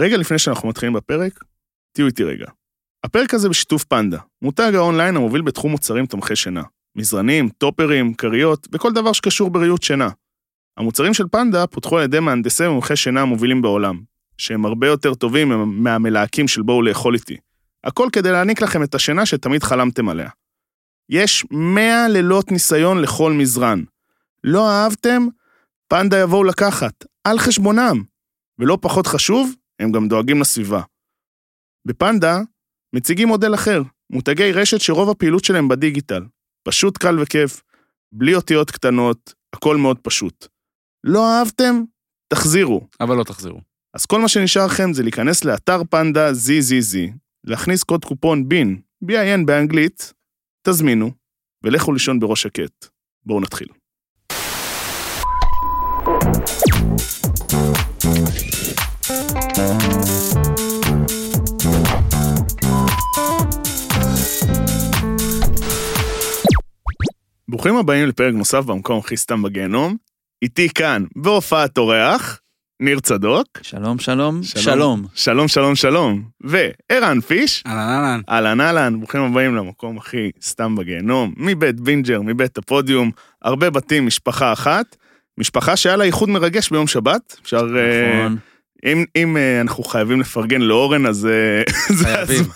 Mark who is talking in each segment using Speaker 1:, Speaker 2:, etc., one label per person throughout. Speaker 1: רגע לפני שאנחנו מתחילים בפרק, תהיו איתי רגע. הפרק הזה בשיתוף פנדה, מותג האונליין המוביל בתחום מוצרים תומכי שינה. מזרנים, טופרים, כריות וכל דבר שקשור בריהוט שינה. המוצרים של פנדה פותחו על ידי מהנדסי ומומחי שינה המובילים בעולם, שהם הרבה יותר טובים מהמלהקים של בואו לאכול איתי. הכל כדי להעניק לכם את השינה שתמיד חלמתם עליה. יש 100 לילות ניסיון לכל מזרן. לא אהבתם? פנדה יבואו לקחת, על חשבונם. ולא פחות חשוב, הם גם דואגים לסביבה. בפנדה מציגים מודל אחר, מותגי רשת שרוב הפעילות שלהם בדיגיטל. פשוט קל וכיף, בלי אותיות קטנות, הכל מאוד פשוט. לא אהבתם? תחזירו.
Speaker 2: אבל לא תחזרו.
Speaker 1: אז כל מה שנשאר לכם זה להיכנס לאתר פנדה ZZZ, להכניס קוד קופון בין, BIN באנגלית, תזמינו, ולכו לישון בראש שקט. בואו נתחיל. ברוכים הבאים לפרק נוסף במקום הכי סתם בגיהנום. איתי כאן, בהופעת אורח, ניר צדוק.
Speaker 2: שלום, שלום, שלום.
Speaker 1: שלום, שלום, שלום. וערן פיש.
Speaker 2: אהלן, אהלן.
Speaker 1: אהלן אהלן, ברוכים הבאים למקום הכי סתם בגיהנום, מבית בינג'ר, מבית הפודיום, הרבה בתים, משפחה אחת. משפחה שהיה לה איחוד מרגש ביום שבת. אפשר... אה,
Speaker 2: נכון.
Speaker 1: אם, אם אה, אנחנו חייבים לפרגן לאורן, אז אה, זה
Speaker 2: חייבים.
Speaker 1: הזמן.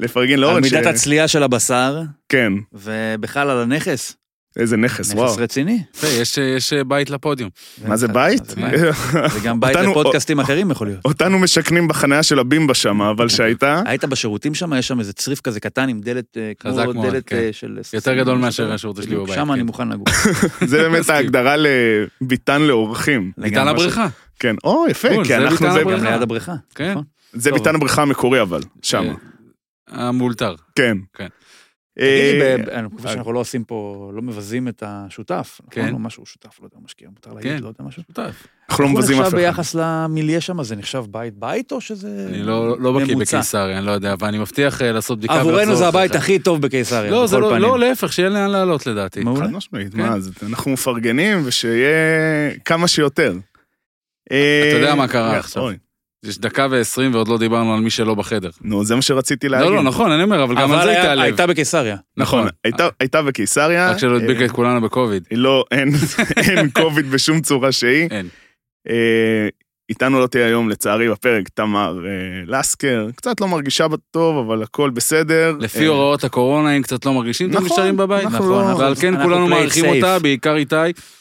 Speaker 1: לפרגן
Speaker 2: על
Speaker 1: לאורן,
Speaker 2: מידת הצליעה של הבשר,
Speaker 1: כן,
Speaker 2: ובכלל על הנכס.
Speaker 1: איזה נכס, וואו.
Speaker 2: נכס רציני.
Speaker 3: יפה, יש, יש אה, בית לפודיום.
Speaker 1: מה זה בית?
Speaker 2: וגם בית
Speaker 1: אותנו-
Speaker 2: לפודקאסטים אחרים יכול להיות.
Speaker 1: אותנו משכנים בחניה של הבימבה שם, אבל שהייתה...
Speaker 2: היית בשירותים שם, יש שם איזה צריף כזה קטן עם דלת, אה, כמו
Speaker 3: חזק מאוד,
Speaker 2: דלת
Speaker 3: כן.
Speaker 2: אה, של...
Speaker 3: יותר גדול מאשר השירות שלי
Speaker 2: בדיוק,
Speaker 3: בבית.
Speaker 2: שם
Speaker 3: כן.
Speaker 2: אני מוכן לגור.
Speaker 1: זה באמת
Speaker 3: מסכים.
Speaker 1: ההגדרה לביתן לאורחים.
Speaker 3: ניתן
Speaker 2: לגמרי.
Speaker 3: לבריכה.
Speaker 1: כן, או יפה,
Speaker 3: בול,
Speaker 1: כי
Speaker 3: זה
Speaker 1: אנחנו
Speaker 3: ביתן
Speaker 1: זה...
Speaker 2: גם
Speaker 3: הבריכה.
Speaker 2: ליד הבריכה.
Speaker 3: כן.
Speaker 2: נכון?
Speaker 1: זה
Speaker 2: טוב.
Speaker 1: ביתן הבריכה המקורי אבל, שם,
Speaker 3: אה, המאולתר.
Speaker 1: כן.
Speaker 3: כן.
Speaker 2: תגידי,
Speaker 1: אה,
Speaker 2: ב- אני חושב שאנחנו לא עושים פה, לא מבזים את השותף.
Speaker 3: כן.
Speaker 2: נכון? לא משהו, שותף, לא יודע, משקיע, מותר
Speaker 3: כן.
Speaker 2: להגיד, לא יודע משהו.
Speaker 3: שותף.
Speaker 1: אנחנו לא מבזים
Speaker 2: הוא
Speaker 1: אף
Speaker 2: נחשב
Speaker 1: אחד.
Speaker 2: ביחס למיליה שם, זה נחשב בית בית או שזה...
Speaker 3: אני לא לא בקיא
Speaker 2: ממוצע?
Speaker 3: בקיסריה, אני לא יודע, אבל אני מבטיח אה, לעשות בדיקה
Speaker 2: עבורנו
Speaker 3: ולחזור
Speaker 2: זה הבית
Speaker 3: אליכם.
Speaker 2: הכי טוב בקיסריה,
Speaker 3: לא, זה
Speaker 2: בכל
Speaker 3: לא,
Speaker 2: פנים.
Speaker 3: לא, להפך, שיהיה לאן לעלות לדעתי.
Speaker 2: מעולה.
Speaker 1: חד משמעית,
Speaker 3: כן.
Speaker 1: מה, זה- אנחנו מפרגנים ושיהיה כמה שיותר.
Speaker 3: אתה יודע מה קרה
Speaker 1: אה,
Speaker 3: עכשיו.
Speaker 1: אוי,
Speaker 3: יש דקה ועשרים ועוד לא דיברנו על מי שלא בחדר.
Speaker 1: נו, זה מה שרציתי להגיד.
Speaker 3: לא, לא, נכון, אני אומר, אבל גם על
Speaker 2: אבל
Speaker 3: זה
Speaker 2: היה-
Speaker 3: תעלב.
Speaker 2: הייתה בקיסריה.
Speaker 1: נכון,
Speaker 3: נכון.
Speaker 1: הייתה- הייתה בקיסריה.
Speaker 3: רק שלא
Speaker 1: אה,
Speaker 3: הדביקה את כולנו בקוביד.
Speaker 1: לא, אין אין קוביד בשום צורה שהיא.
Speaker 3: אין.
Speaker 1: אה, איתנו לא תהיה היום, לצערי, בפרק, תמר אה, לסקר. קצת לא מרגישה טוב, אבל הכל בסדר.
Speaker 3: לפי
Speaker 1: אה,
Speaker 3: הוראות הקורונה, אם קצת לא מרגישים, אתם
Speaker 1: נכון,
Speaker 3: נשארים בבית.
Speaker 1: אנחנו
Speaker 2: נכון,
Speaker 1: לא-
Speaker 2: אנחנו-
Speaker 3: ועל כן
Speaker 2: אנחנו
Speaker 3: כולנו
Speaker 2: play it
Speaker 3: מעריכים
Speaker 2: safe.
Speaker 3: אותה, בעיקר איתי.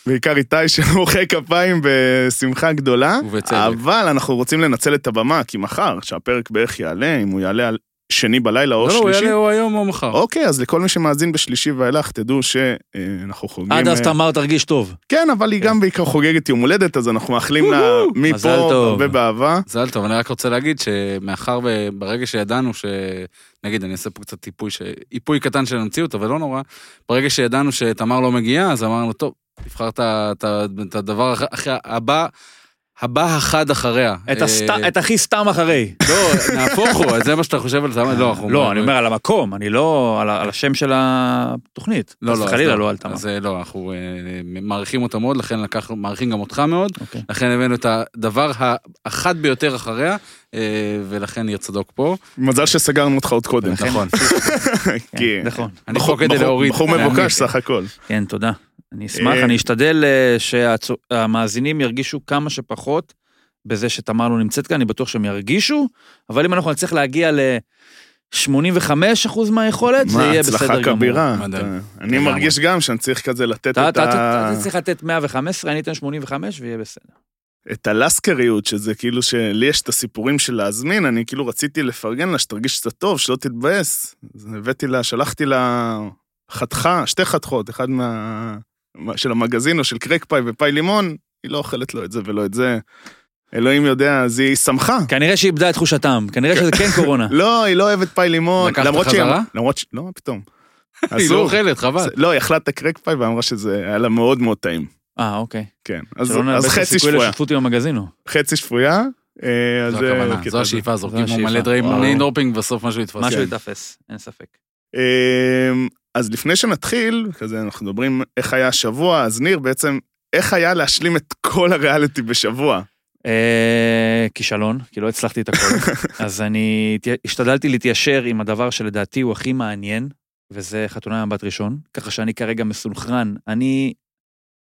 Speaker 1: בעיקר איתי שמוחא כפיים בשמחה גדולה.
Speaker 3: ובצדק.
Speaker 1: אבל אנחנו רוצים לנצל את הבמה, כי מחר, שהפרק בערך יעלה, אם הוא יעלה על שני בלילה
Speaker 3: לא,
Speaker 1: או
Speaker 3: לא, הוא
Speaker 1: שלישי.
Speaker 3: יעלה או היום או מחר.
Speaker 1: אוקיי, אז לכל מי שמאזין בשלישי ואילך, תדעו שאנחנו חוגגים...
Speaker 2: עד אז
Speaker 1: אה,
Speaker 2: תמר תרגיש טוב.
Speaker 1: כן, אבל היא גם בעיקר חוגגת יום הולדת, אז אנחנו מאחלים לה
Speaker 2: מזל
Speaker 1: מפה
Speaker 2: טוב.
Speaker 1: הרבה באהבה.
Speaker 3: מזל טוב, אני רק רוצה להגיד שמאחר וברגע שידענו ש... נגיד, אני אעשה פה קצת טיפוי, ש... איפוי קטן של המציאות, אבל לא נורא. ברגע שידענו שתמר לא מגיעה, אז אמרנו, טוב, תבחר את ה- את ה- את הדבר אחרי- אחרי הבא, הבא החד אחריה.
Speaker 2: את
Speaker 3: אה,
Speaker 2: הסת- את הכי סתם אחרי.
Speaker 3: לא, נהפוך הוא, זה מה שאתה חושב על זה, אבל לא, אנחנו...
Speaker 2: לא, אני אומר על המקום, אני לא... על ה- על השם של התוכנית.
Speaker 3: לא, לא,
Speaker 2: אז
Speaker 3: אז
Speaker 2: חלילה לא על תמר.
Speaker 3: אז אה, לא, אנחנו אה, מעריכים אותה מאוד, לכן לקחנו, מעריכים גם אותך מאוד,
Speaker 2: אוקיי.
Speaker 3: לכן הבאנו את הדבר האחד ביותר אחריה, אה, ולכן ניר צדוק פה.
Speaker 1: מזל שסגרנו אותך עוד קודם.
Speaker 2: לכן-
Speaker 3: נכון.
Speaker 1: כי-
Speaker 2: כן, נכון.
Speaker 3: אני
Speaker 1: בחור-
Speaker 3: פה כדי
Speaker 1: בחור-
Speaker 3: להוריד.
Speaker 1: בחור
Speaker 3: להעמיק.
Speaker 1: מבוקש סך הכל.
Speaker 2: כן, תודה. אני
Speaker 1: אה,
Speaker 2: אשמח, אני אשתדל אה, שהצו- המאזינים ירגישו כמה שפחות בזה שתמר לא נמצאת כאן, אני בטוח שהם ירגישו, אבל אם אנחנו נצליח להגיע ל-85% מהיכולת, זה
Speaker 1: מה,
Speaker 2: יהיה
Speaker 1: הצלחה
Speaker 2: בסדר גמור.
Speaker 1: כבירה.
Speaker 3: מדהים.
Speaker 1: אתה- אני
Speaker 3: לגמרי.
Speaker 1: מרגיש גם שאני צריך כזה לתת
Speaker 2: אתה
Speaker 1: את
Speaker 2: אתה- אתה-
Speaker 1: ה-
Speaker 2: אתה צריך לתת 115, אני אתן 85 ויהיה בסדר.
Speaker 1: את הלסקריות, שזה כאילו שלי יש את הסיפורים של להזמין, אני כאילו רציתי לפרגן לה, שתרגיש קצת טוב, שלא תתבאס. אז הבאתי לה, שלחתי לה חתיכה, שתי חתכות, אחד מה... מה- של המגזין או של קרק פאי ופאי לימון, היא לא אוכלת לא את זה ולא את זה. אלוהים יודע, אז היא שמחה.
Speaker 2: כנראה שאיבדה את תחוש הטעם, כנראה שזה כן קורונה.
Speaker 1: לא, היא לא אוהבת פאי לימון.
Speaker 3: לקחת
Speaker 1: למרות שהיא-
Speaker 3: חזרה?
Speaker 1: למרות ש... לא, מה פתאום.
Speaker 3: היא לא
Speaker 1: אסור.
Speaker 3: אוכלת, חבל.
Speaker 1: זה- לא, היא אכלה את הקרק פאי ואמרה שזה היה לה מאוד מאוד טעים.
Speaker 2: אה, אוקיי.
Speaker 1: כן. אז
Speaker 2: שלא נאבד
Speaker 1: אז
Speaker 2: את
Speaker 1: חצי אוקיי.
Speaker 2: הסיכוי
Speaker 1: שפויה.
Speaker 2: לשותפות עם המגזינו.
Speaker 1: חצי שפויה. אה, אז
Speaker 3: זו
Speaker 1: זה
Speaker 3: הכוונה,
Speaker 1: הקטע
Speaker 3: זו
Speaker 1: הזה.
Speaker 3: השאיפה, זורקים
Speaker 2: זו
Speaker 3: כמו מלא
Speaker 2: השאיפה.
Speaker 3: דברים,
Speaker 2: וואו.
Speaker 3: מלא נורפינג, בסוף משהו יתפס.
Speaker 2: משהו
Speaker 1: כן.
Speaker 2: יתאפס, אין ספק.
Speaker 1: אמ, אז לפני שנתחיל, כזה אנחנו מדברים איך היה השבוע, אז ניר בעצם, איך היה להשלים את כל הריאליטי בשבוע?
Speaker 2: אה, כישלון, כי לא הצלחתי את הכל. אז אני התי- השתדלתי להתיישר עם הדבר שלדעתי הוא הכי מעניין, וזה חתונה עם הבת ראשון, ככה שאני כרגע מסונכרן. אני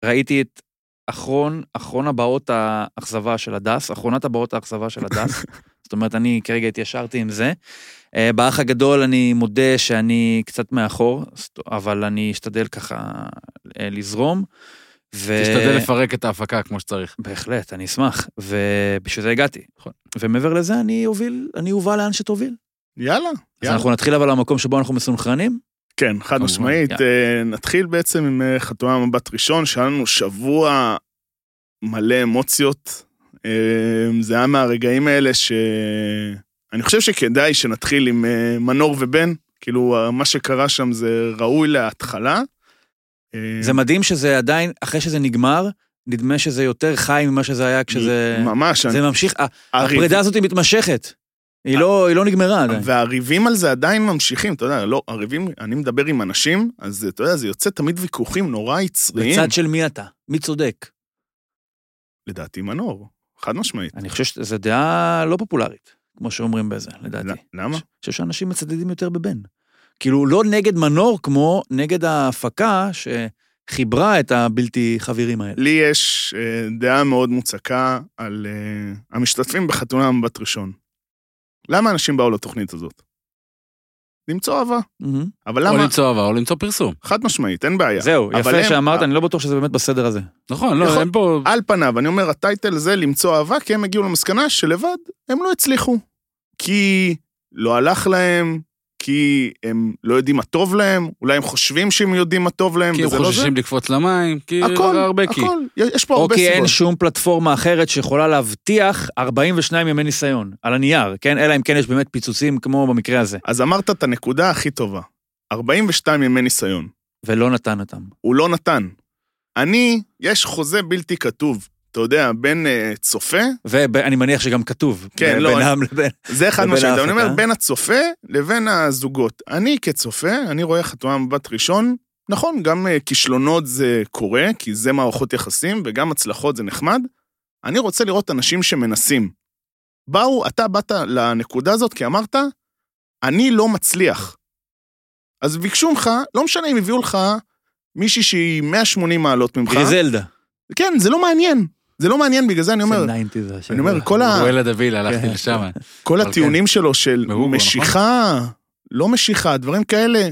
Speaker 2: ראיתי את אחרון, אחרון הבעות האכזבה של הדס, אחרונת הבעות האכזבה של הדס. זאת אומרת, אני כרגע התיישרתי עם זה. אה, באח הגדול אני מודה שאני קצת מאחור, זאת- אבל אני אשתדל ככה אה, לזרום. ו...
Speaker 3: תשתדל לפרק את ההפקה כמו שצריך.
Speaker 2: בהחלט, אני אשמח, ובשביל זה הגעתי.
Speaker 1: נכון.
Speaker 2: ומעבר לזה, אני אוביל, אני אובל לאן שתוביל.
Speaker 1: יאללה,
Speaker 2: אז
Speaker 1: יאללה.
Speaker 2: אנחנו נתחיל אבל במקום שבו אנחנו מסונכרנים.
Speaker 1: כן, חד
Speaker 2: כמובן,
Speaker 1: משמעית.
Speaker 2: יאללה.
Speaker 1: אה, נתחיל בעצם עם אה, חתונה מבט ראשון, שהיה לנו שבוע מלא אמוציות. אה, זה היה מהרגעים האלה ש... אני חושב שכדאי שנתחיל עם אה, מנור ובן, כאילו אה, מה שקרה שם זה ראוי להתחלה. אה,
Speaker 2: זה מדהים שזה עדיין, אחרי שזה נגמר, נדמה שזה יותר חי ממה שזה היה כשזה...
Speaker 1: ממש, אה,
Speaker 2: זה ממשיך, ה-
Speaker 1: הריב-
Speaker 2: הפרידה הזאת היא מתמשכת.
Speaker 1: אה.
Speaker 2: היא לא היא לא נגמרה עדיין.
Speaker 1: והריבים על זה עדיין ממשיכים, אתה יודע, לא, הריבים, אני מדבר עם אנשים, אז אתה יודע, זה יוצא תמיד ויכוחים נורא יצריים.
Speaker 2: בצד של מי אתה? מי צודק?
Speaker 1: לדעתי מנור, חד משמעית.
Speaker 2: אני חושב שזו דעה לא פופולרית, כמו שאומרים בזה, לדעתי.
Speaker 1: ל- למה?
Speaker 2: אני חושב שאנשים מצדדים יותר בבן. כאילו, לא נגד מנור כמו נגד ההפקה שחיברה את הבלתי חברים האלה.
Speaker 1: לי יש אה, דעה מאוד מוצקה על אה, המשתתפים בחתונה מבט ראשון. למה אנשים באו לתוכנית הזאת? למצוא אהבה.
Speaker 2: מהמם.
Speaker 1: אבל
Speaker 3: או
Speaker 1: למה?
Speaker 3: למצוא אהבה או למצוא פרסום.
Speaker 1: חד משמעית, אין בעיה.
Speaker 2: זהו,
Speaker 1: אבל
Speaker 2: יפה
Speaker 1: הם- אה-
Speaker 2: שאמרת, אני לא בטוח שזה באמת בסדר הזה.
Speaker 3: נכון, לא,
Speaker 1: יכול- אה,
Speaker 3: אין פה...
Speaker 1: על פניו, אני אומר, הטייטל זה למצוא אהבה, כי הם הגיעו למסקנה שלבד הם לא הצליחו. כי לא הלך להם, כי הם לא יודעים מה טוב להם, אולי הם חושבים שהם יודעים מה טוב להם,
Speaker 3: כי הם
Speaker 1: וזה לא זה.
Speaker 3: חוששים לקפוץ למים, כי לא
Speaker 1: הכל,
Speaker 3: הרבה כי.
Speaker 1: הכל, יש פה
Speaker 2: או
Speaker 1: הרבה
Speaker 2: כי אוקיי, אין
Speaker 1: סיבות.
Speaker 2: שום פלטפורמה אחרת שיכולה להבטיח 42 ימי ניסיון, על הנייר, כן? אלא אם כן יש באמת פיצוצים כמו במקרה הזה.
Speaker 1: אז אמרת את הנקודה הכי טובה, 42 ימי ניסיון.
Speaker 2: ולא נתן אותם.
Speaker 1: הוא לא נתן. אני, יש חוזה בלתי כתוב, אתה יודע, בין uh, צופה,
Speaker 2: ואני מניח שגם כתוב.
Speaker 1: כן,
Speaker 2: ב-
Speaker 1: לא, אני-
Speaker 2: בינם לבין...
Speaker 1: זה אחד
Speaker 2: לבין
Speaker 1: מה שאתה
Speaker 2: ההפקה.
Speaker 1: אומר, בין הצופה לבין הזוגות. אני כצופה, אני רואה חתונה מבט ראשון, נכון, גם uh, כישלונות זה קורה, כי זה מערכות יחסים, וגם הצלחות זה נחמד. אני רוצה לראות אנשים שמנסים. באו, אתה באת לנקודה הזאת כי אמרת, אני לא מצליח. אז ביקשו ממך, לא משנה אם הביאו לך מישהי שהיא 180 מעלות ממך.
Speaker 2: גריזלדה.
Speaker 1: כן, זה לא מעניין. זה לא מעניין, בגלל זה אני אומר,
Speaker 2: זה 90s, השיר
Speaker 1: אני אומר,
Speaker 2: הזה.
Speaker 1: כל ה-
Speaker 3: הוא אלה דביל, הלכתי
Speaker 2: כן.
Speaker 3: לשם.
Speaker 1: כל
Speaker 3: אבל
Speaker 1: הטיעונים שלו של
Speaker 3: מהוגו, נכון?
Speaker 1: משיכה, לא משיכה, דברים כאלה,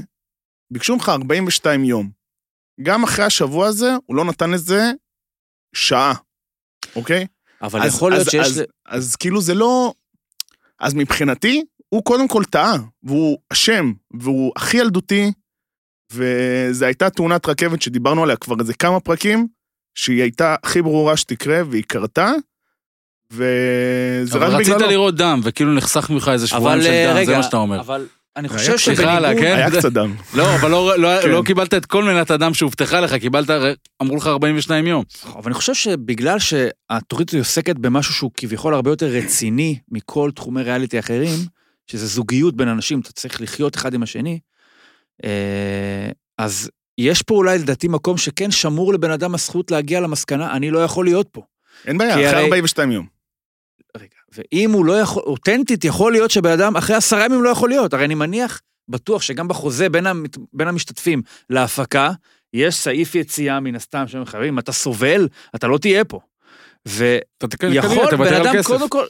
Speaker 1: ביקשו ממך 42 יום. גם אחרי השבוע הזה, הוא לא נתן לזה שעה, אוקיי?
Speaker 2: אבל
Speaker 1: אז-
Speaker 2: יכול להיות
Speaker 1: אז-
Speaker 2: שיש...
Speaker 1: אז- אז כאילו זה לא... אז מבחינתי, הוא קודם כל טעה, והוא אשם, והוא הכי ילדותי, וזו הייתה תאונת רכבת שדיברנו עליה כבר איזה כמה פרקים, שהיא הייתה הכי ברורה שתקרה, והיא קרתה, וזה רק
Speaker 3: אבל
Speaker 1: בגללו.
Speaker 3: רצית לראות דם, וכאילו נחסך ממך איזה
Speaker 2: אבל
Speaker 3: שבועיים של
Speaker 2: אה,
Speaker 3: דם,
Speaker 2: רגע,
Speaker 3: זה מה שאתה אומר.
Speaker 2: אבל אני
Speaker 1: והיה
Speaker 2: חושב
Speaker 3: סליחה על
Speaker 2: שבניגוד...
Speaker 3: הקן.
Speaker 1: היה קצת דם.
Speaker 3: לא, אבל לא- לא-
Speaker 1: כן.
Speaker 3: לא קיבלת את כל מנת הדם שהובטחה לך, קיבלת, אמרו לך 42 יום.
Speaker 2: אבל אני חושב שבגלל שהתוכנית הזו עוסקת במשהו שהוא כביכול הרבה יותר רציני מכל תחומי ריאליטי אחרים, שזה זוגיות בין אנשים, אתה צריך לחיות אחד עם השני, אה, אז יש פה אולי לדעתי מקום שכן שמור לבן אדם הזכות להגיע למסקנה, אני לא יכול להיות פה.
Speaker 1: אין בעיה,
Speaker 2: כי
Speaker 1: אחרי
Speaker 2: הרי-
Speaker 1: 42 יום.
Speaker 2: רגע, ואם הוא לא יכול, אותנטית יכול להיות שבן אדם אחרי עשרה ימים לא יכול להיות, הרי אני מניח, בטוח שגם בחוזה בין, המת, בין המשתתפים להפקה, יש סעיף יציאה מן הסתם שהם חייבים, אם אתה סובל, אתה לא תהיה פה. ו...
Speaker 3: אתה תק- כנראה,
Speaker 2: יכול,
Speaker 3: תוותר
Speaker 2: בן
Speaker 3: על
Speaker 2: אדם
Speaker 3: כסף.
Speaker 2: קודם כל...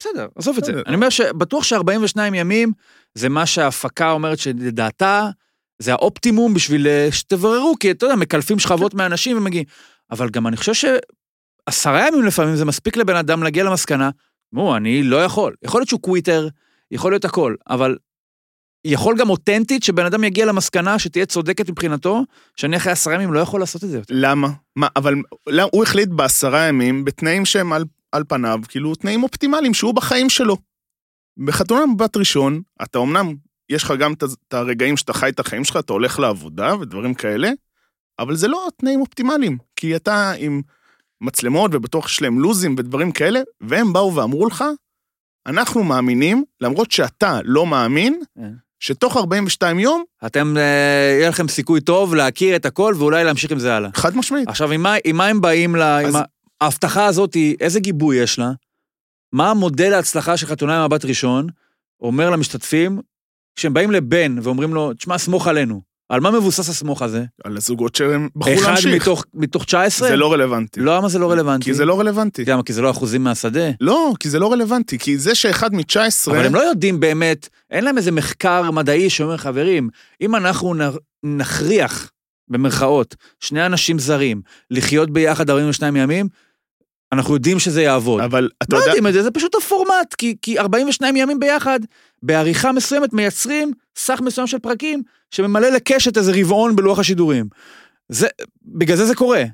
Speaker 2: בסדר, עזוב את זה.
Speaker 1: בסדר.
Speaker 2: אני אומר שבטוח ש-42 ימים זה מה שההפקה אומרת שלדעתה זה האופטימום בשביל אה, שתבררו, כי אתה יודע, מקלפים שכבות מאנשים ומגיעים. אבל גם אני חושב שעשרה ימים לפעמים זה מספיק לבן אדם להגיע למסקנה, נו, אני לא יכול. יכול להיות שהוא קוויטר, יכול להיות הכל, אבל יכול גם אותנטית שבן אדם יגיע למסקנה שתהיה צודקת מבחינתו, שאני אחרי עשרה ימים לא יכול לעשות את זה יותר.
Speaker 1: למה? מה, אבל למה, הוא החליט בעשרה ימים, בתנאים שהם על, על פניו, כאילו תנאים אופטימליים שהוא בחיים שלו. בחתונה בבת ראשון, אתה אמנם, יש לך גם את ה- את הרגעים שאתה חי את החיים שלך, אתה הולך לעבודה ודברים כאלה, אבל זה לא תנאים אופטימליים, כי אתה עם מצלמות ובטוח יש להם לוזים ודברים כאלה, והם באו ואמרו לך, אנחנו מאמינים, למרות שאתה לא מאמין,
Speaker 2: אה.
Speaker 1: שתוך 42 יום,
Speaker 2: אתם, אה, יהיה לכם סיכוי טוב להכיר את הכל ואולי להמשיך עם זה הלאה.
Speaker 1: חד משמעית.
Speaker 2: עכשיו, עם מה, עם מה הם באים ל... עם
Speaker 1: אז-
Speaker 2: מה, ההבטחה הזאת, היא- איזה גיבוי יש לה? מה המודל ההצלחה של חתונה עם הבת ראשון אומר למשתתפים, כשהם באים לבן ואומרים לו, תשמע, סמוך עלינו. על מה מבוסס הסמוך הזה?
Speaker 1: על הזוגות שהם בחרו
Speaker 2: אחד
Speaker 1: להמשיך.
Speaker 2: מתוך, מתוך 19?
Speaker 1: זה לא רלוונטי.
Speaker 2: לא, למה זה לא רלוונטי?
Speaker 1: כי זה לא רלוונטי.
Speaker 2: למה? כי זה לא אחוזים מהשדה?
Speaker 1: לא, כי זה לא רלוונטי, כי זה שאחד מ-19...
Speaker 2: אבל הם לא יודעים באמת, אין להם איזה מחקר מדעי שאומר, חברים, אם אנחנו נ- נכריח, במרכאות, שני אנשים זרים לחיות ביחד 42 ימים, אנחנו יודעים שזה יעבוד.
Speaker 1: אבל אתה
Speaker 2: לא
Speaker 1: יודע...
Speaker 2: יודעים את זה, זה פשוט הפורמט, כי, כי 42 ימים ביחד, בעריכה מסוימת מייצרים סך מסוים של פרקים שממלא לקשת איזה רבעון בלוח השידורים. זה, בגלל זה זה קורה.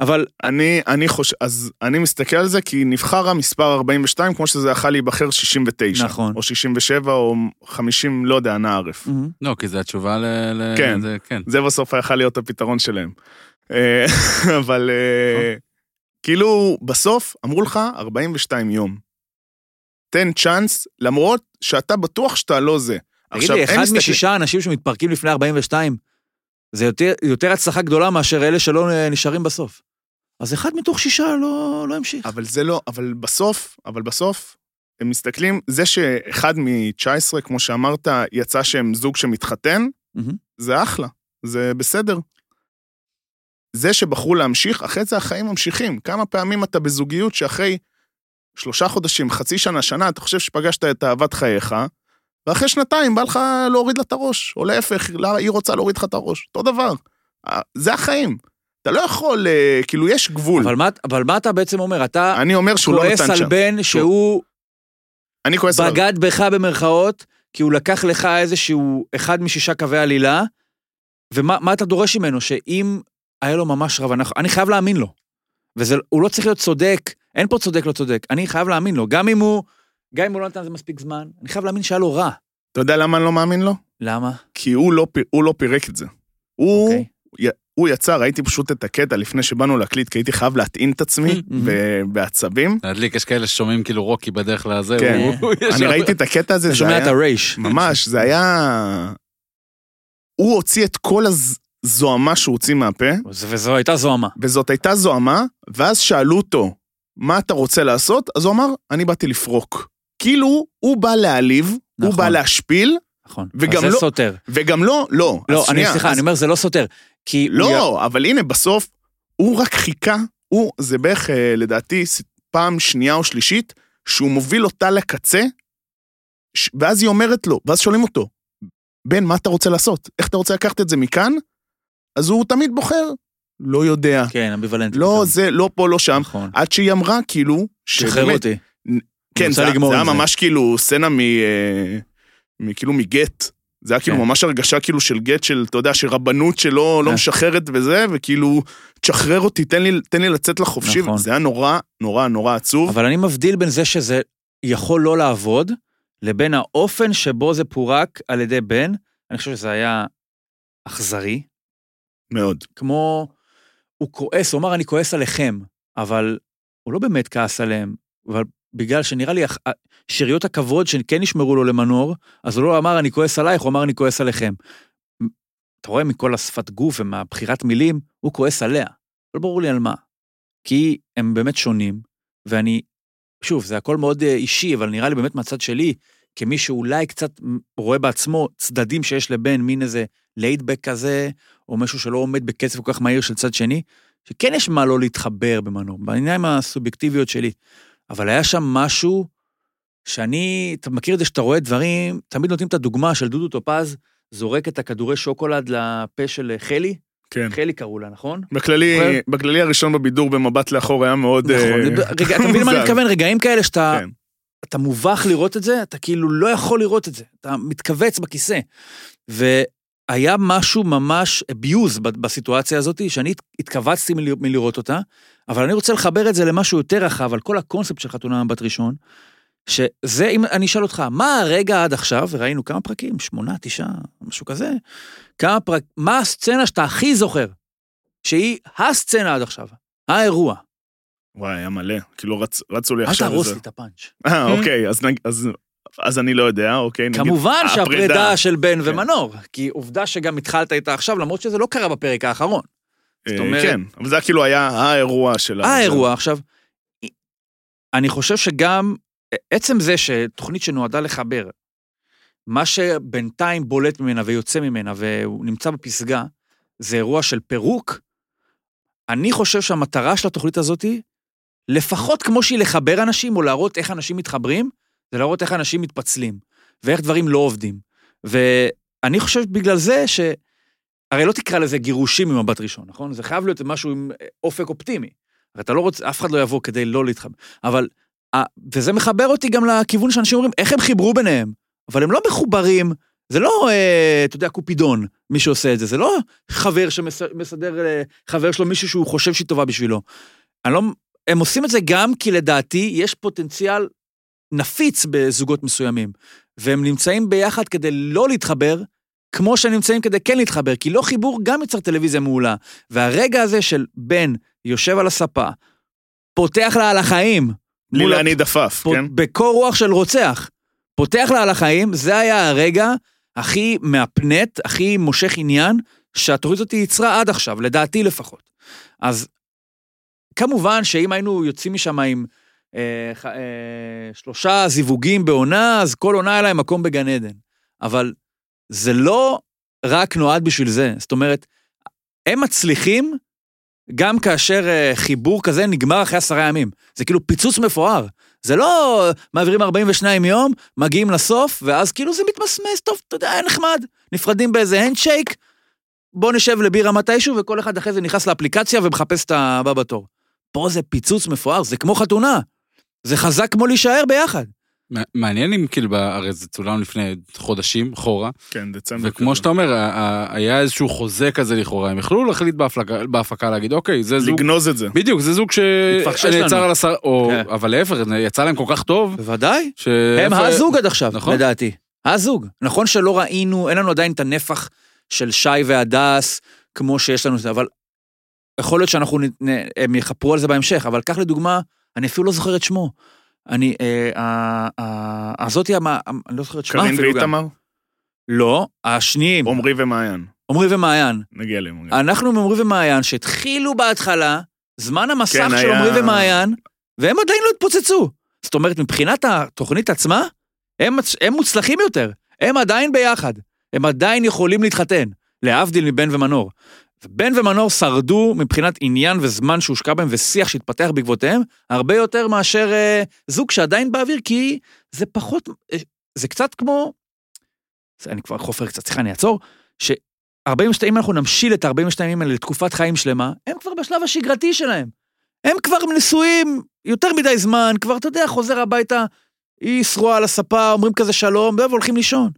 Speaker 2: אבל
Speaker 1: אני, אני חושב, אז אני מסתכל על זה כי נבחר המספר 42, כמו שזה יכול להיבחר 69.
Speaker 2: נכון.
Speaker 1: או 67, או 50, לא יודע, אנא ערף.
Speaker 3: לא, כי זו התשובה ל... ל-
Speaker 1: כן.
Speaker 3: זה- כן.
Speaker 1: זה בסוף היה יכול להיות הפתרון שלהם. אה, אבל אה,
Speaker 2: נכון.
Speaker 1: כאילו, בסוף אמרו לך 42 יום. תן צ'אנס, למרות שאתה בטוח שאתה לא זה.
Speaker 2: תגיד לי,
Speaker 1: הם
Speaker 2: אחד
Speaker 1: מסתכל-
Speaker 2: משישה אנשים שמתפרקים לפני 42, זה יותר, יותר הצלחה גדולה מאשר אלה שלא אה, נשארים בסוף. אז אחד מתוך שישה לא, לא המשיך.
Speaker 1: אבל זה לא, אבל בסוף, אבל בסוף, הם מסתכלים, זה שאחד מ-19, כמו שאמרת, יצא שהם זוג שמתחתן,
Speaker 2: מהמם.
Speaker 1: זה אחלה, זה בסדר. זה שבחרו להמשיך, אחרי זה החיים ממשיכים. כמה פעמים אתה בזוגיות שאחרי שלושה חודשים, חצי שנה, שנה, אתה חושב שפגשת את אהבת חייך, ואחרי שנתיים בא לך להוריד לה את הראש, או להפך, לה- היא רוצה להוריד לך את הראש, אותו דבר. אה, זה החיים. אתה לא יכול, אה, כאילו, יש גבול.
Speaker 2: אבל מה, אבל מה אתה בעצם אומר? אתה
Speaker 1: אני אומר שהוא לא
Speaker 2: אה, כועס
Speaker 1: נתן
Speaker 2: על
Speaker 1: שם.
Speaker 2: בן שהוא
Speaker 1: אני כועס עליו.
Speaker 2: בגד בך במרכאות, כי הוא לקח לך איזשהו אחד משישה קווי עלילה, ומה מה אתה דורש ממנו? שאם היה לו ממש רב, אני, אני חייב להאמין לו. והוא לא צריך להיות צודק, אין פה צודק לא צודק, אני חייב להאמין לו. גם אם הוא, גם אם הוא לא נתן לזה מספיק זמן, אני חייב להאמין שהיה לו רע.
Speaker 1: אתה יודע למה אני לא מאמין לו?
Speaker 2: למה?
Speaker 1: כי הוא לא, פ- הוא לא פירק את זה. הוא,
Speaker 2: אוקיי.
Speaker 1: י- הוא יצא, ראיתי פשוט את הקטע לפני שבאנו להקליט, כי הייתי חייב להטעין את עצמי ב- בעצבים.
Speaker 3: להדליק, יש כאלה ששומעים כאילו רוקי בדרך לזה.
Speaker 1: כן.
Speaker 3: הוא- הוא ישר-
Speaker 1: אני ראיתי את הקטע הזה,
Speaker 2: אתה
Speaker 1: זה
Speaker 2: שומע
Speaker 1: היה...
Speaker 2: את הרייש.
Speaker 1: ממש, זה היה... הוא הוציא את כל הזוהמה שהוא הוציא מהפה,
Speaker 2: וזו הייתה זוהמה.
Speaker 1: וזאת הייתה זוהמה, ואז שאלו אותו, מה אתה רוצה לעשות? אז הוא אמר, אני באתי לפרוק. כאילו, הוא בא להעליב, הוא
Speaker 2: נכון.
Speaker 1: בא להשפיל,
Speaker 2: נכון.
Speaker 1: וגם
Speaker 2: אז זה
Speaker 1: לא-
Speaker 2: סותר.
Speaker 1: וגם לא, לא. אז
Speaker 2: לא, אני,
Speaker 1: שנייה,
Speaker 2: סליחה,
Speaker 1: אז-
Speaker 2: אני אומר, זה לא סותר. כי... הוא י-
Speaker 1: לא, אבל הנה, בסוף, הוא רק חיכה, הוא, זה בערך, אה, לדעתי, ס- פעם שנייה או שלישית, שהוא מוביל אותה לקצה, ש- ואז היא אומרת לו, ואז שואלים אותו, בן, מה אתה רוצה לעשות? איך אתה רוצה לקחת את זה מכאן? אז הוא תמיד בוחר, לא יודע.
Speaker 2: כן, אמביוולנטי.
Speaker 1: לא
Speaker 2: פתאום.
Speaker 1: זה, לא פה, לא שם.
Speaker 2: נכון.
Speaker 1: עד שהיא אמרה, כאילו,
Speaker 2: שחרר אותי.
Speaker 1: כן,
Speaker 2: רוצה
Speaker 1: זה,
Speaker 2: לגמור
Speaker 1: זה היה
Speaker 2: עם זה.
Speaker 1: ממש כאילו סצנה מ... אה, מ- כאילו מגט. זה היה כאילו
Speaker 2: כן.
Speaker 1: ממש הרגשה כאילו של גט, של, אתה יודע, שרבנות שלא לא
Speaker 2: אה.
Speaker 1: משחררת וזה, וכאילו, תשחרר אותי, תן לי, תן לי לצאת לחופשי.
Speaker 2: נכון.
Speaker 1: זה היה נורא, נורא, נורא עצוב.
Speaker 2: אבל אני מבדיל בין זה שזה יכול לא לעבוד, לבין האופן שבו זה פורק על ידי בן. אני חושב שזה היה אכזרי.
Speaker 1: מאוד.
Speaker 2: כמו... הוא כועס, הוא אמר, אני כועס עליכם, אבל הוא לא באמת כעס עליהם, אבל בגלל שנראה לי, הח- שאריות הכבוד שכן נשמרו לו למנור, אז הוא לא אמר, אני כועס עלייך, הוא אמר, אני כועס עליכם. אתה רואה מכל השפת גוף ומהבחירת מילים, הוא כועס עליה. לא ברור לי על מה. כי הם באמת שונים, ואני, שוב, זה הכל מאוד אה, אישי, אבל נראה לי באמת מהצד שלי, כמי שאולי קצת רואה בעצמו צדדים שיש לבן, מין איזה ליידבק כזה, או מישהו שלא עומד בקצב כל כך מהיר של צד שני, שכן יש מה לא להתחבר במנור, בעיניים הסובייקטיביות שלי. אבל היה שם משהו שאני, אתה מכיר את זה שאתה רואה דברים, תמיד נותנים את הדוגמה של דודו טופז זורק את הכדורי שוקולד לפה של חלי,
Speaker 1: כן.
Speaker 2: חלי קראו לה, נכון?
Speaker 1: בכללי,
Speaker 2: זוכר?
Speaker 1: בכללי הראשון בבידור במבט לאחור היה מאוד...
Speaker 2: נכון,
Speaker 1: אה,
Speaker 2: רגע, אתה מבין מה אני
Speaker 1: מוזר.
Speaker 2: מתכוון? רגעים כאלה שאתה
Speaker 1: כן.
Speaker 2: אתה מובך לראות את זה, אתה כאילו לא יכול לראות את זה, אתה מתכווץ בכיסא. והיה משהו ממש abuse ב- בסיטואציה הזאת, שאני הת- התכווצתי מל- מלראות אותה, אבל אני רוצה לחבר את זה למשהו יותר רחב, על כל הקונספט של חתונה עם בת ראשון, שזה, אם אני אשאל אותך, מה הרגע עד עכשיו, וראינו כמה פרקים, שמונה, תשעה, משהו כזה, כמה פרק, מה הסצנה שאתה הכי זוכר, שהיא הסצנה עד עכשיו, האירוע.
Speaker 1: וואי, היה מלא. כאילו, רצ, רצו לי
Speaker 2: אל
Speaker 1: עכשיו
Speaker 2: תהרוס
Speaker 1: איזה...
Speaker 2: לי את הפאנץ'.
Speaker 1: אה, אוקיי, אז, נג- אז, אז אני לא יודע, אוקיי, נגיד...
Speaker 2: כמובן
Speaker 1: הפרידה.
Speaker 2: שהפרידה של בן
Speaker 1: כן.
Speaker 2: ומנור, כי עובדה שגם התחלת איתה עכשיו, למרות שזה לא קרה בפרק האחרון.
Speaker 1: אה,
Speaker 2: אומרת-
Speaker 1: כן, אבל זה היה כאילו היה האירוע של... ה-
Speaker 2: אה, האירוע. עכשיו, אני חושב שגם עצם זה שתוכנית שנועדה לחבר, מה שבינתיים בולט ממנה ויוצא ממנה והוא נמצא בפסגה, זה אירוע של פירוק. אני חושב שהמטרה של התוכנית הזאת היא, לפחות כמו שהיא לחבר אנשים, או להראות איך אנשים מתחברים, זה להראות איך אנשים מתפצלים, ואיך דברים לא עובדים. ואני חושב בגלל זה ש... הרי לא תקרא לזה גירושים ממבט ראשון, נכון? זה חייב להיות משהו עם אה, אופק אופטימי. הרי אתה לא רוצה, אף אחד לא יבוא כדי לא להתחבר. אבל, אה, וזה מחבר אותי גם לכיוון שאנשים אומרים, איך הם חיברו ביניהם? אבל הם לא מחוברים, זה לא, אה, אתה יודע, קופידון, מי שעושה את זה, זה לא חבר שמסדר אה, חבר שלו מישהו שהוא חושב שהיא טובה בשבילו. אני לא, הם עושים את זה גם כי לדעתי יש פוטנציאל נפיץ בזוגות מסוימים, והם נמצאים ביחד כדי לא להתחבר, כמו שהם נמצאים כדי כן להתחבר, כי לא חיבור גם יצר טלוויזיה מעולה. והרגע הזה של בן יושב על הספה, פותח לה על החיים,
Speaker 1: בלי
Speaker 2: מול
Speaker 1: להניד עפעף,
Speaker 2: פות-
Speaker 1: כן?
Speaker 2: בקור רוח של רוצח. פותח לה על החיים, זה היה הרגע הכי מהפנט, הכי מושך עניין, שהתוכנית הזאת יצרה עד עכשיו, לדעתי לפחות. אז כמובן שאם היינו יוצאים משם עם אה, ח- אה, שלושה זיווגים בעונה, אז כל עונה היה להם מקום בגן עדן. אבל זה לא רק נועד בשביל זה. זאת אומרת, הם מצליחים גם כאשר אה, חיבור כזה נגמר אחרי עשרה ימים. זה כאילו פיצוץ מפואר. זה לא מעבירים 42 יום, מגיעים לסוף, ואז כאילו זה מתמסמס, טוב, אתה יודע, היה נחמד. נפרדים באיזה הנדשייק, בוא נשב לבירה מתישהו, וכל אחד אחרי זה נכנס לאפליקציה ומחפש את הבא בתור. פה זה פיצוץ מפואר, זה כמו חתונה. זה חזק כמו להישאר ביחד.
Speaker 3: מע- מעניין אם כאילו, ב- הרי זה צולם לפני חודשים, חורה,
Speaker 1: כן, דצמבר.
Speaker 3: וכמו
Speaker 1: כזה.
Speaker 3: שאתה אומר, ה- ה- היה איזשהו חוזה כזה לכאורה, הם יכלו להחליט בהפלגה- בהפקה להגיד, אוקיי, זה זוג,
Speaker 1: לגנוז את
Speaker 2: אה,
Speaker 1: זה.
Speaker 3: בדיוק, זה זוג
Speaker 2: התפחשש לנו.
Speaker 3: שיצר על הסר, או,
Speaker 2: כן.
Speaker 3: אבל להפך, זה יצא להם כל כך טוב,
Speaker 2: בוודאי.
Speaker 3: ש...
Speaker 2: הם
Speaker 3: איפה-
Speaker 2: הזוג עד עכשיו,
Speaker 3: נכון.
Speaker 2: לדעתי. הזוג. נכון שלא ראינו, אין לנו עדיין את הנפח של שי והדס, כמו שיש לנו את זה, אבל יכול להיות שאנחנו, נ- נ- הם יחפרו על זה בהמשך, אבל קח לדוגמה, אני אפילו לא זוכר את שמו. אני, אה, אה, אה, הזאתי, המ- אני לא זוכר את שמה
Speaker 1: קארין
Speaker 2: אפילו גם.
Speaker 1: ואיתמר,
Speaker 2: לא, השניים,
Speaker 1: עומרי ומעיין.
Speaker 2: עמרי ומעיין.
Speaker 1: נגיע אליהם. אוקיי. רגע.
Speaker 2: אנחנו עם עמרי ומעיין, שהתחילו בהתחלה, זמן המסך
Speaker 1: כן,
Speaker 2: של
Speaker 1: היה-
Speaker 2: עמרי ומעיין, והם עדיין לא התפוצצו. זאת אומרת, מבחינת התוכנית עצמה, הם, מצ- הם מוצלחים יותר. הם עדיין ביחד. הם עדיין יכולים להתחתן, להבדיל מבן ומנור. בן ומנור שרדו מבחינת עניין וזמן שהושקע בהם ושיח שהתפתח בעקבותיהם, הרבה יותר מאשר אה, זוג שעדיין באוויר, כי זה פחות, אה, זה קצת כמו, זה- אני כבר חופר קצת, סליחה, אני אעצור, ש- 42, אם אנחנו נמשיל את 42 ימים האלה לתקופת חיים שלמה, הם כבר בשלב השגרתי שלהם. הם כבר נשואים יותר מדי זמן, כבר, אתה יודע, חוזר הביתה, היא שרועה על הספה, אומרים כזה שלום, והולכים לישון.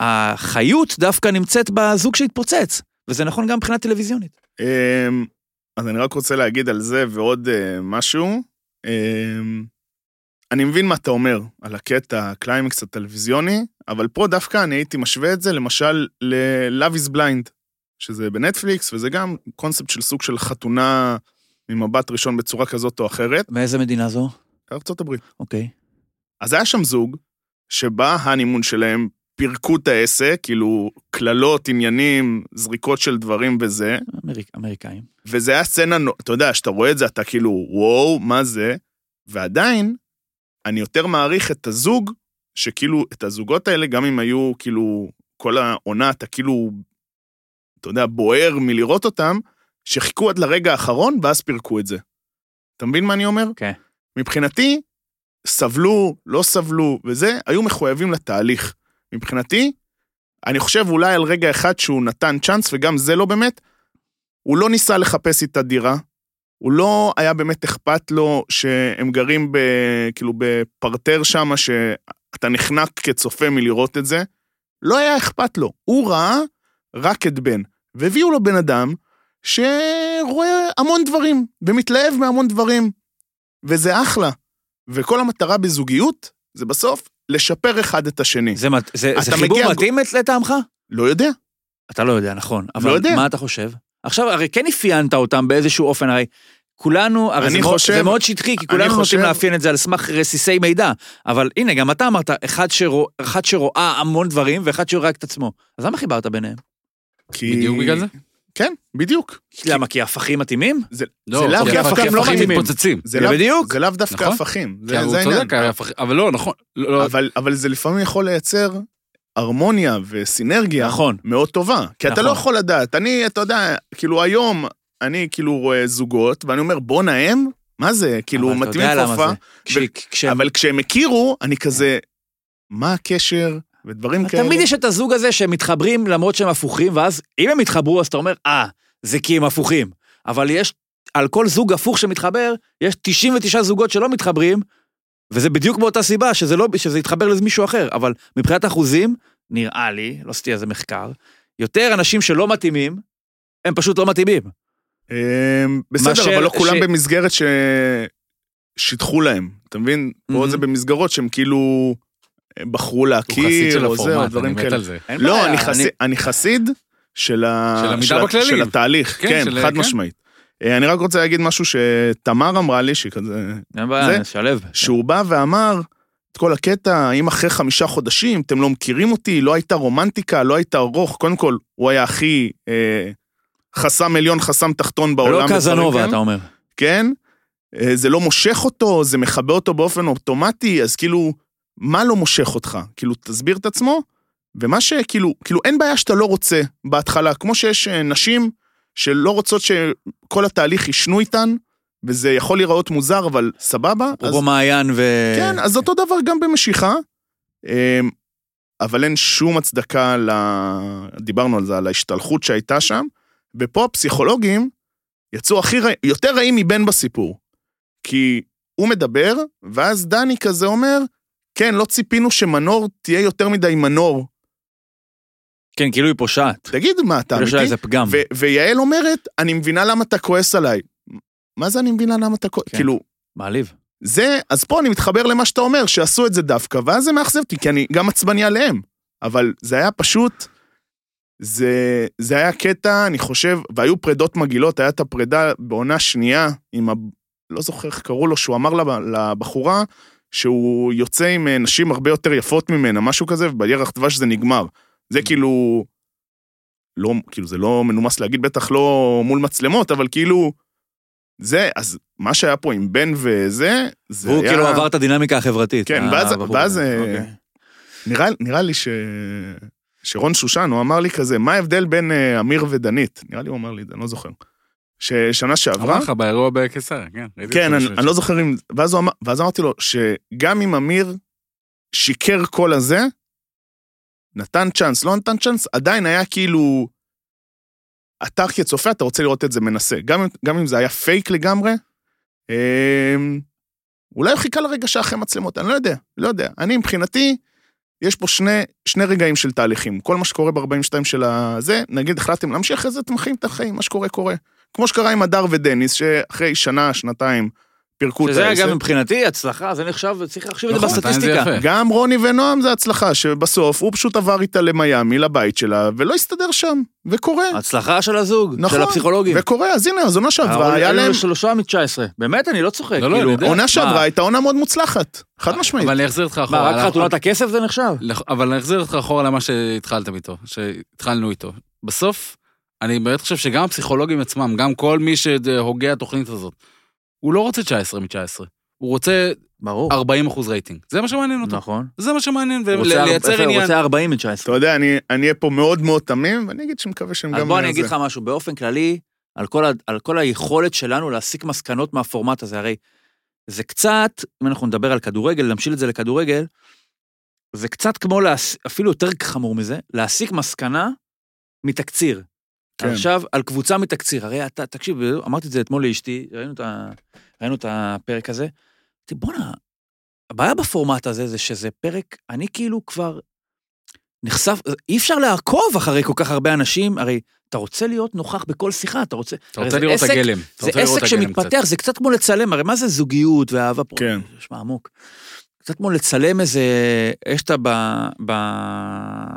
Speaker 2: החיות דווקא נמצאת בזוג שהתפוצץ, וזה נכון גם מבחינה טלוויזיונית. אה.
Speaker 1: אמ, אז אני רק רוצה להגיד על זה ועוד אה, משהו. אמ, אני מבין מה אתה אומר על הקטע הקליימקס הטלוויזיוני, אבל פה דווקא אני הייתי משווה את זה למשל ל-Love is Blind, שזה בנטפליקס, וזה גם קונספט של סוג של חתונה ממבט ראשון בצורה כזאת או אחרת,
Speaker 2: מאיזה מדינה זו?
Speaker 1: ארצות הברית.
Speaker 2: אוקיי.
Speaker 1: אז היה שם זוג שבא הנימון שלהם, פירקו את העסק, כאילו קללות, עניינים, זריקות של דברים וזה,
Speaker 2: אמריק, אמריקאים.
Speaker 1: וזה היה סצנה, נו- אתה יודע, כשאתה רואה את זה, אתה כאילו, וואו, מה זה? ועדיין, אני יותר מעריך את הזוג, שכאילו, את הזוגות האלה, גם אם היו, כאילו, כל העונה, אתה כאילו, אתה יודע, בוער מלראות אותם, שחיכו עד לרגע האחרון, ואז פירקו את זה. אתה מבין מה אני אומר?
Speaker 2: כן.
Speaker 1: מבחינתי, סבלו, לא סבלו, וזה, היו מחויבים לתהליך. מבחינתי, אני חושב אולי על רגע אחד שהוא נתן צ'אנס, וגם זה לא באמת, הוא לא ניסה לחפש איתה דירה, הוא לא היה באמת אכפת לו שהם גרים ב, כאילו בפרטר שמה, שאתה נחנק כצופה מלראות את זה. לא היה אכפת לו, הוא ראה רק את בן. והביאו לו בן אדם שרואה המון דברים, ומתלהב מהמון דברים, וזה אחלה. וכל המטרה בזוגיות זה בסוף לשפר אחד את השני.
Speaker 2: זה, מת- זה,
Speaker 1: אתה
Speaker 2: זה חיבור
Speaker 1: מגיע-
Speaker 2: מתאים לת- לטעמך?
Speaker 1: לא יודע,
Speaker 2: אתה לא יודע, נכון. אבל
Speaker 1: לא יודע.
Speaker 2: מה אתה חושב? עכשיו, הרי כן אפיינת אותם באיזשהו אופן, הרי כולנו, הרי
Speaker 1: אני
Speaker 2: זה, מאוד,
Speaker 1: חושב-
Speaker 2: זה מאוד שטחי, כי
Speaker 1: אני
Speaker 2: כולנו
Speaker 1: חושב-
Speaker 2: נוטים לאפיין את זה על סמך רסיסי מידע. אבל הנה, גם אתה אמרת, אחד, שרוא, אחד שרואה המון דברים ואחד שרואה רק את עצמו. אז למה חיברת ביניהם?
Speaker 1: כי...
Speaker 3: בדיוק בגלל זה?
Speaker 1: כן, בדיוק.
Speaker 2: למה? כי הפכים מתאימים?
Speaker 1: זה לאו
Speaker 3: כי
Speaker 1: דווקא
Speaker 3: הפכים
Speaker 1: לא מתאימים.
Speaker 3: מתפוצצים.
Speaker 1: זה לאו-
Speaker 2: בדיוק.
Speaker 1: זה לאו דווקא
Speaker 3: נכון.
Speaker 1: הפכים, זה
Speaker 3: כי הוא
Speaker 1: זה העניין.
Speaker 3: צודק, ההפכים- אבל לא, נכון. לא, לא,
Speaker 1: אבל- אבל זה לפעמים יכול לייצר הרמוניה וסינרגיה
Speaker 2: נכון.
Speaker 1: מאוד טובה. כי אתה
Speaker 2: נכון.
Speaker 1: לא יכול לדעת, אני, אתה יודע, כאילו היום, אני כאילו רואה זוגות, ואני אומר, בואנה הם, מה זה? כאילו,
Speaker 2: אבל אתה
Speaker 1: מטמיעים
Speaker 2: יודע למה
Speaker 1: כופה.
Speaker 2: זה. כן. כש- כשהם-
Speaker 1: אבל כשהם הכירו, אני כזה, מה הקשר? ודברים כאלה.
Speaker 2: תמיד יש את הזוג הזה שהם מתחברים למרות שהם הפוכים, ואז אם הם התחברו אז אתה אומר, אה, זה כי הם הפוכים. אבל יש, על כל זוג הפוך שמתחבר, יש 99 זוגות שלא מתחברים, וזה בדיוק מאותה סיבה, שזה, לא, שזה יתחבר למישהו אחר. אבל מבחינת אחוזים, נראה לי, לא עשיתי איזה מחקר, יותר אנשים שלא מתאימים, הם פשוט לא מתאימים.
Speaker 1: אמ,
Speaker 2: מאשר
Speaker 1: בסדר, אבל לא כולם
Speaker 2: ש-
Speaker 1: במסגרת ששיטחו להם, אתה מבין?
Speaker 3: Mhm.
Speaker 1: פה
Speaker 2: מהמם.
Speaker 1: זה במסגרות שהם כאילו בחרו
Speaker 3: הוא חסיד
Speaker 1: להכיר,
Speaker 3: של
Speaker 1: או זה, או
Speaker 3: הפורמט, אני
Speaker 1: כאילו, דברים
Speaker 3: מת
Speaker 1: כאלה.
Speaker 3: על זה.
Speaker 2: אין
Speaker 1: לא,
Speaker 2: בעיה,
Speaker 1: אני חסיד- אני חסיד של ה-
Speaker 3: של עמידה
Speaker 1: ה-
Speaker 3: בכללים.
Speaker 1: של התהליך,
Speaker 3: כן,
Speaker 1: כן,
Speaker 3: של-
Speaker 1: חד
Speaker 3: כן.
Speaker 1: משמעית. אה, אני רק רוצה להגיד משהו שתמר אמרה לי, שהיא כזה
Speaker 2: אין בעיה,
Speaker 1: זה-
Speaker 2: נשלב.
Speaker 1: שהוא בא ואמר, את כל הקטע, אם אחרי חמישה חודשים אתם לא מכירים אותי, לא הייתה רומנטיקה, לא הייתה ארוך, קודם כל, הוא היה הכי אה, חסם עליון, חסם תחתון בעולם.
Speaker 2: לא
Speaker 1: בדברים
Speaker 2: קזנובה,
Speaker 1: כאלה.
Speaker 2: אתה אומר.
Speaker 1: כן? אה, זה לא מושך אותו, זה מכבה אותו באופן אוטומטי, אז כאילו, מה לא מושך אותך? כאילו, תסביר את עצמו, ומה שכאילו, כאילו, אין בעיה שאתה לא רוצה בהתחלה, כמו שיש אה, נשים שלא רוצות שכל התהליך יישנו איתן, וזה יכול להיראות מוזר, אבל סבבה. אז-
Speaker 2: אפרופו מעיין ו...
Speaker 1: כן, אז אותו דבר גם במשיכה, אמ, אבל אין שום הצדקה ל... דיברנו על זה, על ההשתלחות שהייתה שם, ופה הפסיכולוגים יצאו הכי רע... יותר רעים מבן בסיפור. כי הוא מדבר, ואז דני כזה אומר, כן, לא ציפינו שמנור תהיה יותר מדי מנור.
Speaker 2: כן, כאילו היא פושעת.
Speaker 1: תגיד, מה, אתה
Speaker 2: כאילו יש
Speaker 1: אמיתי?
Speaker 2: לה איזה פגם.
Speaker 1: ו- ויעל אומרת, אני מבינה למה אתה כועס עליי. מה זה אני מבינה למה אתה כועס?
Speaker 2: כן.
Speaker 1: כאילו,
Speaker 2: מעליב.
Speaker 1: זה, אז פה אני מתחבר למה שאתה אומר, שעשו את זה דווקא, ואז זה מאכזב אותי, כי אני גם עצבני עליהם. אבל זה היה פשוט, זה, זה היה קטע, אני חושב, והיו פרדות מגעילות, היה את הפרידה בעונה שנייה, עם ה... לא זוכר איך קראו לו, שהוא אמר לב- לבחורה שהוא יוצא עם אה, נשים הרבה יותר יפות ממנה, משהו כזה, ובירח דבש זה נגמר.
Speaker 2: Mm.
Speaker 1: זה כאילו... לא, כאילו, זה לא מנומס להגיד, בטח לא מול מצלמות, אבל כאילו... זה, אז מה שהיה פה עם בן וזה, זה
Speaker 2: והוא
Speaker 1: היה...
Speaker 2: כאילו עבר את הדינמיקה החברתית.
Speaker 1: כן,
Speaker 2: אה,
Speaker 1: ואז-
Speaker 2: הבחור
Speaker 1: ואז,
Speaker 2: הזה.
Speaker 1: אה,
Speaker 2: אוקיי.
Speaker 1: נראה, נראה לי ש... שרון שושן, הוא אמר לי כזה, מה ההבדל בין אה, אמיר ודנית? נראה לי הוא אמר לי את זה, אני לא זוכר. ששנה שעברה...
Speaker 3: אמר לך באירוע בקיסריה, כן. ראיתי
Speaker 1: כן,
Speaker 3: את
Speaker 1: אני,
Speaker 3: זה.
Speaker 1: אני לא זוכר אם... ואז, הוא אמר, ואז אמרתי לו שגם אם אמיר שיקר כל הזה, נתן צ'אנס, לא נתן צ'אנס, עדיין היה כאילו... אתה כצופה, אתה רוצה לראות את זה מנסה. גם, אם- גם אם זה היה פייק לגמרי, אמ, אולי הוא חיכה לרגע שאחרי מצלמות, אני לא יודע, לא יודע. אני מבחינתי, יש פה שני, שני רגעים של תהליכים. כל מה שקורה ב-42 של הזה, נגיד החלטתם להמשיך, אחרי זה אתם חיים את החיים, מה שקורה קורה. כמו שקרה עם הדר ודניס, שאחרי שנה, שנתיים, פירקו את
Speaker 2: שזה היה
Speaker 1: העסק.
Speaker 2: גם מבחינתי הצלחה, זה נחשב, צריך לחשב את זה
Speaker 3: נכון,
Speaker 2: בסטטיסטיקה.
Speaker 3: נתן זה יפה.
Speaker 1: גם רוני ונועם זה הצלחה, שבסוף הוא פשוט עבר איתה למיאמי, לבית שלה, ולא הסתדר שם, וקורה,
Speaker 2: הצלחה של הזוג, של
Speaker 1: נכון,
Speaker 2: הפסיכולוגים.
Speaker 1: וקורה, אז הנה, אז עונה שעברה,
Speaker 2: אבל
Speaker 1: היה
Speaker 2: היו
Speaker 1: להם...
Speaker 2: לו שלושה מ-19. באמת, אני לא צוחק.
Speaker 3: לא, לא,
Speaker 2: כאילו,
Speaker 3: אני יודע.
Speaker 1: עונה
Speaker 3: מה?
Speaker 1: שעברה הייתה עונה מאוד מוצלחת, חד משמעית.
Speaker 3: אבל אני אחזיר אותך אחורה.
Speaker 2: מה,
Speaker 3: על ה-
Speaker 2: רק חתונת הכסף זה נחשב?
Speaker 3: לח- אבל אני אחזיר אותך אחורה למה שהתחלתם איתו, שהתחלנו איתו. בסוף, אני באמת חושב שגם הפסיכולוגים עצמם, גם כל מי שהוגה התוכנית הזאת, הוא לא רוצה 19 מ-19, הוא רוצה
Speaker 2: ברור.
Speaker 3: 40 אחוז רייטינג. זה מה שמעניין אותו.
Speaker 2: נכון.
Speaker 3: זה מה שמעניין,
Speaker 2: הוא רוצה ארבע-
Speaker 3: ולייצר
Speaker 2: יפה, הוא
Speaker 3: עניין.
Speaker 2: רוצה 40 מ-19.
Speaker 1: אתה יודע, אני אני אהיה פה מאוד מאוד תמים, ואני אגיד שמקווה שהם גם...
Speaker 2: אז בוא אני
Speaker 1: זה.
Speaker 2: אגיד לך משהו, באופן כללי, על כל, ה- על כל היכולת שלנו להסיק מסקנות מהפורמט הזה, הרי זה קצת, אם אנחנו נדבר על כדורגל, נמשיל את זה לכדורגל, זה קצת כמו, להס... אפילו יותר חמור מזה, להסיק מסקנה מתקציר.
Speaker 1: כן.
Speaker 2: כן. עכשיו, על קבוצה מתקציר, הרי אתה, תקשיב, אמרתי את זה אתמול לאשתי, ראינו את, ה... ראינו את הפרק הזה, אמרתי, בואנה, הבעיה בפורמט הזה זה שזה פרק, אני כאילו כבר נחשף, אי אפשר לעקוב אחרי כל כך הרבה אנשים, הרי אתה רוצה להיות נוכח בכל שיחה, אתה רוצה...
Speaker 3: אתה
Speaker 2: הרי
Speaker 3: רוצה
Speaker 2: זה
Speaker 3: לראות את
Speaker 2: עסק-
Speaker 3: הגלם. אתה
Speaker 2: זה
Speaker 3: רוצה לראות
Speaker 2: עסק
Speaker 3: את הגלם קצת.
Speaker 2: שמתפתח, זה קצת כמו לצלם, הרי מה זה זוגיות ואהבה פה?
Speaker 1: כן.
Speaker 2: נשמע עמוק. קצת כמו לצלם איזה, יש את ה... ב-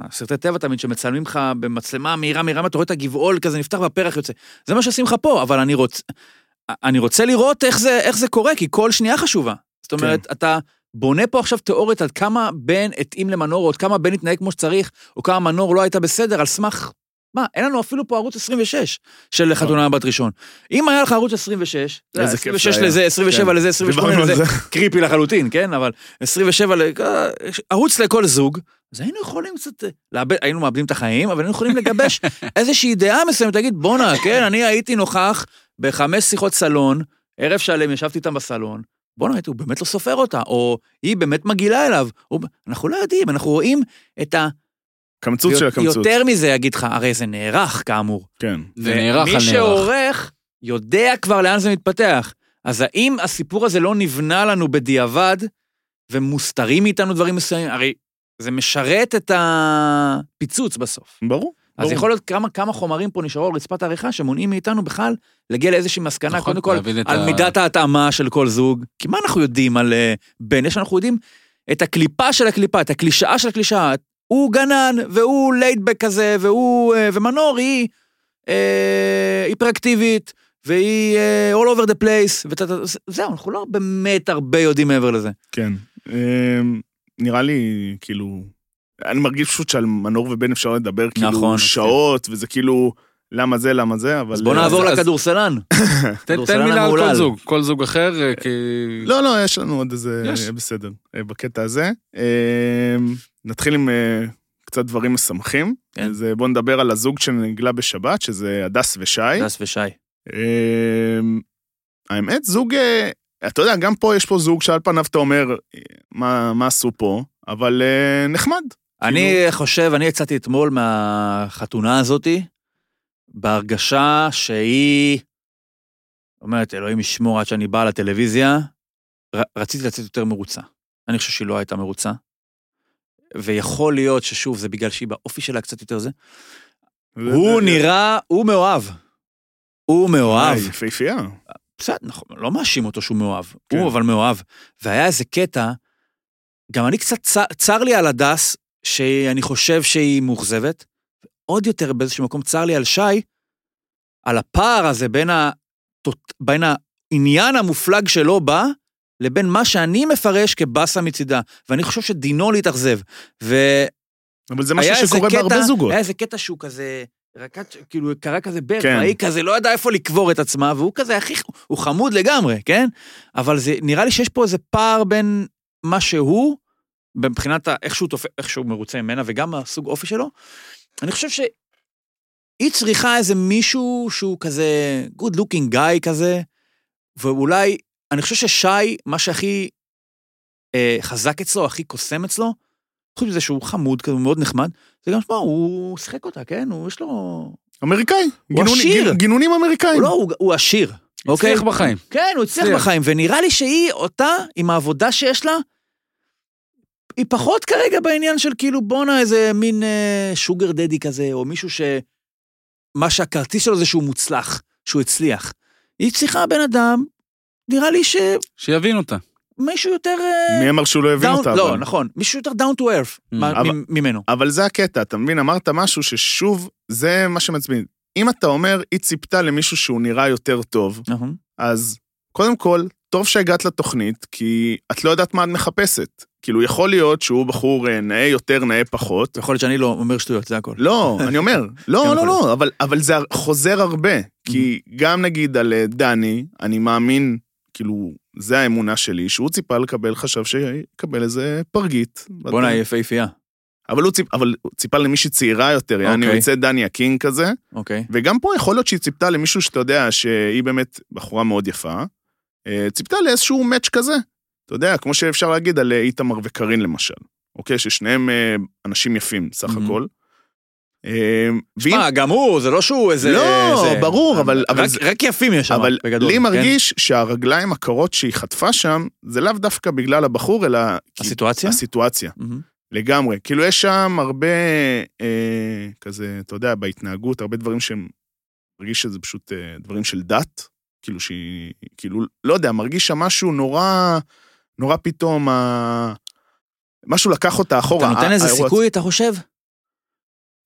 Speaker 2: בסרטי טבע תמיד, שמצלמים לך במצלמה מהירה מהירה, אתה רואה את הגבעול כזה נפתח והפרח יוצא. זה מה שעושים לך פה, אבל אני רוצה, אני רוצה לראות איך זה, איך זה קורה, כי כל שנייה חשובה. זאת
Speaker 1: כן.
Speaker 2: אומרת, אתה בונה פה עכשיו תיאוריות עד כמה בן התאים למנור, או עד כמה בן התנהג כמו שצריך, או כמה מנור לא הייתה בסדר, על סמך מה, אין לנו אפילו פה ערוץ 26 של חתונה בת ראשון. אם היה לך ערוץ 26, אתה יודע,
Speaker 1: נכון. איזה כיף זה
Speaker 2: 26
Speaker 1: היה.
Speaker 2: לזה, 27
Speaker 1: כן.
Speaker 2: לזה, 28
Speaker 1: דיברנו על
Speaker 2: לזה,
Speaker 1: זה.
Speaker 2: קריפי לחלוטין, כן? אבל 27, ל- אה, ערוץ לכל זוג, אז היינו יכולים קצת, אה, לאבד, היינו מאבדים את החיים, אבל היינו יכולים לגבש איזושהי דעה מסוימת, להגיד, בואנה, כן, אני הייתי נוכח בחמש שיחות סלון, ערב שלם ישבתי איתם בסלון, בואנה, הוא באמת לא סופר אותה, או היא באמת מגעילה אליו. הוא- אנחנו לא יודעים, אנחנו רואים את ה...
Speaker 1: קמצוץ של הקמצוץ.
Speaker 2: יותר מזה, אגיד לך, הרי זה נערך, כאמור.
Speaker 1: כן.
Speaker 3: זה נערך על
Speaker 2: מי
Speaker 3: נערך.
Speaker 2: שעורך יודע כבר לאן זה מתפתח. אז האם הסיפור הזה לא נבנה לנו בדיעבד, ומוסתרים מאיתנו דברים מסוימים? הרי זה משרת את הפיצוץ בסוף.
Speaker 1: ברור.
Speaker 2: אז
Speaker 1: ברור.
Speaker 2: יכול להיות כמה, כמה חומרים פה נשארו על רצפת העריכה שמונעים מאיתנו בכלל להגיע לאיזושהי מסקנה,
Speaker 3: נכון,
Speaker 2: קודם כל,
Speaker 3: להבין את
Speaker 2: על
Speaker 3: ה-
Speaker 2: מידת ההתאמה של כל זוג. כי מה אנחנו יודעים על אה, בן? יש אנחנו יודעים את הקליפה של הקליפה, את הקלישאה של הקלישאה. הוא גנן, והוא ליידבק כזה, והוא... אה, ומנור היא אה, היפראקטיבית, והיא אה, all over the place, ותה- תה- זה- זהו, אנחנו לא באמת הרבה יודעים מעבר לזה.
Speaker 1: כן. אמ, נראה לי, כאילו, אני מרגיש פשוט שעל מנור ובן אפשר לדבר
Speaker 2: נכון,
Speaker 1: כאילו שעות, וזה כאילו, למה זה, למה זה, אבל...
Speaker 2: אז בוא נעבור
Speaker 3: אה, אז- אז-
Speaker 2: לכדורסלן.
Speaker 3: תן
Speaker 2: הכדורסלן
Speaker 3: תן מילה על כל
Speaker 2: המהולל.
Speaker 3: זוג, כל זוג אחר, אה, כי...
Speaker 1: לא, לא, יש לנו עוד איזה...
Speaker 3: יש.
Speaker 1: יש. בסדר, אה, בקטע הזה. אמ, נתחיל עם אה, קצת דברים משמחים.
Speaker 2: כן.
Speaker 1: אז אה, בואו נדבר על הזוג שנגלה בשבת, שזה הדס ושי.
Speaker 2: דס ושי.
Speaker 1: אמ, האמת, זוג... אה, אתה יודע, גם פה יש פה זוג שעל פניו אתה אומר, אה, מה, מה עשו פה, אבל אה, נחמד.
Speaker 2: אני חושב, אני יצאתי אתמול מהחתונה הזאתי, בהרגשה שהיא אומרת, אלוהים ישמור עד שאני באה לטלוויזיה, ר- רציתי לצאת יותר מרוצה. אני חושב שהיא לא הייתה מרוצה, ויכול להיות ששוב, זה בגלל שהיא באופי שלה קצת יותר זה. הוא נראה, הוא מאוהב. הוא מאוהב.
Speaker 1: אה, יפהפייה.
Speaker 2: בסדר, נכון, לא מאשים אותו שהוא מאוהב.
Speaker 1: כן.
Speaker 2: הוא אבל מאוהב. והיה איזה קטע, גם אני קצת, צר, צר לי על הדס, שאני חושב שהיא מאוכזבת. עוד יותר באיזשהו מקום צר לי על שי, על הפער הזה בין, ה, תות- בין העניין המופלג שלו בה, לבין מה שאני מפרש כבאסה מצידה. ואני חושב שדינו להתאכזב. ו...
Speaker 1: אבל זה משהו
Speaker 2: היה איזה
Speaker 1: שקורה
Speaker 2: קטע-
Speaker 1: בהרבה זוגות.
Speaker 2: היה איזה קטע שהוא כזה, רקד, כאילו קרה כזה ברך,
Speaker 1: כן.
Speaker 2: כן. והיא כזה לא ידעה איפה לקבור את עצמה, והוא כזה הכי, הוא חמוד לגמרי, כן? אבל זה, נראה לי שיש פה איזה פער בין מה שהוא, מבחינת ה- איך שהוא תופ... איך שהוא מרוצה ממנה, וגם הסוג אופי שלו. אני חושב שהיא צריכה איזה מישהו שהוא כזה good looking guy כזה, ואולי, אני חושב ששי, מה שהכי אה, חזק אצלו, הכי קוסם אצלו, חוץ מזה שהוא חמוד כזה, הוא מאוד נחמד, זה גם, שמע, הוא שיחק אותה, כן? הוא, יש לו...
Speaker 1: אמריקאי. גינוני-
Speaker 2: עשיר.
Speaker 1: גינ- גינונים אמריקאים.
Speaker 2: הוא לא, הוא, הוא עשיר, אוקיי?
Speaker 3: הצליח בחיים.
Speaker 2: כן, הוא הצליח
Speaker 3: הצליח.
Speaker 2: בחיים, ונראה לי שהיא, אותה, עם העבודה שיש לה, היא פחות כרגע בעניין של כאילו, בואנה, איזה מין אה, שוגר דדי כזה, או מישהו ש... מה שהכרטיס שלו זה שהוא מוצלח, שהוא הצליח. היא צריכה בן אדם, נראה לי שמישהו
Speaker 3: שיבין אותה.
Speaker 2: יותר... אה,
Speaker 1: מי אמר שהוא לא הבין
Speaker 2: down-
Speaker 1: אותה?
Speaker 2: לא,
Speaker 1: אבל. Mm,
Speaker 2: נכון, מישהו יותר down to earth מה-
Speaker 1: אבל-
Speaker 2: מ- ממנו.
Speaker 1: אבל זה הקטע, אתה מבין? אמרת משהו ששוב, זה מה שמצביע. אם אתה אומר, היא ציפתה למישהו שהוא נראה יותר טוב,
Speaker 2: נכון.
Speaker 1: אז קודם כל, טוב שהגעת לתוכנית, כי את לא יודעת מה את מחפשת. כאילו, יכול להיות שהוא בחור אה, נאה יותר, נאה פחות.
Speaker 2: יכול להיות שאני לא אומר שטויות, זה הכל.
Speaker 1: לא, אני אומר,
Speaker 2: יכול
Speaker 1: לא, לא,
Speaker 2: להיות.
Speaker 1: לא, אבל, אבל זה חוזר הרבה. כי גם נגיד על אה, דני, אני מאמין, כאילו, זה האמונה שלי, שהוא ציפה לקבל, חשב שיקבל איזה פרגית. לא
Speaker 2: בואנה, היא יפהפייה.
Speaker 1: אבל הוא ציפ, אבל הוא ציפה למישהי צעירה יותר, יעני, הוא
Speaker 2: אוקיי.
Speaker 1: יצא דני הקינג כזה.
Speaker 2: אוקיי.
Speaker 1: וגם פה יכול להיות שהיא ציפתה למישהו שאתה יודע שהיא באמת בחורה מאוד יפה, אה, ציפתה לאיזשהו מאץ' כזה. אתה יודע, כמו שאפשר להגיד על אה, איתמר וקארין למשל, אוקיי? ששניהם אה, אנשים יפים סך
Speaker 2: Mhm.
Speaker 1: הכל. אה, ואם-
Speaker 2: מה, גם הוא, זה לא שהוא איזה...
Speaker 1: לא,
Speaker 2: זה-
Speaker 1: ברור, אבל-
Speaker 2: רק-
Speaker 1: אבל זה-
Speaker 2: רק יפים יש שם,
Speaker 1: אבל
Speaker 2: בגדול.
Speaker 1: לי
Speaker 2: כן?
Speaker 1: מרגיש שהרגליים הקרות שהיא חטפה שם, זה לאו דווקא בגלל הבחור, אלא... כי-
Speaker 2: הסיטואציה?
Speaker 1: הסיטואציה.
Speaker 2: מהמם.
Speaker 1: לגמרי. כאילו, יש שם הרבה, אה, כזה, אתה יודע, בהתנהגות, הרבה דברים שהם... מרגיש שזה פשוט אה, דברים של דת, כאילו שהיא... כאילו, לא יודע, מרגיש שם משהו נורא... נורא פתאום ה... משהו לקח אותה
Speaker 2: אתה
Speaker 1: אחורה. אה,
Speaker 2: נותן איזה
Speaker 1: האירוע-
Speaker 2: סיכוי, אתה חושב?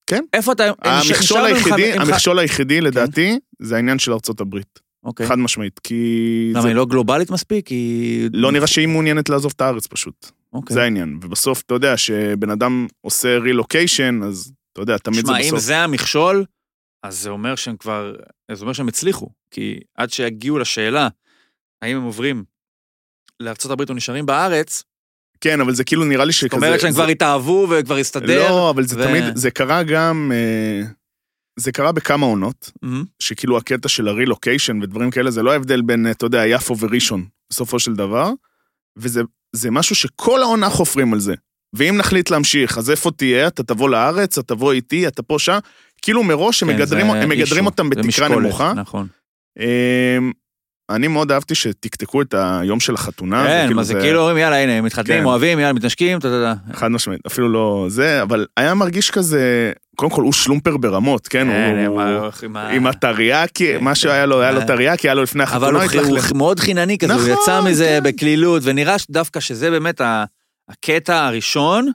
Speaker 1: כן.
Speaker 2: איפה אתה... אה, הם ש-
Speaker 1: המכשול
Speaker 2: נשארנו עם
Speaker 1: היחידי,
Speaker 2: חמ- עם ח-
Speaker 1: המכשול
Speaker 2: כן.
Speaker 1: היחידי לדעתי, זה העניין של ארצות הברית.
Speaker 2: אוקיי.
Speaker 1: חד משמעית, כי...
Speaker 2: למה,
Speaker 1: זה-
Speaker 2: היא לא גלובלית מספיק? היא...
Speaker 1: לא נראה שהיא מעוניינת לעזוב את הארץ פשוט.
Speaker 2: אוקיי.
Speaker 1: זה העניין. ובסוף, אתה יודע, שבן אדם עושה רילוקיישן, אז אתה יודע, תמיד זה
Speaker 2: שמע, אם
Speaker 1: בסוף.
Speaker 2: זה המכשול, אז זה אומר שהם כבר, זה אומר שהם הצליחו, כי עד שיגיעו לשאלה האם הם עוברים לארה"ב או נשארים בארץ,
Speaker 1: כן, אבל זה כאילו נראה לי שכזה...
Speaker 2: זאת אומרת שהם
Speaker 1: זה-
Speaker 2: כבר התאהבו וכבר הסתדר.
Speaker 1: לא, אבל זה
Speaker 2: ו-
Speaker 1: תמיד, זה קרה גם... אה, זה קרה בכמה עונות,
Speaker 2: מהמם.
Speaker 1: שכאילו הקטע של הרילוקיישן ודברים כאלה, זה לא ההבדל בין, אה, אתה יודע, יפו וראשון, בסופו של דבר, וזה זה משהו שכל העונה חופרים על זה. ואם נחליט להמשיך, אז איפה תהיה? אתה תבוא לארץ, אתה תבוא איתי, אתה פה, שעה. כאילו מראש הם
Speaker 2: כן,
Speaker 1: מגדרים-
Speaker 2: זה
Speaker 1: הם
Speaker 2: issue,
Speaker 1: מגדרים אותם
Speaker 2: זה
Speaker 1: בתקרה
Speaker 2: משקולת,
Speaker 1: נמוכה.
Speaker 2: נכון.
Speaker 1: אמ, אני מאוד אהבתי שתקתקו את היום של החתונה.
Speaker 2: כן, מה זה כאילו אומרים, יאללה, הנה, הם מתחתנים,
Speaker 1: כן.
Speaker 2: אוהבים, יאללה, מתנשקים, אתה יודע.
Speaker 1: חד משמעית, אפילו לא זה, אבל היה מרגיש כזה, קודם כל הוא שלומפר ברמות, כן?
Speaker 2: כן,
Speaker 1: הוא-
Speaker 2: הם
Speaker 1: הוא-
Speaker 2: ה- עם ה-
Speaker 1: עם הטריאקי,
Speaker 2: כן,
Speaker 1: מה שהיה לו, היה לו
Speaker 2: אה.
Speaker 1: טריאקי, היה לו לפני
Speaker 2: אבל
Speaker 1: החתונה,
Speaker 2: הוא חי- הוא
Speaker 1: התלכלך.
Speaker 2: מאוד חינני כזה, הוא
Speaker 1: נכון,
Speaker 2: יצא מזה
Speaker 1: כן.
Speaker 2: בקלילות, ונראה שדווקא שזה באמת ה- הקטע הראשון,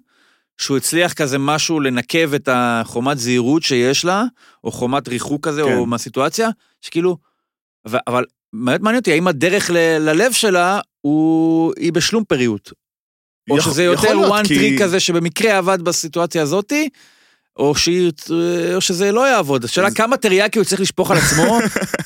Speaker 2: שהוא הצליח כזה משהו לנקב את החומת זהירות שיש לה, או חומת ריחוק כזה,
Speaker 1: כן.
Speaker 2: או מהסיטואציה, שכאילו, ו- אבל באמת מעניין אותי, האם הדרך ל- ללב שלה הוא- היא בשלומפריות, או
Speaker 1: יכול-
Speaker 2: שזה
Speaker 1: יכול
Speaker 2: יותר
Speaker 1: להיות,
Speaker 2: one
Speaker 1: כי-
Speaker 2: trick כזה שבמקרה עבד בסיטואציה הזאתי, או, שהיא, או שזה לא יעבוד. השאלה
Speaker 1: אז-
Speaker 2: כמה טריאקי הוא צריך לשפוך על עצמו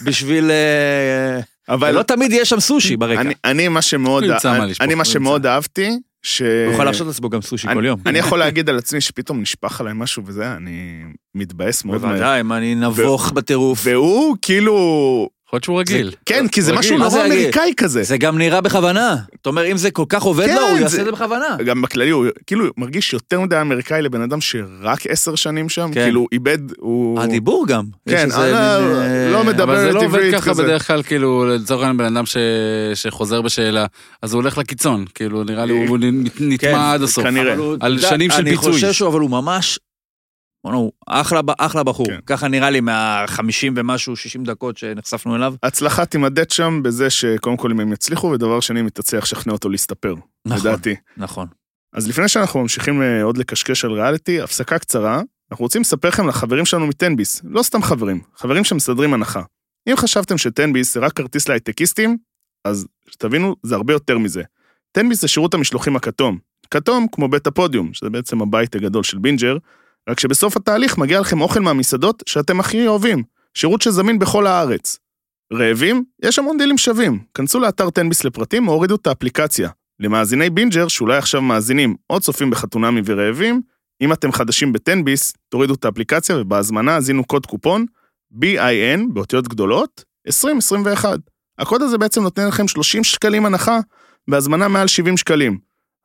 Speaker 2: בשביל... אה,
Speaker 1: אבל
Speaker 2: לא תמיד יש שם סושי ברקע.
Speaker 1: אני- אני מה שמאוד
Speaker 3: הוא ימצא מה
Speaker 1: אני-
Speaker 3: לשפוך,
Speaker 1: אני מה
Speaker 3: הוא
Speaker 1: שמאוד אהבתי, ש...
Speaker 2: הוא יכול להרשות לעצמו גם סושי
Speaker 1: אה, אני-
Speaker 2: כל יום.
Speaker 1: אני יכול להגיד על עצמי שפתאום נשפך עליי משהו וזה, אני מתבאס מאוד מהר.
Speaker 2: בוודאי, מה, אני נבוך בטירוף.
Speaker 1: והוא כאילו...
Speaker 3: יכול להיות שהוא רגיל.
Speaker 1: כן, כי זה
Speaker 3: רגיל.
Speaker 1: משהו
Speaker 2: מה
Speaker 1: נורא
Speaker 2: זה רגיל?
Speaker 1: אמריקאי כזה.
Speaker 2: זה גם נראה בכוונה. אתה אומר, אם זה כל כך עובד
Speaker 1: כן,
Speaker 2: לו, הוא
Speaker 1: זה-
Speaker 2: יעשה את זה בכוונה.
Speaker 1: גם בכללי, הוא כאילו מרגיש יותר מדי אמריקאי לבן אדם שרק עשר שנים שם,
Speaker 2: כן.
Speaker 1: כאילו הוא איבד, הוא...
Speaker 2: הדיבור גם.
Speaker 1: כן,
Speaker 2: יש איזה
Speaker 1: אני
Speaker 2: מין, אה,
Speaker 1: לא מדבר
Speaker 3: אבל זה לא
Speaker 1: עברית
Speaker 3: עובד ככה
Speaker 1: כזה.
Speaker 3: בדרך כלל, כאילו, לצורך העניין בן אדם ש- שחוזר בשאלה, אז הוא הולך לקיצון, כאילו, נראה לי הוא נ-
Speaker 2: כן,
Speaker 3: נטמע עד הסוף.
Speaker 1: כנראה.
Speaker 2: אבל הוא-
Speaker 3: על
Speaker 2: אתה יודע,
Speaker 3: שנים של
Speaker 2: אני
Speaker 3: פיצוי.
Speaker 2: חושב שהוא, אבל הוא ממש... בואנה, הוא אחלה, ב- אחלה בחור.
Speaker 1: כן.
Speaker 2: ככה נראה לי מה-50 ומשהו, 60 דקות שנחשפנו אליו.
Speaker 1: הצלחה תימדד שם בזה שקודם כל אם הם יצליחו, ודבר שני, אם היא תצליח לשכנע אותו להסתפר,
Speaker 2: נכון,
Speaker 1: לדעתי.
Speaker 2: נכון.
Speaker 1: אז לפני שאנחנו ממשיכים אה, עוד לקשקש על ריאליטי, הפסקה קצרה, אנחנו רוצים לספר לכם לחברים שלנו מטנביס, לא סתם חברים, חברים שמסדרים הנחה. אם חשבתם שטנביס זה רק כרטיס להייטקיסטים, אז שתבינו, זה הרבה יותר מזה. טנביס זה שירות המשלוחים הכתום. כתום כמו בית הפודיום, שזה בעצם הבית הגדול של בינג'ר, רק שבסוף התהליך מגיע לכם אוכל מהמסעדות שאתם הכי אוהבים, שירות שזמין בכל הארץ. רעבים? יש המון דילים שווים. כנסו לאתר תנביס לפרטים או הורידו את האפליקציה. למאזיני בינג'ר שאולי עכשיו מאזינים או צופים בחתונמי ורעבים, אם אתם חדשים בטנביס, תורידו את האפליקציה ובהזמנה הזינו קוד קופון BIN באותיות גדולות 2021. הקוד הזה בעצם נותן לכם 30 שקלים הנחה בהזמנה מעל 70 שקלים.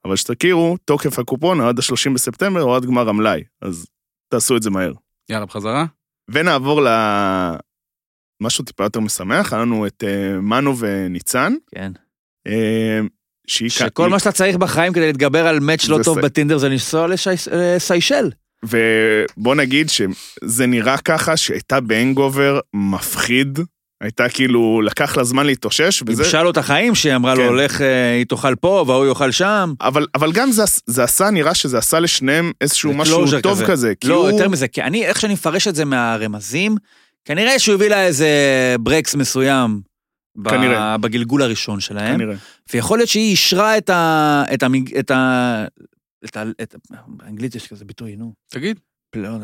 Speaker 1: אבל שתכירו, תוקף הקופון הוא עד ה-30 בספטמבר או עד גמר המלאי, אז תעשו את זה מהר.
Speaker 3: יאללה, בחזרה.
Speaker 1: ונעבור ל... משהו טיפה יותר משמח, היה לנו את אה, מנו וניצן,
Speaker 2: כן.
Speaker 1: אה, שהיא...
Speaker 2: שכל מה שאתה צריך בחיים כדי להתגבר על מאץ' לא
Speaker 1: זה
Speaker 2: טוב
Speaker 1: סי- היא-
Speaker 2: בטינדר זה לנסוע לשי- אה, לסיישל.
Speaker 1: ובוא נגיד שזה נראה ככה שהייתה בהנגובר מפחיד, הייתה כאילו, לקח לה זמן להתאושש, וזה...
Speaker 2: ייבשה לו את החיים, שהיא אמרה לו,
Speaker 1: כן.
Speaker 2: הולך, אה, היא תאכל פה וההוא יאכל שם.
Speaker 1: אבל, אבל גם זה, זה עשה, נראה שזה עשה לשניהם איזשהו
Speaker 2: זה
Speaker 1: משהו
Speaker 2: closure
Speaker 1: טוב
Speaker 2: כזה.
Speaker 1: כזה. כאילו- כי
Speaker 2: לא,
Speaker 1: הוא-
Speaker 2: יותר מזה, כי אני, איך שאני מפרש את זה מהרמזים, כנראה שהוא הביא לה איזה ברקס מסוים. ב-
Speaker 1: כנראה.
Speaker 2: בגלגול הראשון שלהם,
Speaker 1: כנראה.
Speaker 2: ויכול להיות שהיא אישרה את ה... את ה... את ה... את ה... את ה... באנגלית יש כזה ביטוי, נו.
Speaker 3: תגיד,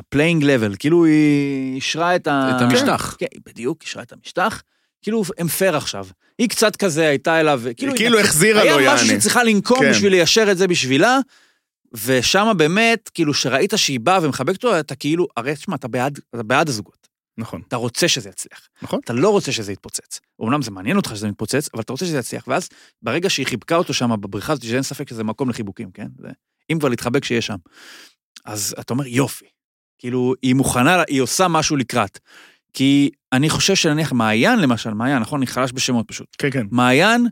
Speaker 2: פליינג לבל, כאילו היא אישרה את ה...
Speaker 3: את המשטח.
Speaker 2: כן, בדיוק, אישרה את המשטח. כאילו, הם פייר עכשיו. היא קצת כזה הייתה אליו, כאילו... היא-
Speaker 1: כאילו החזירה לו,
Speaker 2: היה משהו
Speaker 1: יעני.
Speaker 2: שהיא צריכה לנקום
Speaker 1: כן.
Speaker 2: בשביל ליישר את זה בשבילה, ושם באמת, כאילו, שראית שהיא באה ומחבקת אותו, אתה כאילו, הרי תשמע, אתה בעד, אתה בעד הזוגות,
Speaker 1: נכון.
Speaker 2: אתה רוצה שזה יצליח.
Speaker 1: נכון.
Speaker 2: אתה לא רוצה שזה יתפוצץ. אומנם זה מעניין אותך שזה מתפוצץ, אבל אתה רוצה שזה יצליח. ואז, ברגע שהיא חיבקה אותו שם בבריכה הזאת, שאין ספק שזה מקום לחיבוקים, כן? זה, אם כבר להתחבק, שיהיה שם. אז אתה אומר, יופי. כאילו, היא מוכנה, היא עושה משהו לקראת. כי אני חושב שנניח מעיין, למשל, מעיין, נכון? אני חלש בשמות פשוט.
Speaker 1: כן, כן.
Speaker 2: מעיין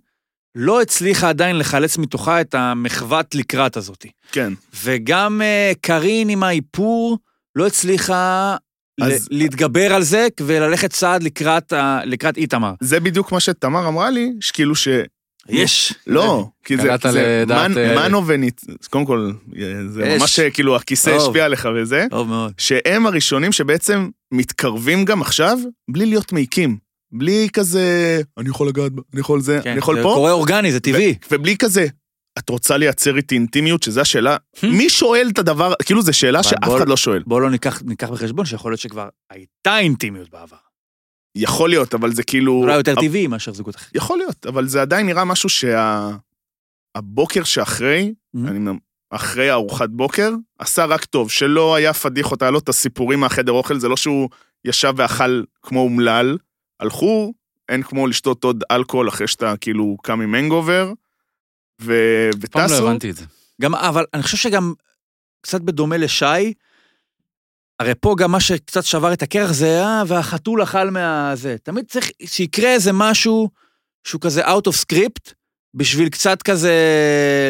Speaker 2: לא הצליחה עדיין לחלץ מתוכה את המחוות לקראת הזאת.
Speaker 1: כן.
Speaker 2: וגם אה, קארין עם האיפור לא הצליחה
Speaker 1: אז-
Speaker 2: אז... להתגבר על זה וללכת צעד לקראת, ה- לקראת איתמר.
Speaker 1: זה בדיוק מה שתמר אמרה לי, שכאילו ש...
Speaker 2: יש.
Speaker 1: לא,
Speaker 2: אה,
Speaker 1: כי זה,
Speaker 3: קלעת
Speaker 1: זה
Speaker 3: לדעת,
Speaker 1: מנ-
Speaker 3: אה,
Speaker 1: מנו וניצן, קודם כל, אה, זה
Speaker 2: יש.
Speaker 1: ממש אה, כאילו הכיסא
Speaker 2: טוב.
Speaker 1: השפיע עליך וזה.
Speaker 2: טוב מאוד.
Speaker 1: שהם הראשונים שבעצם מתקרבים גם עכשיו, בלי להיות מעיקים. בלי כזה, אני יכול לגעת בה, אני יכול זה,
Speaker 2: כן,
Speaker 1: אני יכול
Speaker 2: זה
Speaker 1: פה,
Speaker 2: קורה אורגני, זה טבעי.
Speaker 1: ובלי כזה, את רוצה לייצר איתי אינטימיות, שזו השאלה, מי שואל את הדבר, כאילו זו שאלה
Speaker 2: Hmm? אבל
Speaker 1: שאף
Speaker 2: בוא-
Speaker 1: אחד לא שואל.
Speaker 2: בואו לא ניקח, ניקח בחשבון שיכול להיות שכבר הייתה אינטימיות בעבר.
Speaker 1: יכול להיות, אבל זה כאילו...
Speaker 2: אולי יותר טבעי מאשר זוגות אחרים.
Speaker 1: יכול להיות, אבל זה עדיין נראה משהו שהבוקר שאחרי,
Speaker 2: Mhm.
Speaker 1: אני מנ- אחרי הארוחת בוקר, עשה רק טוב, שלא היה פדיחות, היה לו את הסיפורים מהחדר אוכל, זה לא שהוא ישב ואכל כמו אומלל, הלכו, אין כמו לשתות עוד אלכוהול אחרי שאתה כאילו קם עם הנגובר, ו-
Speaker 3: פעם לא
Speaker 1: וטסו.
Speaker 3: הבנתי את זה.
Speaker 2: גם, אבל אני חושב שגם קצת בדומה לשי, הרי פה גם מה שקצת שבר את הקרח זה, אה, והחתול אכל מהזה. תמיד צריך שיקרה איזה משהו שהוא כזה out of script, בשביל קצת כזה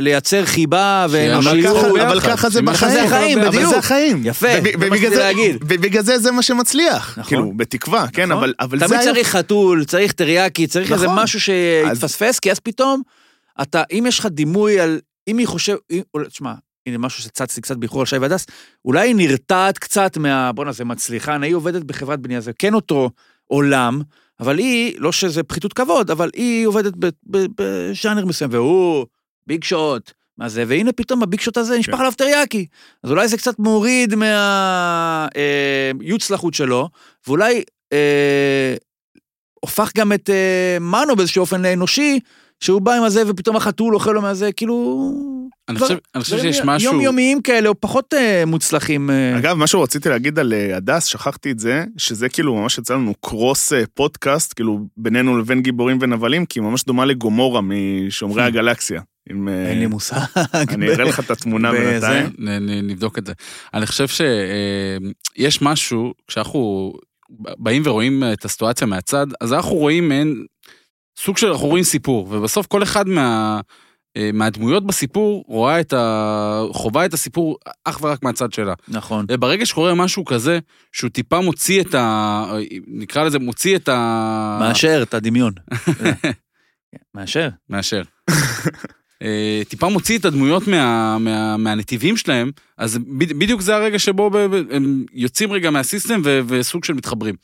Speaker 2: לייצר חיבה
Speaker 3: שיהיה
Speaker 1: אבל
Speaker 3: שיהיו
Speaker 1: ככה-
Speaker 2: ואנושיות.
Speaker 3: ביחד.
Speaker 1: אבל ככה זה
Speaker 3: שיהיו
Speaker 1: בחיים,
Speaker 2: ביחד. זה החיים,
Speaker 1: אבל
Speaker 2: בדיוק.
Speaker 1: זה החיים.
Speaker 2: יפה,
Speaker 1: וב-
Speaker 2: זה מה
Speaker 1: ובגלל
Speaker 2: שרציתי
Speaker 1: זה-
Speaker 2: להגיד.
Speaker 1: ובגלל זה זה מה שמצליח,
Speaker 2: נכון.
Speaker 1: כאילו, בתקווה, כן,
Speaker 2: נכון.
Speaker 1: אבל אבל זה
Speaker 2: תמיד
Speaker 1: היה
Speaker 2: צריך חתול, צריך טריאקי, צריך איזה
Speaker 1: נכון.
Speaker 2: משהו שיתפספס, כי אז פתאום, אתה, אם יש לך דימוי על, אם היא חושבת, תשמע, הנה משהו שצץ לי קצת באיחור על שי והדס, אולי היא נרתעת קצת מה... בואנה, זה מצליחן, היא עובדת בחברת בנייה, זה כן אותו עולם, אבל היא, לא שזה פחיתות כבוד, אבל היא עובדת ב- ב- בז'אנר מסוים, והוא ביג שוט. מה זה, והנה פתאום הביג שוט הזה נשפך
Speaker 1: כן.
Speaker 2: עליו טריאקי. אז אולי זה קצת מוריד מהיוצלחות שלו, ואולי אה, הופך גם את אה, מנו באיזשהו אופן לאנושי, שהוא בא עם הזה ופתאום החתול אוכל לו מהזה, כאילו...
Speaker 3: אני
Speaker 2: דבר-
Speaker 3: חושב- אני חושב
Speaker 2: דברים
Speaker 3: שיש משהו...
Speaker 2: יומיומיים כאלה, או פחות אה, מוצלחים. אה.
Speaker 1: אגב, מה שרציתי להגיד על אה, הדס, שכחתי את זה, שזה כאילו ממש יצא לנו קרוס אה, פודקאסט, כאילו בינינו לבין גיבורים ונבלים, כי היא ממש דומה לגומורה משומרי הגלקסיה. עם, אה,
Speaker 2: אין לי מושג.
Speaker 1: אני אראה לך את התמונה
Speaker 2: בזה.
Speaker 1: בינתיים.
Speaker 3: נ- נ- נבדוק את זה. אני חושב שיש משהו, כשאנחנו באים ורואים את הסיטואציה מהצד, אז אנחנו רואים מעין סוג של, אנחנו רואים סיפור, ובסוף כל אחד מה, אה, מהדמויות בסיפור רואה את ה... חווה את הסיפור אך ורק מהצד שלה.
Speaker 2: נכון.
Speaker 3: וברגע שקורה משהו כזה, שהוא טיפה מוציא את ה... נקרא לזה, מוציא את ה...
Speaker 2: מאשר את הדמיון. כן, מאשר.
Speaker 3: מאשר. אה, טיפה מוציא את הדמויות מה, מה, מהנתיבים שלהם, אז ב, בדיוק זה הרגע שבו ב, ב, הם יוצאים רגע מהסיסטם ו, וסוג של מתחברים.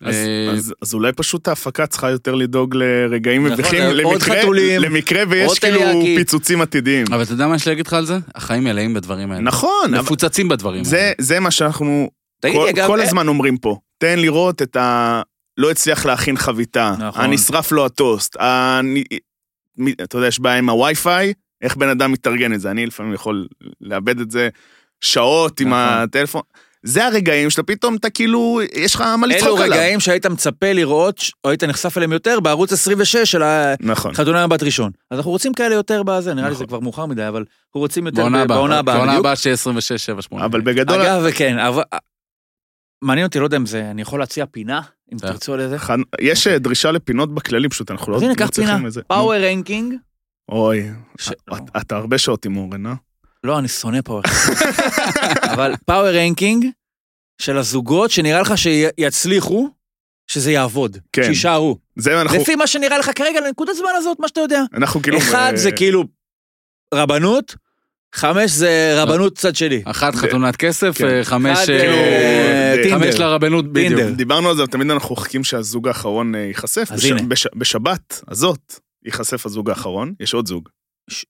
Speaker 1: אז-
Speaker 3: אה,
Speaker 1: אז- אז אולי פשוט ההפקה צריכה יותר לדאוג לרגעים
Speaker 2: נכון,
Speaker 1: מביכים,
Speaker 2: עוד
Speaker 1: למקרה-
Speaker 2: חתולים,
Speaker 1: למקרה
Speaker 2: עוד
Speaker 1: ויש כאילו
Speaker 2: טליאקי.
Speaker 1: פיצוצים עתידיים.
Speaker 3: אבל אתה יודע מה יש לי להגיד לך על זה? החיים מלאים
Speaker 2: אה,
Speaker 3: בדברים האלה.
Speaker 1: נכון, אבל
Speaker 3: מפוצצים בדברים
Speaker 1: זה-
Speaker 3: האלה.
Speaker 1: זה מה שאנחנו
Speaker 2: תגיד
Speaker 1: כל-
Speaker 2: לי, אגב,
Speaker 1: כל
Speaker 2: אה,
Speaker 1: הזמן אומרים פה, תן לראות את ה... לא הצליח להכין חביתה,
Speaker 2: נכון.
Speaker 1: הנשרף לו הטוסט, אני... מ- אתה יודע, יש בעיה עם הווי-פיי, איך בן אדם מתארגן את זה, אני לפעמים יכול לאבד את זה שעות עם
Speaker 2: נכון.
Speaker 1: הטלפון. זה הרגעים שאתה פתאום, אתה כאילו, יש לך מה
Speaker 2: אלו
Speaker 1: לצחוק עליו.
Speaker 2: רגעים שהיית מצפה לראות, ש- או היית נחשף אליהם יותר, בערוץ 26 של ה-
Speaker 1: נכון.
Speaker 2: חתונה עם בת ראשון. אז אנחנו רוצים כאלה יותר בזה, נראה לי
Speaker 1: נכון.
Speaker 2: זה כבר מאוחר מדי, אבל אנחנו רוצים יותר
Speaker 3: בעונה
Speaker 2: ב-
Speaker 3: הבאה.
Speaker 2: בעונה הבאה.
Speaker 3: בעונה
Speaker 2: בדיוק.
Speaker 3: הבאה שיהיה 26, 7, 8.
Speaker 1: אבל בגדול,
Speaker 2: אגב, כן, אבל... מעניין אותי, לא יודע אם זה, אני יכול להציע פינה, אם
Speaker 3: אה.
Speaker 2: תרצו לזה.
Speaker 1: ח- יש אה, דרישה לפינות בכללי, פשוט אנחנו לא
Speaker 2: אז הנה, קח
Speaker 1: מצליחים
Speaker 2: פינה.
Speaker 1: לזה.
Speaker 2: פאוור רנקינג.
Speaker 1: אוי,
Speaker 2: ש-
Speaker 1: אתה- אתה הרבה שעות עם אורן, אה?
Speaker 2: אה, לא, אני שונא פאוור רנקינג. אבל פאוור רנקינג של הזוגות שנראה לך שיצליחו, שזה יעבוד,
Speaker 1: כן.
Speaker 2: שיישארו.
Speaker 1: זה אנחנו,
Speaker 2: לפי מה שנראה לך כרגע, לנקודת זמן הזאת, מה שאתה יודע.
Speaker 1: אנחנו כאילו...
Speaker 2: אחד
Speaker 1: אה,
Speaker 2: זה כאילו רבנות, חמש זה רבנות צד שלי.
Speaker 3: אחת חתונת כסף,
Speaker 1: כן.
Speaker 3: אה, חמש...
Speaker 2: אחד,
Speaker 3: אה,
Speaker 2: אה,
Speaker 1: חמש
Speaker 3: חמש
Speaker 2: טינדר.
Speaker 3: לרבנות, בדיוק.
Speaker 2: טינדר.
Speaker 1: דיברנו על זה, תמיד אנחנו מחכים שהזוג האחרון אה, ייחשף.
Speaker 2: כן. אז
Speaker 1: בש...
Speaker 2: הנה.
Speaker 1: בש... בשבת הזאת ייחשף הזוג האחרון, יש עוד זוג.
Speaker 2: ש-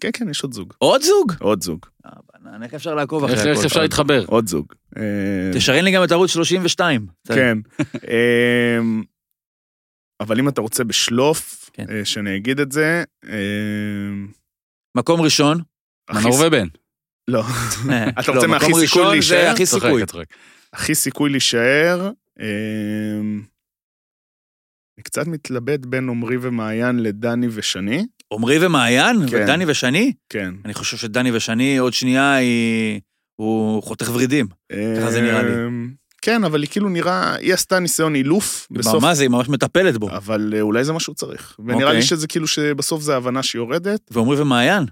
Speaker 1: כן, כן, יש עוד זוג.
Speaker 2: עוד זוג?
Speaker 1: עוד זוג.
Speaker 2: אה, בננה, איך אפשר לעקוב
Speaker 3: איך-
Speaker 2: אחרי
Speaker 3: איך
Speaker 2: הכל?
Speaker 3: אפשר להתחבר?
Speaker 1: עוד זוג. אה,
Speaker 2: תשריין לי גם את ערוץ 32.
Speaker 1: כן. אה, אבל אם אתה רוצה בשלוף,
Speaker 2: כן.
Speaker 1: אה, שאני אגיד את זה, אה,
Speaker 2: מקום ראשון.
Speaker 1: הכי-
Speaker 3: מנור ובן.
Speaker 1: לא.
Speaker 2: אה,
Speaker 1: אתה
Speaker 2: לא,
Speaker 1: רוצה מהכי
Speaker 2: מקום
Speaker 1: סיכוי
Speaker 2: ראשון
Speaker 1: להישאר?
Speaker 2: זה הכי סיכוי.
Speaker 3: צוחק, צוחק.
Speaker 1: הכי סיכוי להישאר, אה, אני קצת מתלבט בין עמרי ומעיין לדני ושני.
Speaker 2: עמרי ומעיין,
Speaker 1: כן.
Speaker 2: ודני ושני.
Speaker 1: כן.
Speaker 2: אני חושב שדני ושני עוד שנייה היא... הוא חותך ורידים. ככה זה נראה לי.
Speaker 1: אמ, כן, אבל היא כאילו נראה, היא עשתה ניסיון אילוף בסוף,
Speaker 2: מה זה, היא ממש מטפלת בו.
Speaker 1: אבל אה, אולי זה מה שהוא צריך. ונראה
Speaker 2: אוקיי.
Speaker 1: לי שזה כאילו שבסוף זה ההבנה שהיא יורדת.
Speaker 2: ועמרי ומעיין.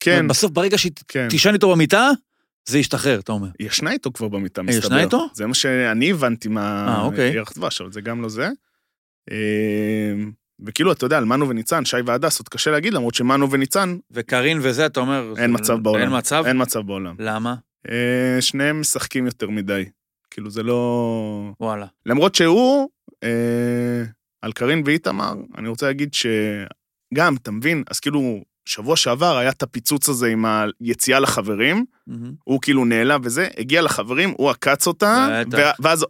Speaker 1: כן,
Speaker 2: בסוף, ברגע שהיא
Speaker 1: כן.
Speaker 2: תישן איתו במיטה, זה ישתחרר, אתה אומר.
Speaker 1: היא ישנה איתו כבר במיטה,
Speaker 2: אה, היא
Speaker 1: מסתבר.
Speaker 2: ישנה איתו?
Speaker 1: זה מה שאני הבנתי מה...
Speaker 2: אה, אוקיי.
Speaker 1: ירח דבש, אבל זה גם לא זה. אמ, וכאילו, אתה יודע, על מנו וניצן, שי והדס, עוד קשה להגיד, למרות שמנו וניצן,
Speaker 2: וקארין וזה, אתה אומר...
Speaker 1: אין
Speaker 2: זה-
Speaker 1: מצב בעולם.
Speaker 2: אין מצב?
Speaker 1: אין מצב בעולם.
Speaker 2: למה?
Speaker 1: אה, שניהם משחקים יותר מדי. כאילו, זה לא...
Speaker 2: וואלה.
Speaker 1: למרות שהוא, אה, על קארין ואיתמר, אני רוצה להגיד שגם, אתה מבין, אז כאילו, שבוע שעבר היה את הפיצוץ הזה עם היציאה לחברים,
Speaker 2: מהמם.
Speaker 1: הוא כאילו נעלב וזה, הגיע לחברים, הוא עקץ אותה,
Speaker 2: בטח.
Speaker 1: ו- ואז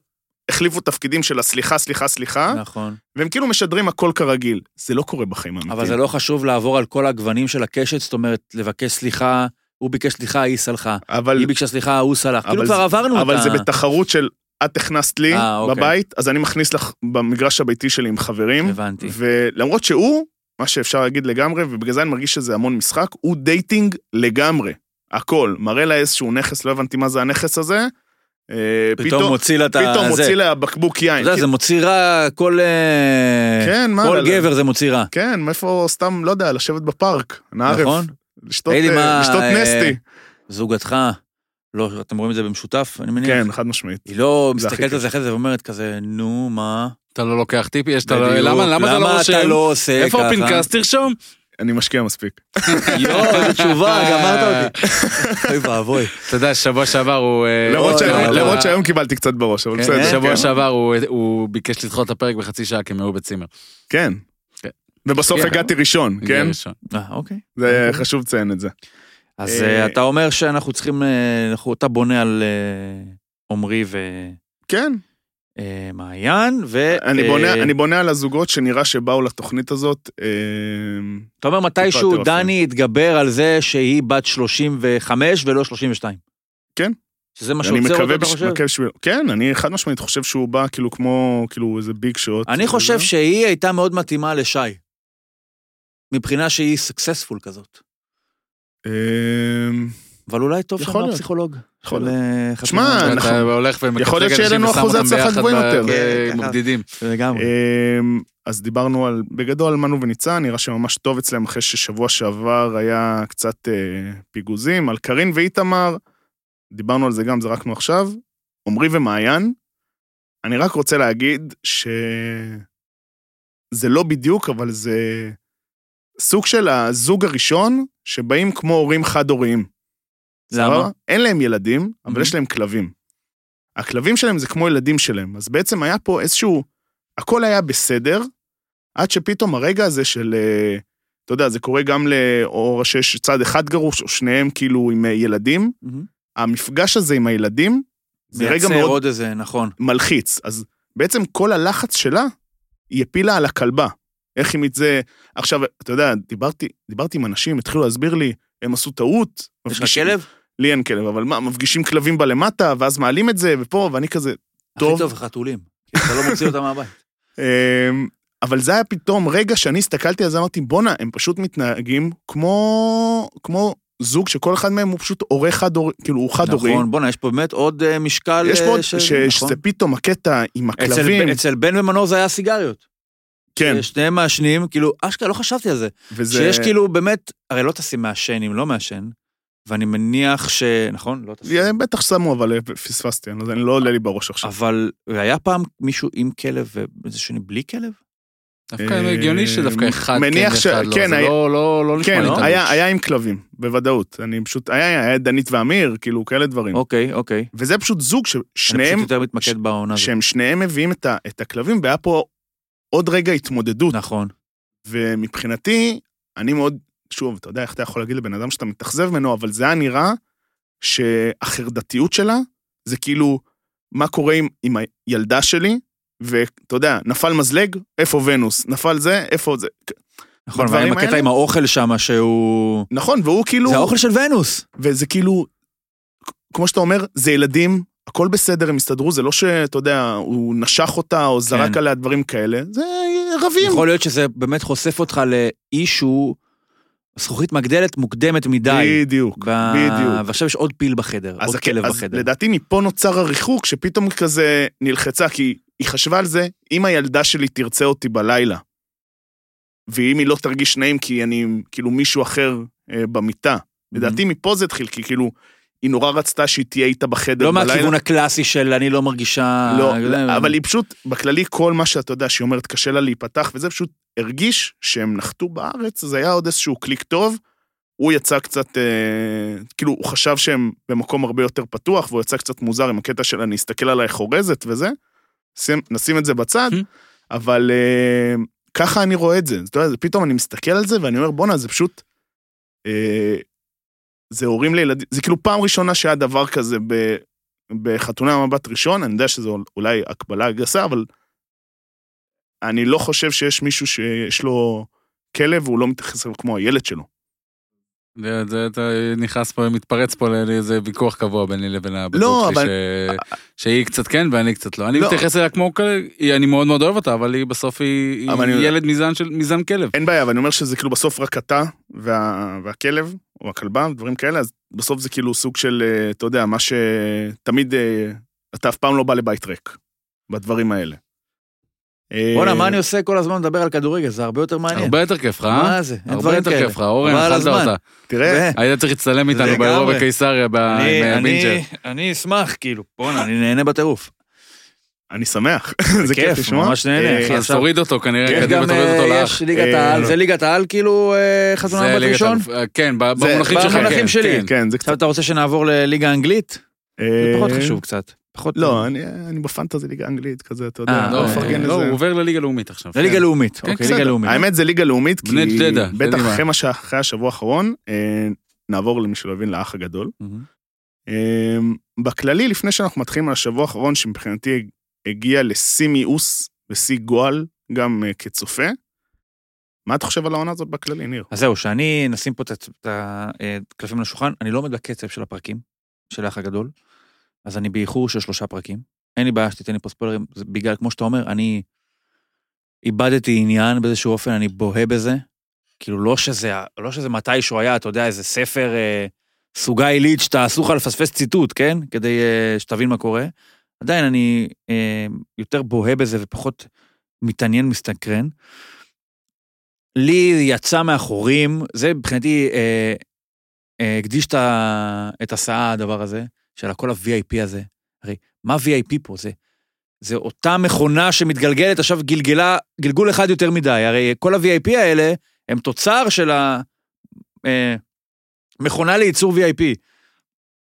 Speaker 1: החליפו תפקידים של הסליחה, סליחה, סליחה,
Speaker 2: נכון.
Speaker 1: והם כאילו משדרים הכל כרגיל. זה לא קורה בחיים האמיתיים.
Speaker 2: אבל זה לא חשוב לעבור על כל הגוונים של הקשת, זאת אומרת, לבקש סליחה, הוא ביקש סליחה, היא סלחה.
Speaker 1: אבל,
Speaker 2: לא- היא ביקשה סליחה, ההוא סלח.
Speaker 1: אבל
Speaker 2: כאילו
Speaker 1: זה-
Speaker 2: כבר עברנו את
Speaker 1: אבל
Speaker 2: ה...
Speaker 1: זה בתחרות של את הכנסת לי
Speaker 2: אה, אוקיי.
Speaker 1: בבית, אז אני מכניס לך במגרש הביתי שלי עם חברים,
Speaker 2: הבנתי.
Speaker 1: ולמרות שהוא, מה שאפשר להגיד לגמרי, ובגלל זה אני מרגיש שזה המון משחק, הוא דייטינג לגמרי. הכל. מראה לה איזשהו נכס, לא הבנתי מה זה הנכס הזה. אה,
Speaker 2: פתאום מוציא לה את ה...
Speaker 1: פתאום
Speaker 2: זה.
Speaker 1: מוציא לה בקבוק
Speaker 2: אתה
Speaker 1: יין.
Speaker 2: יודע, זה מוציא רע, כל... אה,
Speaker 1: כן, מה?
Speaker 2: כל
Speaker 1: לא-
Speaker 2: גבר זה מוציא רע.
Speaker 1: כן, מאיפה סתם, לא יודע, לשבת בפארק, נערב.
Speaker 2: נכון?
Speaker 1: לשתות
Speaker 2: תגיד לי,
Speaker 1: אה,
Speaker 2: מה,
Speaker 1: לשתות
Speaker 2: אה,
Speaker 1: נסטי.
Speaker 2: זוגתך, לא, אתם רואים את זה במשותף, אני מניח?
Speaker 1: כן, חד משמעית.
Speaker 2: היא לא
Speaker 1: זה הכי
Speaker 2: מסתכלת על
Speaker 1: כיף.
Speaker 2: זה אחרי זה ואומרת כזה, נו, מה?
Speaker 3: אתה לא לוקח טיפי, יש אתה לא...
Speaker 2: בדיוק,
Speaker 3: למה למה אתה לא
Speaker 2: למה אתה
Speaker 3: רושם?
Speaker 2: לא עושה ככה?
Speaker 3: איפה הפנקס? תרשום.
Speaker 1: אני משקיע מספיק.
Speaker 2: יואו, איזה תשובה, גמרת אותי. אוי ואבוי.
Speaker 3: אתה יודע, שבוע שעבר הוא... אה,
Speaker 1: למרות
Speaker 2: לא,
Speaker 3: אוי,
Speaker 1: שהיום-
Speaker 3: אבל-
Speaker 1: למרות שהיום קיבלתי קצת בראש, אבל
Speaker 3: כן,
Speaker 1: בסדר.
Speaker 3: שבוע
Speaker 1: כן.
Speaker 3: שעבר הוא- אה, הוא ביקש לדחות את הפרק בחצי שעה כי הם היו בצימר.
Speaker 1: כן.
Speaker 3: כן.
Speaker 1: ובסוף
Speaker 3: כן.
Speaker 1: הגעתי ראשון,
Speaker 3: הגיע
Speaker 1: כן?
Speaker 3: ראשון.
Speaker 2: אה, אוקיי.
Speaker 1: זה חשוב לציין את זה.
Speaker 2: אז
Speaker 1: אה,
Speaker 2: אה, אתה אומר שאנחנו צריכים, אה, אנחנו- אתה בונה על אה, עמרי
Speaker 1: כן,
Speaker 2: ומעיין, אה, ו...
Speaker 1: אני
Speaker 2: אה,
Speaker 1: בונה- אני בונה על הזוגות שנראה שבאו לתוכנית הזאת. אה,
Speaker 2: אתה אומר
Speaker 1: טיפה
Speaker 2: מתישהו
Speaker 1: יותר
Speaker 2: דני התגבר על זה שהיא בת 35 ולא 32.
Speaker 1: כן.
Speaker 2: שזה מה
Speaker 1: אני
Speaker 2: שעוצר אותה,
Speaker 1: מקווה
Speaker 2: אתה
Speaker 1: בש-
Speaker 2: חושב?
Speaker 1: מקווה בשבילו. כן, אני חד משמעית חושב שהוא בא כאילו כמו, כאילו איזה ביג שוט.
Speaker 2: אני חושב שהיא הייתה מאוד מתאימה לשי. מבחינה שהיא סקסספול כזאת.
Speaker 1: אה,
Speaker 2: אבל אולי טוב
Speaker 1: יכול
Speaker 2: שאמר
Speaker 1: להיות.
Speaker 2: הפסיכולוג.
Speaker 1: יכול
Speaker 2: של,
Speaker 1: להיות.
Speaker 2: אה,
Speaker 1: שמע,
Speaker 2: חתונה.
Speaker 1: אנחנו-
Speaker 3: אתה הולך
Speaker 1: נכון. יכול להיות
Speaker 3: ומקטלג
Speaker 1: שיהיה
Speaker 3: אנשים
Speaker 1: לנו
Speaker 3: ושם
Speaker 1: אחוזי
Speaker 3: אותם
Speaker 1: הצלחה
Speaker 3: ביחד
Speaker 1: גבוהים
Speaker 3: ב- אה,
Speaker 1: יותר.
Speaker 3: ב-
Speaker 2: כן,
Speaker 3: בגדידים.
Speaker 2: לגמרי.
Speaker 1: אמ, אז דיברנו על, בגדול, מנו וניצן, נראה שממש טוב אצלם אחרי ששבוע שעבר היה קצת אה, פיגוזים, על קארין ואיתמר, דיברנו על זה גם, זרקנו עכשיו, עמרי ומעיין, אני רק רוצה להגיד ש... זה לא בדיוק, אבל זה סוג של הזוג הראשון שבאים כמו הורים חד-הוריים.
Speaker 2: למה? Mm-hmm.
Speaker 1: סבבה? אין להם ילדים, אבל
Speaker 2: מהמם.
Speaker 1: יש להם כלבים. הכלבים שלהם זה כמו ילדים שלהם, אז בעצם היה פה איזשהו... הכל היה בסדר, עד שפתאום הרגע הזה של... אה, אתה יודע, זה קורה גם לאור שיש צד אחד גרוש, או שניהם כאילו עם אה, ילדים.
Speaker 2: מהמם.
Speaker 1: המפגש הזה עם הילדים, זה רגע
Speaker 2: מייצר
Speaker 1: מאוד
Speaker 2: עוד איזה, נכון.
Speaker 1: מלחיץ. אז בעצם כל הלחץ שלה, היא הפילה על הכלבה. איך היא מתזה... עכשיו, אתה יודע, דיברתי, דיברתי עם אנשים, התחילו להסביר לי, הם עשו טעות.
Speaker 2: יש לך
Speaker 1: מפגישים-
Speaker 2: כלב?
Speaker 1: לי אין כלב, אבל מה, מפגישים כלבים בלמטה, ואז מעלים את זה, ופה, ואני כזה... טוב.
Speaker 2: הכי טוב חתולים. כי אתה לא מוציא אותם מהבית.
Speaker 1: אמ, אבל זה היה פתאום רגע שאני הסתכלתי על זה, אמרתי, בואנה, הם פשוט מתנהגים כמו, כמו זוג שכל אחד מהם הוא פשוט הורה חד-הורי, כאילו, הוא חד-הורי.
Speaker 2: נכון, בואנה, יש פה באמת עוד אה, משקל...
Speaker 1: יש
Speaker 2: אה,
Speaker 1: פה,
Speaker 2: של-
Speaker 1: ש...
Speaker 2: נכון.
Speaker 1: שזה פתאום הקטע עם
Speaker 2: אצל-
Speaker 1: הכלבים,
Speaker 2: אצל בן ומנור זה היה סיגריות.
Speaker 1: כן,
Speaker 2: שניהם מעשנים, כאילו, אשכרה, לא חשבתי על זה.
Speaker 1: וזה...
Speaker 2: שיש כאילו באמת, הרי לא תשים מעשן אם לא מעשן, ואני מניח ש... נכון? לא תשים.
Speaker 1: אה, בטח שמו, אבל אה, פספסתי, אני לא יודע, אני לא עולה לי בראש עכשיו.
Speaker 2: אבל היה פעם מישהו עם כלב ואיזה שני בלי כלב?
Speaker 3: דווקא הגיוני שדווקא אחד כן
Speaker 1: אה, מניח ש-
Speaker 3: ואחד לא,
Speaker 1: כן,
Speaker 3: זה
Speaker 1: היה-
Speaker 3: לא- לא לא נשמע
Speaker 1: כן,
Speaker 3: לי תלוש.
Speaker 1: היה, היה עם כלבים, בוודאות. אני פשוט, היה, היה דנית ואמיר, כאילו, כאלה דברים.
Speaker 2: אוקיי, אוקיי.
Speaker 1: וזה פשוט זוג
Speaker 2: אני
Speaker 1: ששניהם
Speaker 2: פשוט יותר מתמקד
Speaker 1: ש-
Speaker 2: בעונה הזאת.
Speaker 1: שהם שניהם מביאים את, ה, את הכלבים, והיה פה עוד רגע התמודדות.
Speaker 2: נכון.
Speaker 1: ומבחינתי, אני מאוד, שוב, אתה יודע איך אתה יכול להגיד לבן אדם שאתה מתאכזב ממנו, אבל זה היה נראה שהחרדתיות שלה, זה כאילו, מה קורה עם, עם הילדה שלי, ואתה יודע, נפל מזלג, איפה ונוס, נפל זה, איפה זה.
Speaker 2: נכון, אבל
Speaker 1: בדברים
Speaker 2: עם הקטע
Speaker 1: האלה?
Speaker 2: עם האוכל שם שהוא...
Speaker 1: נכון, והוא כאילו,
Speaker 2: זה האוכל של ונוס.
Speaker 1: וזה כאילו, כ- כמו שאתה אומר, זה ילדים, הכל בסדר, הם הסתדרו, זה לא שאתה יודע, הוא נשך אותה או זרק
Speaker 2: כן. נכון.
Speaker 1: עליה דברים כאלה, זה רבים.
Speaker 2: יכול להיות שזה באמת חושף אותך לאישו, זכוכית מגדלת מוקדמת מדי.
Speaker 1: בדיוק.
Speaker 2: ב-
Speaker 1: בדיוק.
Speaker 2: ועכשיו יש עוד פיל בחדר,
Speaker 1: אז,
Speaker 2: עוד
Speaker 1: הכ-
Speaker 2: כלב
Speaker 1: אז
Speaker 2: בחדר.
Speaker 1: לדעתי מפה נוצר הריחוק, שפתאום היא כזה נלחצה, כי היא חשבה על זה, אם הילדה שלי תרצה אותי בלילה, ואם היא לא תרגיש נעים כי אני כאילו מישהו אחר אה, במיטה,
Speaker 2: Mm-hmm.
Speaker 1: לדעתי מפה זה התחיל, כי כאילו, היא נורא רצתה שהיא תהיה איתה בחדר
Speaker 2: לא
Speaker 1: בלילה.
Speaker 2: מהכיוון הקלאסי של אני לא מרגישה... אה,
Speaker 1: לא,
Speaker 2: אני יודע,
Speaker 1: אבל היא פשוט, בכללי, כל מה שאתה יודע, שהיא אומרת, קשה לה להיפתח, וזה פשוט הרגיש שהם נחתו בארץ, זה היה עוד איזשהו קליק טוב. הוא יצא קצת, אה, כאילו, הוא חשב שהם במקום הרבה יותר פתוח, והוא יצא קצת מוזר עם הקטע של אני אסתכל עלייך חורזת וזה. שים, נשים את זה בצד,
Speaker 3: Hmm.
Speaker 1: אבל אה, ככה אני רואה את זה. אתה יודע, זה פתאום אני מסתכל על זה ואני אומר, בואנה, זה פשוט אה, זה הורים לילדים, זה כאילו פעם ראשונה שהיה דבר כזה ב, בחתונה מבט ראשון, אני יודע שזו אולי הקבלה גסה, אבל אני לא חושב שיש מישהו שיש לו כלב והוא לא מתייחס אליו כמו הילד שלו.
Speaker 3: זה- זה- אתה נכנס פה, מתפרץ פה לאיזה ויכוח קבוע ביני לבין הבת
Speaker 1: לא,
Speaker 3: זוג שלי,
Speaker 1: אבל-
Speaker 3: ש- שהיא קצת כן ואני קצת לא. אני
Speaker 1: לא.
Speaker 3: מתייחס אליה כמו כלב, היא- אני מאוד מאוד אוהב אותה, אבל היא בסוף היא
Speaker 1: אבל
Speaker 3: היא
Speaker 1: אני-
Speaker 3: ילד מזן של- מזן כלב.
Speaker 1: אין בעיה, אבל אני אומר שזה כאילו בסוף רק אתה וה, והכלב, או הכלבה, דברים כאלה, אז בסוף זה כאילו סוג של, אה, אתה יודע, מה שתמיד, אה, אתה אף פעם לא בא לבית ריק, בדברים האלה. אה,
Speaker 2: בואנה, מה אני עושה כל הזמן לדבר על כדורגל? זה הרבה יותר מעניין.
Speaker 3: הרבה יותר כיף לך, אה?
Speaker 2: מה זה? אין
Speaker 3: הרבה
Speaker 2: דברים
Speaker 3: יותר
Speaker 2: כאלה.
Speaker 3: כיף לך, אורן,
Speaker 2: חבל על
Speaker 3: אכלת
Speaker 2: הזמן.
Speaker 3: אותה.
Speaker 1: תראה,
Speaker 2: ו-
Speaker 3: היית צריך להצטלם איתנו
Speaker 2: לגמרי.
Speaker 3: באירוע בקיסריה, ב-
Speaker 2: אני-
Speaker 3: אה, עם
Speaker 2: אני-
Speaker 3: בינג'ר.
Speaker 2: אני אשמח, כאילו, בואנה, אני נהנה בטירוף.
Speaker 1: אני שמח, זה כיף
Speaker 2: כיף,
Speaker 1: לשמוע.
Speaker 2: ממש נהנה,
Speaker 1: אה,
Speaker 2: אחי.
Speaker 3: אז
Speaker 2: עכשיו-
Speaker 3: תוריד אותו כנראה,
Speaker 2: יש
Speaker 3: קדימה
Speaker 2: גם,
Speaker 3: תוריד
Speaker 2: אה,
Speaker 3: אותו לאח.
Speaker 2: יש ליגת
Speaker 1: אה,
Speaker 2: העל,
Speaker 1: לא.
Speaker 2: זה ליגת העל כאילו אה, חתונה בת
Speaker 3: ליגת
Speaker 2: ראשון?
Speaker 3: אלופ- כן, ב-
Speaker 1: זה-
Speaker 3: במונחים שלך.
Speaker 2: במונחים
Speaker 3: כן,
Speaker 2: שלי.
Speaker 3: כן.
Speaker 1: כן, זה קצת...
Speaker 2: עכשיו אתה רוצה שנעבור לליגה האנגלית? זה פחות
Speaker 1: אה,
Speaker 2: חשוב קצת. פחות...
Speaker 1: לא, אני אני בפנטזי ליגה אנגלית כזה, אתה יודע,
Speaker 2: אה,
Speaker 1: אני
Speaker 3: לא,
Speaker 2: אה,
Speaker 1: מפרגן
Speaker 3: לא,
Speaker 1: לזה.
Speaker 3: הוא עובר לליגה לאומית עכשיו.
Speaker 2: זה ליגה
Speaker 3: כן.
Speaker 2: לאומית.
Speaker 3: כן,
Speaker 2: אוקיי,
Speaker 1: בסדר.
Speaker 2: ליגה לאומית.
Speaker 1: האמת זה ליגה לאומית, כי
Speaker 3: בני ג'דדה,
Speaker 1: בטח
Speaker 3: קדימה.
Speaker 1: אחרי מה שה- אחרי השבוע האחרון, אה, נעבור למי שלא הבין, לאח הגדול.
Speaker 2: מהמם.
Speaker 1: אה, בכללי, לפני שאנחנו מתחילים על השבוע האחרון, שמבחינתי הגיע לשיא מיאוס ושיא גועל, גם אה, כצופה, מה אתה חושב על העונה הזאת בכללי, ניר?
Speaker 2: אז זהו, שאני, נשים פה את הצ- את הקלפים על השולחן, אני לא עומד בקצב של הפרקים, של האח הגדול, אז אני באיחור של שלושה פרקים. אין לי בעיה שתיתן לי פה ספוילרים, זה בגלל, כמו שאתה אומר, אני איבדתי עניין באיזשהו אופן, אני בוהה בזה. כאילו, לא שזה, לא שזה מתישהו היה, אתה יודע, איזה ספר אה, סוגה עילית שאתה אסור לך לפספס ציטוט, כן? כדי אה, שתבין מה קורה. עדיין אני אה, יותר בוהה בזה ופחות מתעניין, מסתקרן. לי יצא מהחורים, זה מבחינתי, אה, אה, הקדיש את ה- את הסאה הדבר הזה, של כל ה-VIP הזה. הרי, מה VIP פה? זה, זה אותה מכונה שמתגלגלת עכשיו גלגלה, גלגול אחד יותר מדי. הרי כל ה-VIP האלה הם תוצר של ה... אה, מכונה לייצור VIP.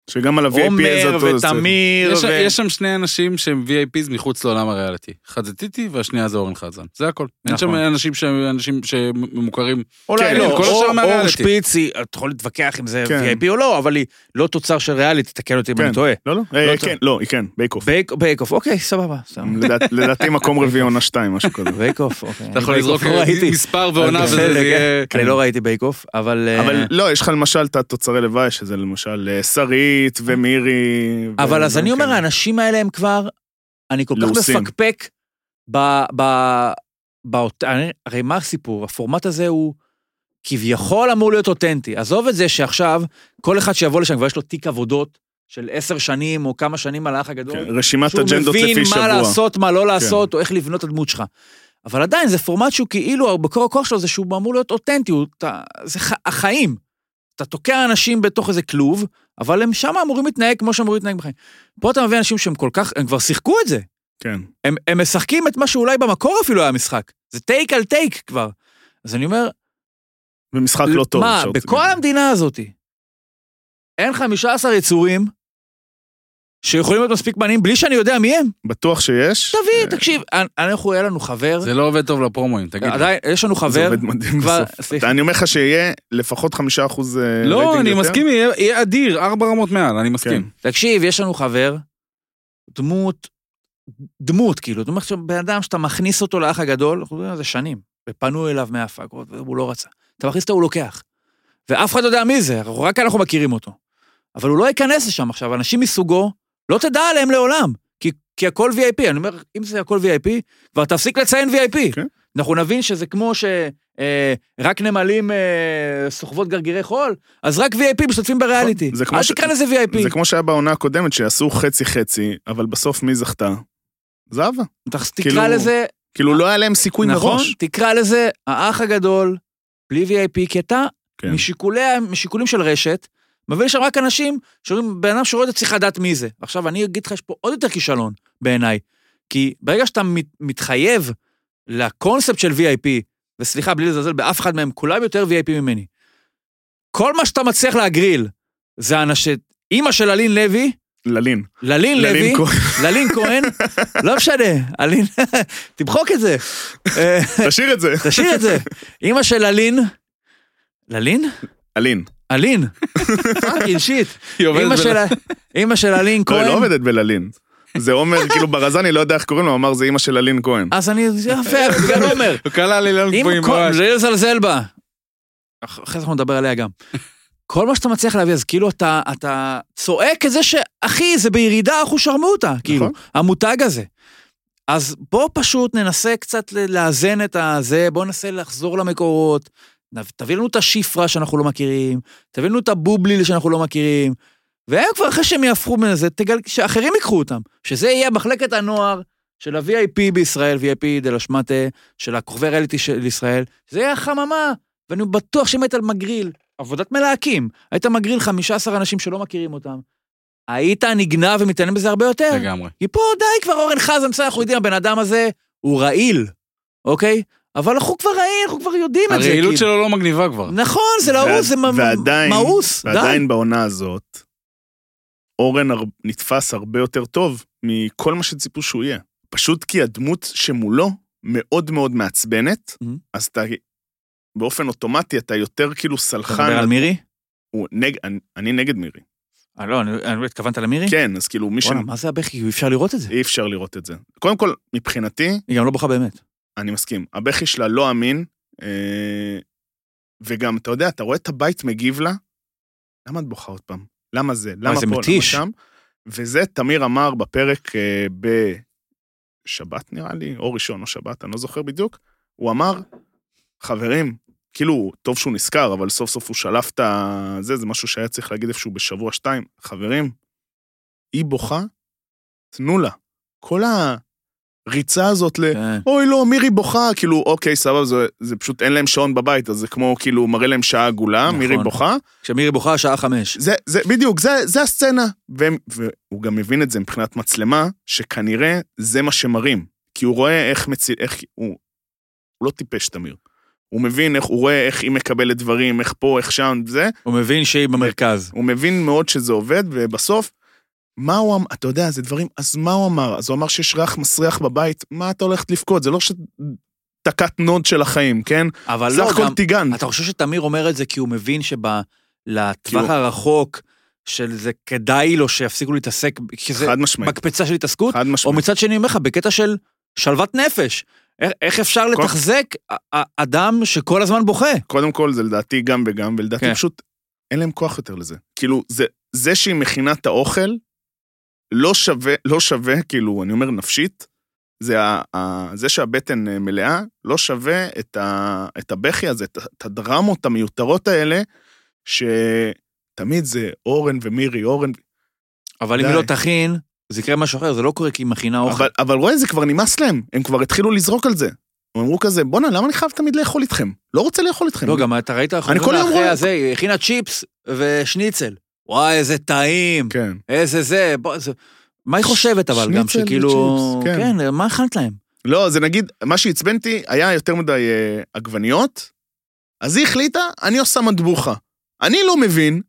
Speaker 1: שגם על ה-VIP הזה...
Speaker 2: עומר ותמיר
Speaker 3: יש-
Speaker 2: ו...
Speaker 3: יש שם שני אנשים שהם VIPs מחוץ לעולם הריאליטי. אחד זה טיטי והשנייה זה אורן חזן. זה הכל. אין שם
Speaker 2: נכון.
Speaker 3: אנשים שהם אנשים שמוכרים.
Speaker 2: אולי
Speaker 1: כן,
Speaker 2: לא,
Speaker 1: כל
Speaker 3: השאר
Speaker 2: אור-
Speaker 3: מהריאליטי.
Speaker 2: אור שפיץ, היא- אתה יכול להתווכח אם זה
Speaker 1: כן.
Speaker 2: VIP או לא, אבל היא לא תוצר של ריאליטי, תקן אותי אם
Speaker 1: כן.
Speaker 2: אני טועה.
Speaker 1: לא, לא, אה,
Speaker 2: לא,
Speaker 1: כן, לא, היא כן, בייק אוף.
Speaker 2: בייק- בייק אוף, אוקיי, סבבה, סבבה.
Speaker 1: לדעת- לדעתי מקום רביעי עונה שתיים, משהו כזה.
Speaker 2: בייק אוף, אוקיי.
Speaker 3: Mm. אתה יכול
Speaker 2: בייק
Speaker 3: לזרוק
Speaker 2: אוף לא ראיתי.
Speaker 3: מספר ועונה
Speaker 2: אבל
Speaker 3: וזה
Speaker 2: בסדר,
Speaker 3: זה יהיה... כן.
Speaker 2: אני לא ראיתי בייק אוף, אבל... אה,
Speaker 1: אבל לא, יש לך למשל את התוצרי לוואי, שזה למשל אה, שרית ומירי. ו-
Speaker 2: אבל אז אני אומר,
Speaker 1: כן.
Speaker 2: האנשים האלה הם כבר... אני כל כך
Speaker 1: לעוסים.
Speaker 2: מפקפק ב... ב- באות- אני- הרי מה הסיפור? הפורמט הזה הוא כביכול אמור להיות אותנטי. עזוב את זה שעכשיו, כל אחד שיבוא לשם, כבר יש לו תיק עבודות של עשר שנים או כמה שנים על האח הגדול.
Speaker 1: כן, רשימת
Speaker 2: שהוא
Speaker 1: אג'נדות
Speaker 2: מבין
Speaker 1: לפי שבוע. כן.
Speaker 2: מה לעשות, מה לא לעשות, או איך לבנות את הדמות שלך. אבל עדיין, זה פורמט שהוא כאילו, בקור הכוח שלו זה שהוא אמור להיות אותנטי, הוא- אתה- זה ח- החיים. אתה תוקע אנשים בתוך איזה כלוב, אבל הם שם אמורים להתנהג כמו שהם אמורים להתנהג בחיים. פה אתה מביא אנשים שהם כל כך, הם כבר שיחקו את זה.
Speaker 1: כן.
Speaker 2: הם, הם משחקים את מה שאולי במקור אפילו היה משחק. זה טייק על טייק כבר. אז אני אומר,
Speaker 1: במשחק לא טוב.
Speaker 2: מה,
Speaker 1: אפשר-
Speaker 2: בכל המדינה הזאת, אין 15 יצורים שיכולים להיות מספיק מעניינים בלי שאני יודע מי הם?
Speaker 1: בטוח שיש.
Speaker 2: תביא, תקשיב, אנ- אה, אנחנו, היה לנו חבר,
Speaker 3: זה לא עובד טוב לפרומואים, תגיד. לי.
Speaker 2: עדיין, יש לנו
Speaker 1: זה
Speaker 2: חבר,
Speaker 1: עובד מדהים
Speaker 2: כבר,
Speaker 1: בסוף.
Speaker 2: סליחה,
Speaker 1: אני אומר לך שיהיה לפחות חמישה אחוז אה, רייטינג יותר.
Speaker 3: לא, אני מסכים, יהיה- יהיה אדיר, ארבע רמות מעל, אני
Speaker 1: כן.
Speaker 3: מסכים.
Speaker 2: תקשיב, יש לנו חבר, דמות, דמות, כאילו, דמות עכשיו, בן אדם שאתה מכניס אותו לאח הגדול, אנחנו מדברים על זה שנים, ופנו אליו מההפקות, והוא לא רצה. אתה מכניס אותו, הוא לוקח. ואף אחד לא יודע מי זה, אנחנו- רק אנחנו מכירים אותו. אבל הוא לא ייכנס לשם עכשיו, אנשים מסוגו, לא תדע עליהם לעולם, כי, כי הכל VIP. אני אומר, אם זה הכל VIP, כבר תפסיק לציין VIP.
Speaker 1: כן.
Speaker 2: אנחנו נבין שזה כמו ש... אה, רק נמלים אה, סוחבות גרגירי חול, אז רק VIP משתתפים בריאליטי.
Speaker 1: נכון, זה כמו
Speaker 2: אל
Speaker 1: ש-
Speaker 2: תקרא לזה VIP.
Speaker 1: זה כמו שהיה בעונה הקודמת, שעשו חצי-חצי, אבל בסוף מי זכתה? זהבה.
Speaker 2: תח-
Speaker 1: כאילו,
Speaker 2: תקרא לזה,
Speaker 1: כאילו לא היה להם סיכוי
Speaker 2: אה, נכון?
Speaker 1: מראש.
Speaker 2: תקרא לזה האח הגדול, בלי VIP, כי אתה,
Speaker 1: כן.
Speaker 2: משיקולי- משיקולים של רשת, מביא לשם רק אנשים שאומרים, בן אדם שרואה את זה צריך לדעת מי זה. עכשיו, אני אגיד לך, יש פה עוד יותר כישלון, בעיניי. כי ברגע שאתה מת- מתחייב לקונספט של VIP, וסליחה, בלי לזלזל באף אחד מהם, כולם יותר VIP ממני. כל מה שאתה מצליח להגריל, זה אנשי... אימא של אלין לוי,
Speaker 1: ללין.
Speaker 2: ללין
Speaker 1: ללין
Speaker 2: לוי,
Speaker 1: כהן.
Speaker 2: ללין כהן, לא משנה, אלין, תמחוק את זה, אה,
Speaker 1: תשאיר את זה.
Speaker 2: תשאיר את זה. אימא של ללין, ללין?
Speaker 1: אלין.
Speaker 2: אלין, פאקינג שיט.
Speaker 3: היא עובדת
Speaker 2: אמא
Speaker 3: ב-
Speaker 2: של ה- אמא של אלין
Speaker 1: לא, היא לא
Speaker 2: כהן.
Speaker 1: עובדת בללין. זה עומר, כאילו ברזני, לא יודע איך קוראים לו, אמר זה אימא של אלין כהן.
Speaker 2: אז אני, יפה, גם עומר.
Speaker 3: הוא קלע לי לילות
Speaker 2: אם
Speaker 3: גבוהים
Speaker 2: כל...
Speaker 3: ממש.
Speaker 2: לא לזלזל בה. אח- אחרי זה אנחנו נדבר עליה גם. כל מה שאתה מצליח להביא, אז כאילו אתה, אתה צועק את זה שאחי, זה בירידה, אחו שרמו אותה, כאילו, המותג הזה. אז בוא פשוט ננסה קצת ל- לאזן את הזה, בוא ננסה לחזור למקורות, נב- תביא לנו את השפרה שאנחנו לא מכירים, תביא לנו את הבובליל שאנחנו לא מכירים, והם כבר אחרי שהם יהפכו מזה, תגל... שאחרים ייקחו אותם, שזה יהיה מחלקת הנוער של ה-VIP בישראל, VIP דלשמטה, של הכוכבי ריאליטי של ישראל, זה היה חממה, ואני בטוח שאם היית מגריל, עבודת מלהקים, היית מגריל 15 אנשים שלא מכירים אותם, היית נגנב ומתעניין בזה הרבה יותר.
Speaker 3: לגמרי.
Speaker 2: כי פה די כבר אורן חזן, בסדר, אנחנו יודעים, הבן אדם הזה הוא רעיל, אוקיי? אבל אנחנו כבר רעיל, אנחנו כבר יודעים את זה.
Speaker 3: הרעילות
Speaker 2: כאילו.
Speaker 3: שלו לא מגניבה כבר.
Speaker 2: נכון, זה לעוס, זה מ-
Speaker 1: ועדיין-
Speaker 2: מאוס, אה, די.
Speaker 1: ועדיין בעונה הזאת, אורן הר- נתפס הרבה יותר טוב מכל מה שציפו שהוא יהיה. פשוט כי הדמות שמולו מאוד מאוד מעצבנת,
Speaker 2: Mhm.
Speaker 1: אז אתה באופן אוטומטי אתה יותר כאילו
Speaker 2: אתה מדבר
Speaker 1: סלחן.
Speaker 2: על מירי?
Speaker 1: הוא נג, אני, אני נגד מירי.
Speaker 2: אה, לא, אני- אני- התכוונת למירי?
Speaker 1: כן, אז כאילו מי ש...
Speaker 2: וואלה, מה זה הבכי? אי אפשר לראות את זה.
Speaker 1: אי אפשר לראות את זה. קודם כל, מבחינתי,
Speaker 2: היא גם לא בוכה באמת.
Speaker 1: אני מסכים. הבכי שלה לא אמין, אה, וגם, אתה יודע, אתה רואה את הבית מגיב לה, למה את בוכה עוד פעם? למה זה? למה
Speaker 2: זה
Speaker 1: פה?
Speaker 2: מתיש.
Speaker 1: למה שם? וזה תמיר אמר בפרק אה, בשבת, נראה לי, או ראשון או שבת, אני לא זוכר בדיוק. הוא אמר, חברים, כאילו, טוב שהוא נזכר, אבל סוף סוף הוא שלף את ה... זה, זה משהו שהיה צריך להגיד איפשהו בשבוע שתיים. חברים, היא בוכה, תנו לה. כל הריצה הזאת ל...
Speaker 2: כן.
Speaker 1: אוי לא, מירי בוכה, כאילו, אוקיי, סבבה, זה, זה פשוט אין להם שעון בבית, אז זה כמו, כאילו, מראה להם שעה עגולה,
Speaker 2: נכון.
Speaker 1: מירי בוכה.
Speaker 2: כשמירי בוכה, השעה חמש.
Speaker 1: זה, זה, בדיוק, זה, זה הסצנה. והם, והוא גם מבין את זה מבחינת מצלמה, שכנראה זה מה שמראים. כי הוא רואה איך מציל, איך, הוא, הוא לא טיפש, תמיר. הוא מבין איך, הוא רואה איך היא מקבלת דברים, איך פה, איך שם, זה.
Speaker 2: הוא מבין שהיא במרכז.
Speaker 1: הוא מבין מאוד שזה עובד, ובסוף, מה הוא אמר, אתה יודע, זה דברים, אז מה הוא אמר? אז הוא אמר שיש ריח מסריח בבית, מה אתה הולכת לבכות? זה לא ש... תקת נוד של החיים, כן?
Speaker 2: אבל
Speaker 1: סך
Speaker 2: לא,
Speaker 1: הכל
Speaker 2: גם...
Speaker 1: טיגן.
Speaker 2: אתה חושב שתמיר אומר את זה כי הוא מבין שבלטווח
Speaker 1: כאילו-
Speaker 2: הרחוק של זה כדאי לו שיפסיקו להתעסק, ב- כי זה
Speaker 1: חד משמעית,
Speaker 2: מקפצה של התעסקות,
Speaker 1: חד
Speaker 2: או
Speaker 1: משמעית.
Speaker 2: מצד שני אומר לך, בקטע של שלוות נפש. איך- איך אפשר
Speaker 1: כל-
Speaker 2: לתחזק א- א- אדם שכל הזמן בוכה?
Speaker 1: קודם כל, זה לדעתי גם וגם, ולדעתי
Speaker 2: כן.
Speaker 1: פשוט אין להם כוח יותר לזה. כאילו, זה- זה שהיא מכינה את האוכל, לא שווה, לא שווה, כאילו, אני אומר נפשית, זה ה- ה- זה שהבטן אה, מלאה, לא שווה את ה- את הבכי הזה, את ה- את הדרמות המיותרות האלה, שתמיד זה אורן ומירי, אורן...
Speaker 2: אבל אם
Speaker 1: די.
Speaker 2: היא לא תכין, זה יקרה משהו אחר, זה לא קורה כי היא מכינה אוכל.
Speaker 1: אבל- אבל רואה, זה כבר נמאס להם, הם כבר התחילו לזרוק על זה. הם אמרו כזה, בואנה, למה אני חייב תמיד לאכול איתכם? לא רוצה לאכול איתכם.
Speaker 2: לא, גם אתה ראית החומרים
Speaker 1: כל היום
Speaker 2: אחרי
Speaker 1: רואה-
Speaker 2: הזה, היא הכינה צ'יפס ושניצל. וואי, איזה טעים,
Speaker 1: כן.
Speaker 2: איזה זה. בוא, זה- מה היא חושבת אבל גם,
Speaker 1: שניצל
Speaker 2: שכאילו...
Speaker 1: וצ'יפס, כן.
Speaker 2: כן, מה אכלת להם?
Speaker 1: לא, זה נגיד, מה שעצבן אותי היה יותר מדי אה, עגבניות, אז היא החליטה, אני עושה מטבוחה. אני לא מבין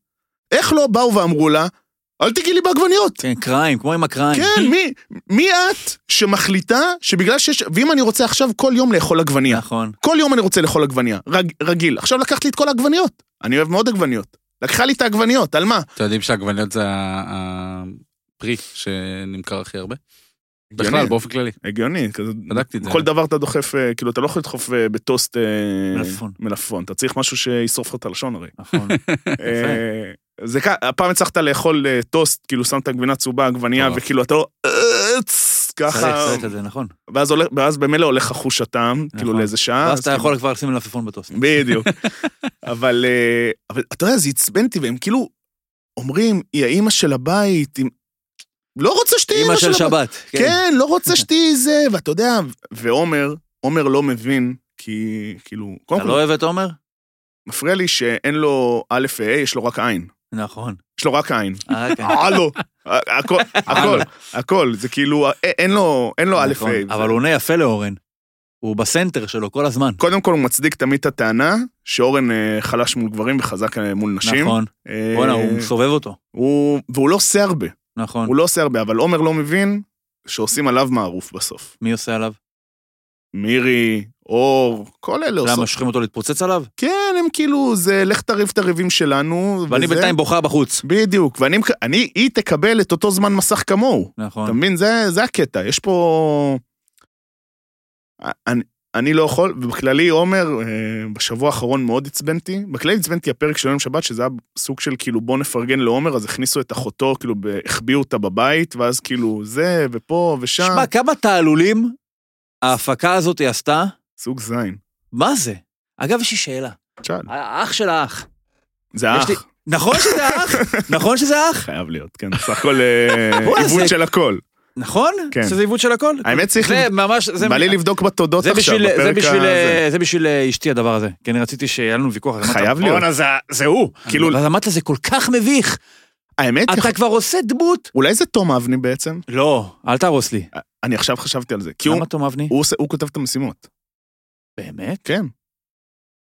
Speaker 1: איך לא באו ואמרו לה, אל תגיעי לי בעגבניות.
Speaker 2: כן, קריים, כמו עם הקריים.
Speaker 1: כן, מי, מי את שמחליטה שבגלל שיש... ואם אני רוצה עכשיו כל יום לאכול עגבנייה.
Speaker 2: נכון.
Speaker 1: כל יום אני רוצה לאכול עגבנייה, רג, רגיל. עכשיו לקחת לי את כל העגבניות. אני אוהב מאוד עגבניות. לקחה לי את העגבניות, על מה?
Speaker 3: אתם יודעים שהעגבניות זה ה- הפרי שנמכר הכי הרבה? בכלל,
Speaker 1: הגיוני.
Speaker 3: באופן כללי.
Speaker 1: הגיוני, כזה,
Speaker 3: בדקתי את זה.
Speaker 1: כל דבר אתה דוחף, אה, כאילו, אתה לא יכול לדחוף אה, בטוסט... אה,
Speaker 2: מלפפון.
Speaker 1: מלפפון, אתה צריך משהו שישרוף לך את הלשון הרי.
Speaker 2: נכון.
Speaker 1: אה, זה כ... הפעם הצלחת לאכול אה, טוסט, כאילו שמת גבינה צהובה, עגבנייה,
Speaker 3: מטורף.
Speaker 1: וכאילו אתה לא... אה, צ-
Speaker 2: צריך,
Speaker 1: ככה,
Speaker 2: צריך את זה, נכון.
Speaker 1: ואז הולך- ואז במילא הולך החוש הטעם, כאילו לאיזה שעה.
Speaker 2: ואז אתה
Speaker 1: כאילו-
Speaker 2: יכול כבר לשים מלפפון בטוסט.
Speaker 1: בדיוק. אבל, אה, אבל אתה יודע, זה עצבן אותי, והם כאילו אומרים, היא האימא של הבית, היא- לא רוצה שתהיי
Speaker 2: אימא
Speaker 1: אימא
Speaker 2: של
Speaker 1: הבית.
Speaker 2: שבת.
Speaker 1: כן, לא רוצה שתהיי זה, ואתה יודע, ועומר, עומר לא מבין, כי כאילו, קודם
Speaker 2: אתה לא
Speaker 1: כל,
Speaker 2: אוהב את עומר?
Speaker 1: מפריע לי שאין לו א' ה', יש לו רק עין.
Speaker 2: נכון.
Speaker 1: יש לו רק עין.
Speaker 2: אה, כן. אה, לא.
Speaker 1: הלו, הכל, הכל, הכל, זה כאילו, א- אין לו, אין לו א'
Speaker 2: נכון.
Speaker 1: ה'.
Speaker 2: אבל הוא עונה יפה לאורן. הוא בסנטר שלו כל הזמן.
Speaker 1: קודם כל הוא מצדיק תמיד את הטענה שאורן אה, חלש מול גברים וחזק אה, מול נשים.
Speaker 2: נכון.
Speaker 1: אה,
Speaker 2: בואנה, הוא מסובב אותו.
Speaker 1: הוא- והוא לא עושה הרבה,
Speaker 2: נכון.
Speaker 1: לא הוא לא עושה הרבה, אבל עומר לא מבין שעושים עליו מערוף בסוף.
Speaker 2: מי עושה עליו?
Speaker 1: מירי, אור, כל אלה
Speaker 2: למה,
Speaker 1: עושות.
Speaker 2: שולחים אותו להתפוצץ עליו?
Speaker 1: כן, הם כאילו, זה לך תריב את הריבים שלנו.
Speaker 2: ואני
Speaker 1: וזה-
Speaker 2: בינתיים בוכה בחוץ.
Speaker 1: בדיוק, ואני, מק- אני, היא תקבל את אותו זמן מסך כמוהו. אתה
Speaker 2: נכון.
Speaker 1: מבין? זה, זה הקטע, יש פה... אה, אני, אני לא יכול, ובכללי, עומר, אה, בשבוע האחרון מאוד עצבנתי. בכללי עצבנתי הפרק של יום שבת, שזה היה סוג של כאילו בוא נפרגן לעומר, אז הכניסו את אחותו, כאילו, ב- החביאו אותה בבית, ואז כאילו זה, ופה, ושם.
Speaker 2: שמע, כמה תעלולים ההפקה הזאת עשתה?
Speaker 1: סוג זין.
Speaker 2: מה זה? אגב, יש לי שאלה.
Speaker 1: תשאל.
Speaker 2: האח של האח.
Speaker 1: זה
Speaker 2: אה, יש
Speaker 1: אח,
Speaker 2: לי- נכון שזה האח? נכון שזה אח?
Speaker 1: חייב להיות, כן. סך הכל אה,
Speaker 2: וואלה,
Speaker 1: עיוות
Speaker 2: זה-
Speaker 1: של הכל.
Speaker 2: נכון?
Speaker 1: כן.
Speaker 2: שזה עיוות של הכל?
Speaker 1: האמת צריך,
Speaker 2: זה ממש... זה-
Speaker 1: בא לי לבדוק בתודות
Speaker 2: זה
Speaker 1: עכשיו,
Speaker 2: בשביל, זה,
Speaker 1: בפרק
Speaker 2: בשביל,
Speaker 1: הזה.
Speaker 2: זה בשביל אה, אשתי הדבר הזה, כי אני רציתי שיהיה לנו ויכוח. אז אמרת,
Speaker 1: חייב להיות.
Speaker 2: "בואנה, זה, אה, זה הוא.
Speaker 1: כאילו-
Speaker 2: כאילו... אז אמרת, זה כל כך מביך.
Speaker 1: האמת,
Speaker 2: אתה כבר עושה דמות.
Speaker 1: אולי זה תום אבני בעצם?
Speaker 2: לא, אל תהרוס לי.
Speaker 1: אני עכשיו חשבתי על זה. אה, כי הוא
Speaker 2: למה תום אבני?
Speaker 1: הוא עושה- הוא כותב את המשימות.
Speaker 2: באמת?
Speaker 1: כן.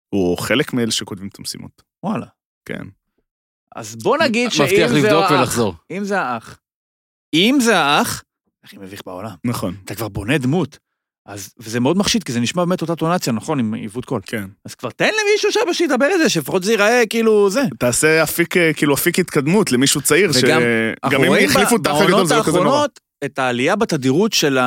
Speaker 1: הוא חלק מאלה שכותבים את המשימות.
Speaker 2: וואלה.
Speaker 1: כן.
Speaker 2: אז בוא נגיד שאם
Speaker 3: מבטיח
Speaker 2: זה
Speaker 3: לבדוק
Speaker 2: האח,
Speaker 3: ולחזור.
Speaker 2: אם זה האח, אם זה האח, הכי מביך בעולם.
Speaker 1: נכון.
Speaker 2: אתה כבר בונה דמות. אז, וזה מאוד מחשיד, כי זה נשמע באמת אותה טונציה, נכון, עם עיוות קול.
Speaker 1: כן.
Speaker 2: אז כבר תן למישהו שם שידבר את זה, שלפחות זה ייראה כאילו זה.
Speaker 1: תעשה אפיק, אה, כאילו אפיק התקדמות למישהו צעיר, ש...
Speaker 2: וגם-
Speaker 1: גם אם יחליפו את האח הגדול זה לא כזה נורא.
Speaker 2: האחרונות את העלייה בתדירות של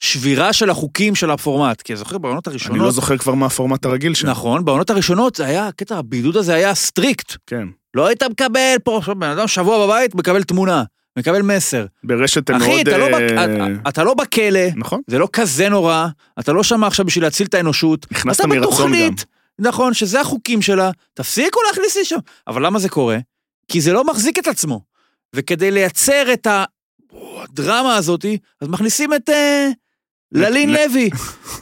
Speaker 2: השבירה של החוקים של הפורמט. כי אני זוכר בעונות הראשונות...
Speaker 1: אני לא זוכר כבר מה הפורמט הרגיל שם.
Speaker 2: נכון, בעונות הראשונות זה היה, קטע הבידוד הזה היה סטריקט.
Speaker 1: כן.
Speaker 2: לא היית מקבל פה, עכשיו בן אדם שבוע בבית מקבל תמונה, מקבל מסר.
Speaker 1: ברשת הם מאוד...
Speaker 2: אחי, אתה לא, בק...
Speaker 1: אה,
Speaker 2: אתה, אתה לא בכלא,
Speaker 1: נכון.
Speaker 2: זה לא כזה נורא, אתה לא שם עכשיו בשביל להציל את האנושות.
Speaker 1: נכנסת
Speaker 2: אתה
Speaker 1: מרצון גם.
Speaker 2: בתוכנית, נכון, שזה החוקים שלה, תפסיקו להכניס לי שם. אבל למה זה קורה? כי זה לא מחזיק את עצמו. וכדי לייצר את ה- הדרמה הזאתי, אז מכניסים את אה, ללין
Speaker 1: נ-
Speaker 2: לוי,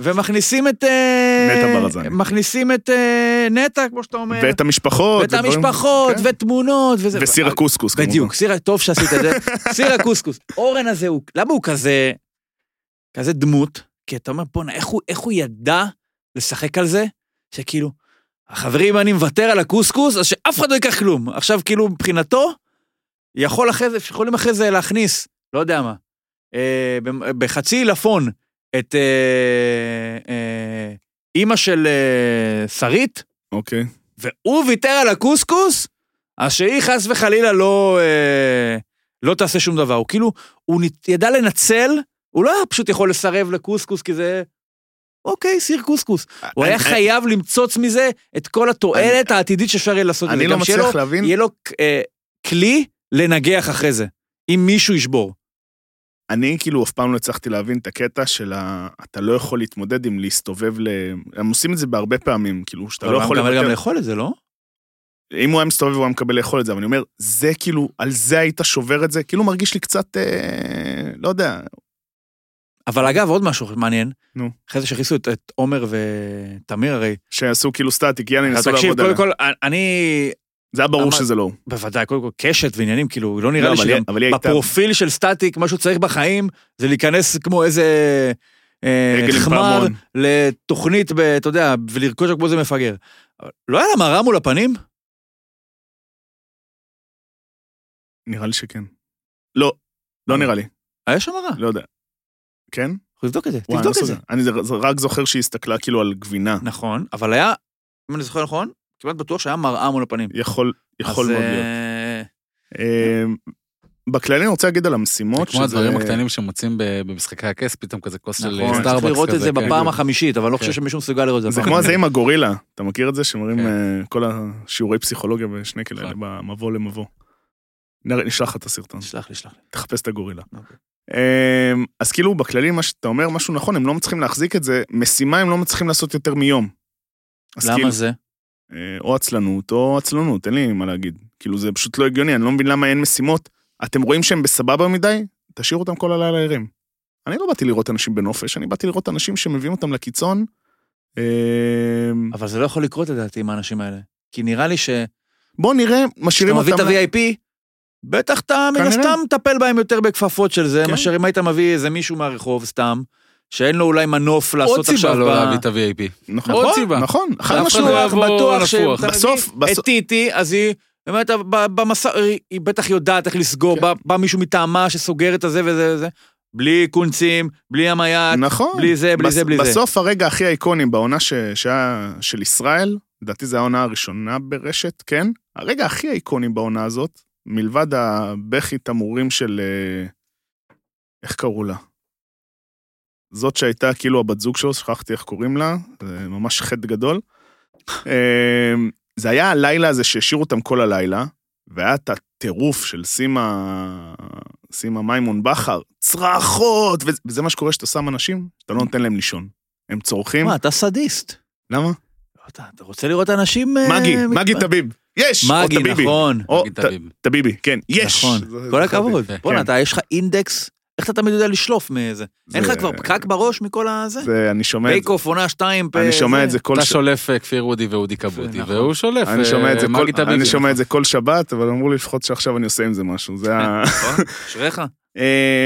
Speaker 2: ומכניסים את... אה,
Speaker 1: נטע ברזני.
Speaker 2: מכניסים את אה, נטע, כמו שאתה אומר.
Speaker 1: ואת המשפחות.
Speaker 2: ואת
Speaker 1: ודברים-
Speaker 2: המשפחות,
Speaker 1: כן.
Speaker 2: ותמונות, וזה.
Speaker 1: וסיר הקוסקוס. כמובן.
Speaker 2: בדיוק, סיר, טוב שעשית את זה. סיר הקוסקוס. אורן הזה, הוא, למה הוא כזה, כזה דמות? כי אתה אומר, בואנה, איך, הוא- איך הוא ידע לשחק על זה? שכאילו, החברים, אני מוותר על הקוסקוס, אז שאף אחד לא ייקח כלום. עכשיו, כאילו, מבחינתו, יכול אחרי זה, יכולים אחרי זה להכניס, לא יודע מה, אה, ב- בחצי עילפון את אה, אה, אימא של אה, שרית,
Speaker 1: אוקיי.
Speaker 2: והוא ויתר על הקוסקוס, אז שהיא חס וחלילה לא, אה, לא תעשה שום דבר. הוא כאילו, הוא נת- ידע לנצל, הוא לא היה פשוט יכול לסרב לקוסקוס, כי זה... אוקיי, סיר קוסקוס. הוא היה
Speaker 1: אני-
Speaker 2: חייב למצוץ מזה את כל התועלת העתידית שאפשר יהיה לעשות.
Speaker 1: אני
Speaker 2: מזה.
Speaker 1: לא
Speaker 2: גם שיהיה
Speaker 1: מצליח
Speaker 2: לו-
Speaker 1: להבין.
Speaker 2: יהיה לו אה, כלי לנגח אחרי זה, אם מישהו ישבור.
Speaker 1: אני כאילו אף פעם לא הצלחתי להבין את הקטע של ה... אתה לא יכול להתמודד עם להסתובב ל... הם עושים את זה בהרבה פעמים, כאילו, שאתה לא יכול
Speaker 2: אבל גם
Speaker 1: לוותר.
Speaker 2: לאכול את זה, לא?
Speaker 1: אם הוא היה מסתובב, הוא היה מקבל לאכול את זה, אבל אני אומר, זה כאילו, על זה היית שובר את זה? כאילו מרגיש לי קצת, אה, לא יודע,
Speaker 2: אבל אגב, עוד משהו מעניין.
Speaker 1: נו.
Speaker 2: אחרי זה שהכניסו את- את עומר ותמיר הרי.
Speaker 1: שעשו כאילו סטטיק, יאללה,
Speaker 2: אז
Speaker 1: נסו
Speaker 2: תקשיב,
Speaker 1: לעבוד
Speaker 2: קודם
Speaker 1: עליה.
Speaker 2: כל, אני
Speaker 1: זה היה ברור
Speaker 2: אמר-
Speaker 1: שזה לא הוא.
Speaker 2: בוודאי, קודם כל קשת ועניינים, כאילו, לא נראה
Speaker 1: לא,
Speaker 2: לי
Speaker 1: אבל
Speaker 2: שגם
Speaker 1: היא- אבל היא הייתה...
Speaker 2: בפרופיל של סטטיק, מה שהוא צריך בחיים, זה להיכנס כמו איזה אה,
Speaker 1: עגל עם
Speaker 2: חמר
Speaker 1: פעמון.
Speaker 2: לתוכנית, ב- אתה יודע, ולרכוש כמו איזה מפגר. אבל לא היה לה מראה מול הפנים?
Speaker 1: נראה לי שכן. לא, לא נראה לי,
Speaker 2: היה שם מראה.
Speaker 1: לא יודע. כן?
Speaker 2: אנחנו נבדוק את זה,
Speaker 1: וואי, אני לא
Speaker 2: תבדוק את זה.
Speaker 1: זוכר. אני זה- זה רק זוכר שהיא הסתכלה כאילו על גבינה.
Speaker 2: נכון, אבל היה, אם אני זוכר נכון, כמעט בטוח שהיה מראה מול הפנים.
Speaker 1: יכול, יכול
Speaker 2: אז,
Speaker 1: מאוד
Speaker 2: אה,
Speaker 1: להיות. אה, בכללי אני רוצה להגיד על המשימות,
Speaker 3: כמו הדברים הקטנים שמוצאים ב- במשחקי הכס, פתאום כזה כוס של
Speaker 2: נכון,
Speaker 3: סטארבקס
Speaker 2: צריך
Speaker 3: כזה.
Speaker 2: לראות את זה
Speaker 3: כן.
Speaker 2: בפעם החמישית, אבל לא
Speaker 3: כן.
Speaker 2: חושב שמישהו מסוגל לראות את זה.
Speaker 1: זה
Speaker 2: בפעם
Speaker 1: כמו זה
Speaker 2: החמישית.
Speaker 1: עם הגורילה, אתה מכיר את זה? שמראים
Speaker 3: כן.
Speaker 1: אה, כל השיעורי פסיכולוגיה בשנקל האלה,
Speaker 3: נכון.
Speaker 1: במבוא למבוא. נראה- נשלח לך את הסרטון,
Speaker 2: שלח לי, שלח לי.
Speaker 1: תחפש את הגורילה.
Speaker 2: אוקיי.
Speaker 1: אמ, אז כאילו בכללי מה שאתה אומר משהו נכון, הם לא מצליחים להחזיק את זה, משימה הם לא מצליחים לעשות יותר מיום. אז כאילו,
Speaker 2: למה זה?
Speaker 1: אה, או עצלנות או עצלנות, אין לי מה להגיד. כאילו זה פשוט לא הגיוני, אני לא מבין למה אין משימות. אתם רואים שהם בסבבה מדי? תשאירו אותם כל הלילה ערים. אני לא באתי לראות אנשים בנופש, אני באתי לראות אנשים שמביאים אותם לקיצון. אמ,
Speaker 2: אבל זה לא יכול לקרות לדעתי עם האנשים האלה. כי נראה לי ש...
Speaker 1: בוא נראה,
Speaker 2: כשאתה
Speaker 1: משאירים
Speaker 2: מביא את
Speaker 1: אותם...
Speaker 2: ה-VIP, בטח אתה מן
Speaker 1: כנראה.
Speaker 2: הסתם מטפל בהם יותר בכפפות של זה,
Speaker 1: כן.
Speaker 2: מאשר אם היית מביא איזה מישהו מהרחוב סתם, שאין לו אולי מנוף לעשות
Speaker 3: עוד
Speaker 2: עכשיו...
Speaker 3: סיבה
Speaker 2: ב-
Speaker 3: לא להביא את ה-VIP.
Speaker 1: נכון,
Speaker 3: עוד
Speaker 1: נכון,
Speaker 3: סיבה.
Speaker 1: נכון, חד
Speaker 3: אף אחד
Speaker 1: משמעית.
Speaker 3: לא
Speaker 2: בטוח,
Speaker 3: יבוא
Speaker 2: בטוח ש...
Speaker 3: נפוח.
Speaker 2: אתה
Speaker 1: בסוף,
Speaker 2: מביא
Speaker 1: בסוף-
Speaker 2: את טיטי, אז היא... באמת, ב- במסע, היא- היא בטח יודעת איך לסגור,
Speaker 1: כן.
Speaker 2: בא- בא מישהו מטעמה שסוגר את הזה וזה וזה. בלי קונצים, בלי המייט,
Speaker 1: נכון.
Speaker 2: בלי זה, בלי
Speaker 1: בס-
Speaker 2: זה, בלי זה.
Speaker 1: בסוף הרגע הכי איקוני בעונה ש... שהיה של ישראל, לדעתי זו העונה הראשונה ברשת, כן? הרגע הכי איקוני בעונה הזאת, מלבד הבכי תמורים של... אה, איך קראו לה? זאת שהייתה כאילו הבת זוג שלו, שכחתי איך קוראים לה, זה ממש חטא גדול. אה, זה היה הלילה הזה שהשאירו אותם כל הלילה, והיה את הטירוף של סימה, סימה מימון בכר, צרחות, וזה- וזה מה שקורה כשאתה שם אנשים, אתה לא נותן להם לישון. הם צורכים,
Speaker 2: מה, אתה סדיסט.
Speaker 1: למה?
Speaker 2: אתה אתה רוצה לראות אנשים... אה,
Speaker 1: מגי,
Speaker 2: מתפ-
Speaker 1: מגי תביב, יש! או
Speaker 2: מגי,
Speaker 1: תביבי.
Speaker 2: נכון.
Speaker 1: או
Speaker 3: נגיד
Speaker 1: ת-
Speaker 3: תביב.
Speaker 1: תביבי, כן, יש!
Speaker 2: נכון.
Speaker 1: זה-
Speaker 2: כל
Speaker 1: זה
Speaker 2: הכבוד.
Speaker 3: כן.
Speaker 2: בואנה,
Speaker 1: כן.
Speaker 2: אתה, יש לך אינדקס, איך אתה תמיד יודע לשלוף מאיזה? אין לך
Speaker 1: זה-
Speaker 2: כבר פקק בראש מכל הזה?
Speaker 1: זה, אני שומע את
Speaker 2: בייק
Speaker 1: זה,
Speaker 2: אוף עונה שתיים.
Speaker 1: אני שומע את זה כל
Speaker 3: אתה
Speaker 1: ש-
Speaker 3: שולף אה, כפיר אודי ואודי כבודי,
Speaker 2: נכון.
Speaker 3: והוא שולף
Speaker 1: אני
Speaker 3: אה,
Speaker 1: שומע את זה כל-
Speaker 3: מגי תביב.
Speaker 1: אני שומע את זה כל שבת, אבל אמרו לי לפחות שעכשיו אני עושה עם זה משהו, זה ה...
Speaker 2: נכון, אשריך.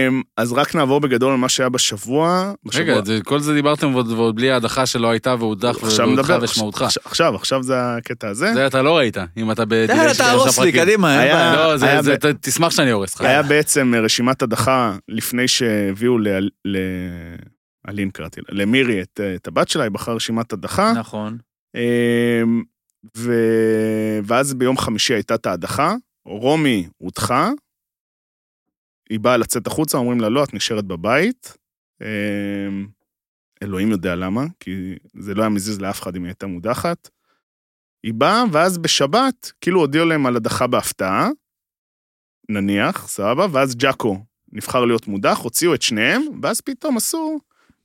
Speaker 1: אמ, אז רק נעבור בגדול על מה שהיה בשבוע. בשבוע-
Speaker 3: רגע, זה- כל זה דיברתם ועוד- ועוד בלי ההדחה שלא הייתה והודח
Speaker 1: עכשיו
Speaker 3: והודחה
Speaker 1: נדבר,
Speaker 3: ושמעותך.
Speaker 1: עכשיו- עכשיו, עכשיו זה הקטע הזה.
Speaker 3: זה אתה לא ראית, אם אתה בדיליי
Speaker 2: תן,
Speaker 3: של
Speaker 2: תהרוס
Speaker 3: שלושה
Speaker 2: לי,
Speaker 3: פרקים.
Speaker 2: קדימה, אה? אין
Speaker 1: היה-
Speaker 2: בעיה.
Speaker 3: לא, זה-
Speaker 1: היה
Speaker 3: זה-
Speaker 1: ב-
Speaker 3: ת- תשמח שאני הורס לך.
Speaker 1: היה בעצם אה, רשימת הדחה לפני שהביאו ל- ל- אלין קראתי לה, למירי את אה, את הבת שלה, היא בחרה רשימת הדחה.
Speaker 2: נכון.
Speaker 1: אמ, ו- ואז ביום חמישי הייתה את ההדחה, רומי הודחה, היא באה לצאת החוצה, אומרים לה, לא, את נשארת בבית. אמ, אלוהים יודע למה, כי זה לא היה מזיז לאף אחד אם היא הייתה מודחת. היא באה, ואז בשבת, כאילו הודיעו להם על הדחה בהפתעה, נניח, סבבה, ואז ג'אקו נבחר להיות מודח, הוציאו את שניהם, ואז פתאום עשו,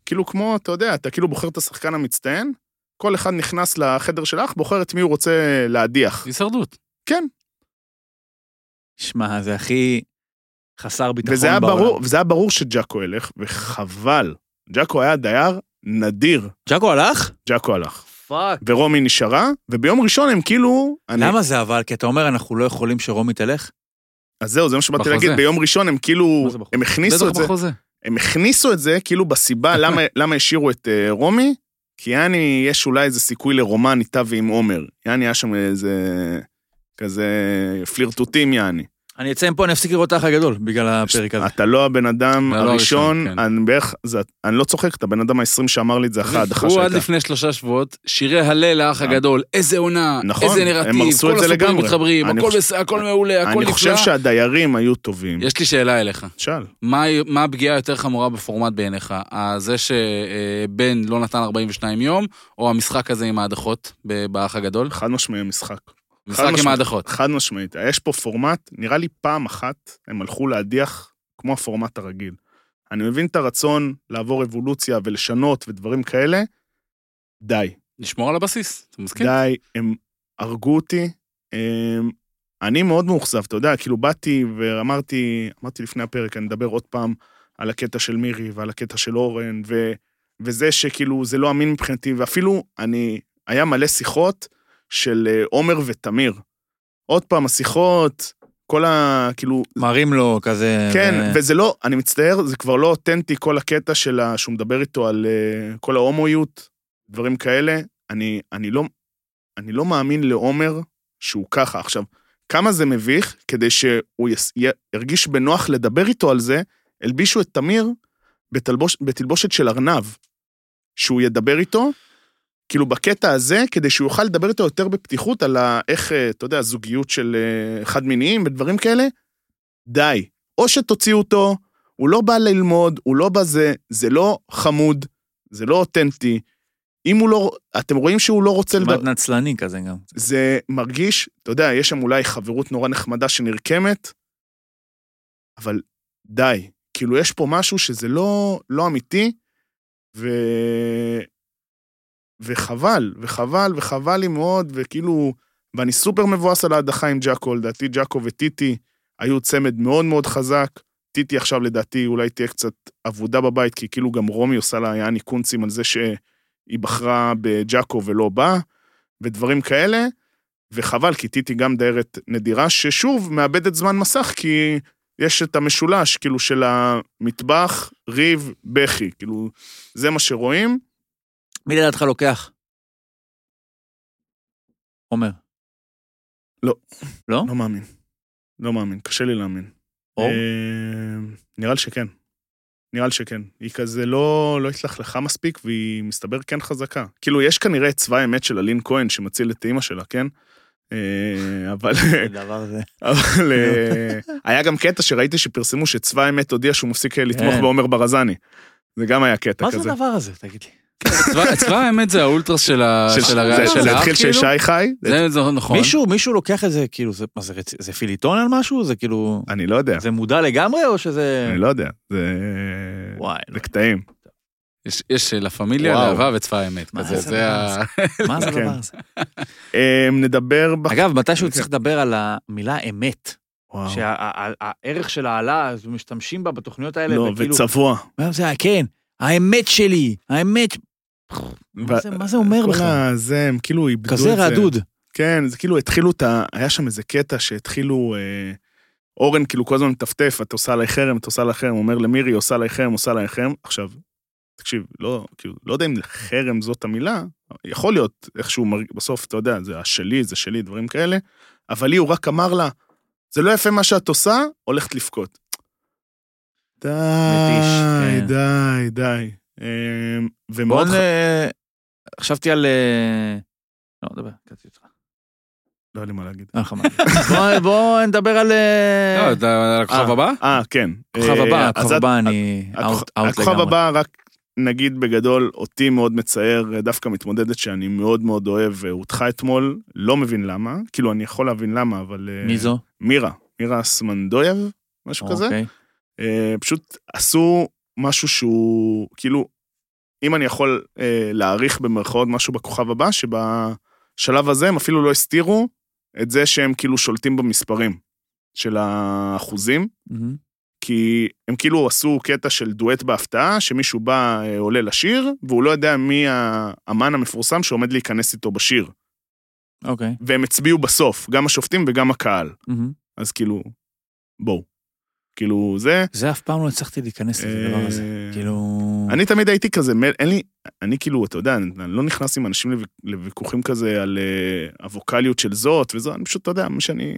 Speaker 1: כאילו כמו, אתה יודע, אתה כאילו בוחר את השחקן המצטיין, כל אחד נכנס לחדר שלך, בוחר את מי הוא רוצה
Speaker 2: נכון,
Speaker 1: להדיח.
Speaker 3: הישרדות.
Speaker 2: שמע, זה הכי חסר ביטחון
Speaker 1: וזה היה,
Speaker 2: בעולם.
Speaker 1: ברור, וזה היה ברור שג'אקו ילך, וחבל. ג'אקו היה דייר נדיר,
Speaker 2: ג'אקו הלך?
Speaker 1: ג'אקו הלך.
Speaker 2: פאק.
Speaker 1: ורומי נשארה, וביום ראשון הם כאילו... אני-
Speaker 2: למה זה אבל? כי אתה אומר, אנחנו לא יכולים שרומי תלך?
Speaker 1: אז זהו, זה מה שבאתי
Speaker 3: בחוזה.
Speaker 1: להגיד, ביום ראשון הם כאילו,
Speaker 2: מה זה בחוזה?
Speaker 1: הם הכניסו את זה,
Speaker 3: בחוזה.
Speaker 1: הם הכניסו את זה כאילו בסיבה למה, למה השאירו את אה, רומי, כי יעני, יש אולי איזה סיכוי לרומן איתה ועם עומר. יעני, היה שם איזה כזה פלירטוטים יעני. אתה לא הבן אדם
Speaker 3: אתה לא
Speaker 1: הראשון,
Speaker 3: הראשון, כן.
Speaker 1: אני בערך, זה- אני לא צוחק, אתה הבן אדם ה-20 שאמר לי את זה אחרי ההדחה
Speaker 3: הוא עד
Speaker 1: שהייתה.
Speaker 3: לפני שלושה שבועות שירי הלל לאח הגדול, איזה עונה,
Speaker 1: נכון,
Speaker 3: איזה
Speaker 1: הם
Speaker 3: נרטיב,
Speaker 1: הרסו את
Speaker 3: כל
Speaker 1: זה
Speaker 3: הסיפורים
Speaker 1: לגמרי.
Speaker 3: מתחברים,
Speaker 1: אני
Speaker 3: הכל
Speaker 1: חושב-
Speaker 3: בס- הכל מעולה, הכל
Speaker 1: אני חושב
Speaker 3: נפלא.
Speaker 1: שהדיירים היו טובים.
Speaker 3: יש לי שאלה אליך.
Speaker 1: שאל.
Speaker 3: מה, מה הפגיעה היותר חמורה בפורמט בעיניך? ה- זה שבן לא נתן 42 יום, או המשחק הזה עם ההדחות ב- באח הגדול?
Speaker 1: חד משמעי המשחק.
Speaker 3: משחק
Speaker 1: משמעית.
Speaker 3: עם ההדחות.
Speaker 1: חד משמעית. יש פה פורמט, נראה לי פעם אחת הם הלכו להדיח כמו הפורמט הרגיל. אני מבין את הרצון לעבור אבולוציה ולשנות ודברים כאלה, די.
Speaker 3: נשמור על הבסיס, אתה מסכים?
Speaker 1: די, הם הרגו אותי. הם... אני מאוד מאוכזב, אתה יודע, כאילו באתי ואמרתי, אמרתי לפני הפרק, אני אדבר עוד פעם על הקטע של מירי ועל הקטע של אורן, ו... וזה שכאילו זה לא אמין מבחינתי, ואפילו אני, היה מלא שיחות של אה, עומר ותמיר. עוד פעם, השיחות, כל ה... כאילו,
Speaker 2: מראים לו כזה... אה,
Speaker 1: כן,
Speaker 2: ו...
Speaker 1: וזה לא, אני מצטער, זה כבר לא אותנטי כל הקטע של ה... שהוא מדבר איתו על אה, כל ההומואיות, דברים כאלה. אני, אני, לא, אני לא מאמין לעומר שהוא ככה. עכשיו, כמה זה מביך כדי שהוא יס, י, ירגיש בנוח לדבר איתו על זה, הלבישו את תמיר בתלבוש, בתלבושת של ארנב, שהוא ידבר איתו. כאילו בקטע הזה, כדי שהוא יוכל לדבר איתו יותר בפתיחות על ה, איך, אה, אתה יודע, זוגיות של אה, חד מיניים ודברים כאלה, די. או שתוציאו אותו, הוא לא בא ללמוד, הוא לא בזה, זה לא חמוד, זה לא אותנטי. אם הוא לא, אתם רואים שהוא לא רוצה לדבר,
Speaker 2: כמעט נצלני כזה גם.
Speaker 1: זה מרגיש, אתה יודע, יש שם אולי חברות נורא נחמדה שנרקמת, אבל די. כאילו, יש פה משהו שזה לא, לא אמיתי, ו... וחבל, וחבל, וחבל לי מאוד, וכאילו, ואני סופר מבואס על ההדחה עם ג'אקו, לדעתי ג'אקו וטיטי היו צמד מאוד מאוד חזק. טיטי עכשיו לדעתי אולי תהיה קצת אבודה בבית, כי כאילו גם רומי עושה לה יעני קונצים על זה שהיא בחרה בג'אקו ולא בה, ודברים כאלה, וחבל, כי טיטי גם דיירת נדירה, ששוב, מאבדת זמן מסך, כי יש את המשולש, כאילו, של המטבח, ריב, בכי, כאילו, זה מה שרואים.
Speaker 2: מי לדעתך לוקח? עומר.
Speaker 1: לא.
Speaker 2: לא?
Speaker 1: לא מאמין. לא מאמין, קשה לי להאמין.
Speaker 2: אור?
Speaker 1: אה, נראה לי שכן. נראה לי שכן. היא כזה לא, לא התלכלכה מספיק, והיא מסתבר כן חזקה. כאילו, יש כנראה את צבא האמת של אלין כהן שמציל את אימא שלה, כן? אה, אבל,
Speaker 2: דבר זה.
Speaker 1: אבל אה,
Speaker 2: כן.
Speaker 1: היה גם קטע שראיתי שפרסמו שצבא האמת הודיע שהוא מפסיק אה, לתמוך
Speaker 2: כן.
Speaker 1: בעומר ברזני. זה גם היה קטע
Speaker 2: מה זה
Speaker 1: כזה.
Speaker 2: הדבר הזה, תגיד לי?
Speaker 3: צבא- צבא האמת זה האולטרס של ה-
Speaker 1: של-
Speaker 3: אה, של הר-
Speaker 1: זה-
Speaker 3: של
Speaker 1: זה
Speaker 3: האח,
Speaker 1: התחיל
Speaker 3: כאילו?
Speaker 1: ששי חי?
Speaker 3: זה זה נכון.
Speaker 2: מישהו, מישהו לוקח את זה, כאילו, זה, מה זה, רצ... זה פיליטון על משהו? זה כאילו,
Speaker 1: אני לא יודע,
Speaker 2: זה מודע לגמרי או שזה...
Speaker 1: אני כן. לא יודע. זה...
Speaker 2: וואי, לא.
Speaker 1: זה קטעים.
Speaker 3: יש- יש אה, לה פמיליה,
Speaker 2: וואו.
Speaker 3: להבה וצבא האמת.
Speaker 2: מה
Speaker 3: כזה,
Speaker 2: זה
Speaker 3: זה ה-
Speaker 2: הדבר מה זה
Speaker 1: כן.
Speaker 2: הדבר הזה?
Speaker 1: אה, נדבר... בח-
Speaker 2: אגב, מתישהו צריך לדבר על המילה אמת,
Speaker 1: כן. וואו.
Speaker 2: שהערך שלה עלה, אז משתמשים בה בתוכניות האלה,
Speaker 1: לא,
Speaker 2: וכאילו,
Speaker 1: וצבוע.
Speaker 2: מה זה, כן, האמת שלי, האמת, מה זה- מה זה אומר
Speaker 1: כל
Speaker 2: בכלל?
Speaker 1: הזה, הם כאילו איבדו את זה.
Speaker 2: כזה רעדוד.
Speaker 1: כן, זה כאילו התחילו את ה... היה שם איזה קטע שהתחילו... אה, אורן כאילו כל הזמן מטפטף, את עושה עליי חרם, את עושה עליי חרם, הוא אומר למירי, עושה עליי חרם, עושה עליי חרם. עכשיו, תקשיב, לא, כאילו, לא יודע אם חרם זאת המילה, יכול להיות איכשהו מרג... בסוף, אתה יודע, זה השלי, זה שלי, דברים כאלה, אבל לי הוא רק אמר לה, זה לא יפה מה שאת עושה, הולכת לבכות. די,
Speaker 2: מתיש, כן.
Speaker 1: די, די. אמ,
Speaker 2: בוא
Speaker 1: ומאוד
Speaker 2: נ...
Speaker 1: ח...
Speaker 2: חשבתי על... אה, לא, דבר, קטעתי
Speaker 1: אה.
Speaker 2: אותך.
Speaker 1: לא היה לי מה להגיד.
Speaker 2: אין לך מה להגיד. בוא- בוא נדבר על... אה,
Speaker 3: לא, אתה- הכוכב
Speaker 1: אה.
Speaker 3: הבא?
Speaker 1: אה, כן.
Speaker 2: הכוכב
Speaker 1: אה,
Speaker 2: הבא,
Speaker 1: אז
Speaker 2: הכוכב
Speaker 1: את-
Speaker 2: הבא, אני
Speaker 1: הכוכ-
Speaker 2: out out
Speaker 1: הכוכב
Speaker 2: לגמרי.
Speaker 1: הבא, רק נגיד בגדול, אותי מאוד מצער, דווקא מתמודדת שאני מאוד מאוד אוהב, אה, הודחה אתמול, לא מבין למה, כאילו אני יכול להבין למה, אבל... אה,
Speaker 2: מי זו?
Speaker 1: מירה, מירה סמנדויב, משהו כזה.
Speaker 2: אוקיי.
Speaker 1: אה, פשוט עשו משהו שהוא, כאילו, אם אני יכול אה, להעריך במרכאות משהו בכוכב הבא, שבשלב הזה הם אפילו לא הסתירו את זה שהם כאילו שולטים במספרים של האחוזים.
Speaker 2: מהמם.
Speaker 1: כי הם כאילו עשו קטע של דואט בהפתעה, שמישהו בא, אה, עולה לשיר, והוא לא יודע מי האמן המפורסם שעומד להיכנס איתו בשיר.
Speaker 2: אוקיי.
Speaker 1: והם הצביעו בסוף, גם השופטים וגם הקהל.
Speaker 2: מהמם.
Speaker 1: אז כאילו, בואו. כאילו, זה...
Speaker 2: זה אף פעם לא הצלחתי להיכנס לזה, הדבר הזה.
Speaker 1: אה,
Speaker 2: כאילו...
Speaker 1: אני תמיד הייתי כזה, מ- אין לי... אני כאילו, אתה יודע, אני אני לא נכנס עם אנשים לוויכ- לוויכוחים כזה על אה, הווקאליות של זאת וזו, אני פשוט, אתה יודע, מי שאני...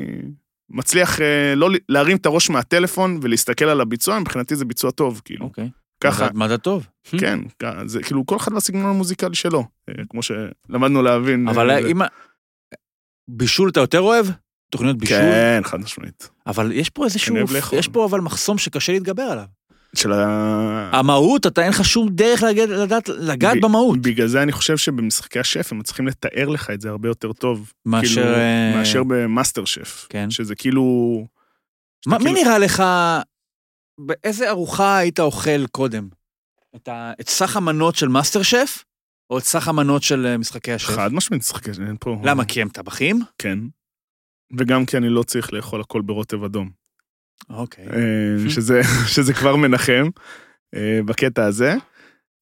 Speaker 1: מצליח אה, לא ל- להרים את הראש מהטלפון ולהסתכל על הביצוע, מבחינתי זה ביצוע טוב, כאילו.
Speaker 2: אוקיי.
Speaker 1: ככה,
Speaker 2: מדד- מדד טוב.
Speaker 1: כן, כ- זה כאילו כל אחד והסגנון המוזיקלי שלו, אה, כמו שלמדנו להבין.
Speaker 2: אבל
Speaker 1: אה, זה-
Speaker 2: אם... ה- בישול אתה יותר אוהב? תוכניות בישול?
Speaker 1: כן, חד משמעית.
Speaker 2: אבל יש פה איזשהו...
Speaker 1: אני אוהב לאכול.
Speaker 2: יש פה אבל מחסום שקשה להתגבר עליו.
Speaker 1: של ה...
Speaker 2: המהות, אתה אין לך שום דרך לגעת- לדעת- לגעת
Speaker 1: אה. ב-
Speaker 2: במהות.
Speaker 1: בגלל זה אני חושב שבמשחקי השף הם מצליחים לתאר לך את זה הרבה יותר טוב.
Speaker 2: מאשר...
Speaker 1: כאילו,
Speaker 2: אה,
Speaker 1: מאשר במאסטר שף.
Speaker 2: כן.
Speaker 1: שזה כאילו...
Speaker 2: מה, מי
Speaker 1: כאילו-
Speaker 2: נראה לך, באיזה ארוחה היית אוכל קודם? את, ה, את סך המנות של מאסטר שף, או את סך המנות של אה, משחקי השף?
Speaker 1: חד משמעית משחקי שף, אין פה...
Speaker 2: למה? כי הם טבחים?
Speaker 1: כן. וגם כי אני לא צריך לאכול הכל ברוטב אדום.
Speaker 2: אוקיי.
Speaker 1: אה, שזה, שזה כבר מנחם אה, בקטע הזה.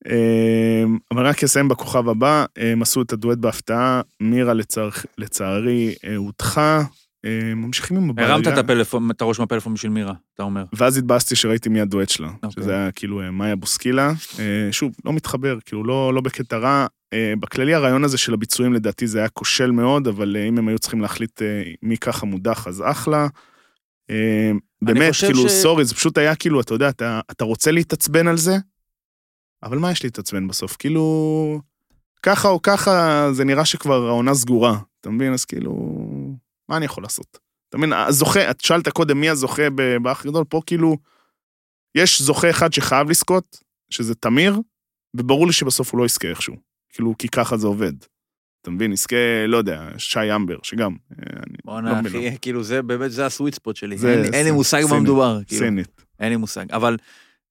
Speaker 1: אה, אבל רק אסיים בכוכב הבא, אה, הם עשו את הדואט בהפתעה, מירה לצער, לצערי אה, הודחה, אה, ממשיכים עם הבעיה.
Speaker 2: הרמת את הפלאפון, את הראש מהפלאפון בשביל מירה, אתה אומר.
Speaker 1: ואז התבאסתי שראיתי מי הדואט שלה, okay.
Speaker 2: אוקיי.
Speaker 1: שזה היה כאילו אה, מאיה בוסקילה. אה, שוב, לא מתחבר, כאילו לא, לא בקטע רע. אה, בכללי הרעיון הזה של הביצועים לדעתי זה היה כושל מאוד, אבל אה, אם הם היו צריכים להחליט אה, מי ככה מודח אז אחלה. אה, באמת,
Speaker 2: חושב
Speaker 1: כאילו,
Speaker 2: ש-
Speaker 1: סורי, זה פשוט היה כאילו, אתה יודע, אתה, אתה רוצה להתעצבן על זה, אבל מה יש להתעצבן בסוף? כאילו, ככה או ככה, זה נראה שכבר העונה סגורה, אתה מבין? אז כאילו, מה אני יכול לעשות? אתה מבין, הזוכה, את שאלת קודם מי הזוכה ב- באח הגדול, פה כאילו, יש זוכה אחד שחייב לזכות, שזה תמיר, וברור לי שבסוף הוא לא יזכה איכשהו. כאילו, כי ככה זה עובד. אתה מבין, יזכה, לא יודע, שי אמבר, שגם, אה, אני לא
Speaker 2: בואנה,
Speaker 1: מבין
Speaker 2: אחי, כאילו זה באמת, זה הסוויט ספוט שלי.
Speaker 1: זה
Speaker 2: אין- אין לי
Speaker 1: סין-
Speaker 2: מושג במה
Speaker 1: סינית,
Speaker 2: מדובר, כאילו,
Speaker 1: סינית.
Speaker 2: אין לי מושג. אבל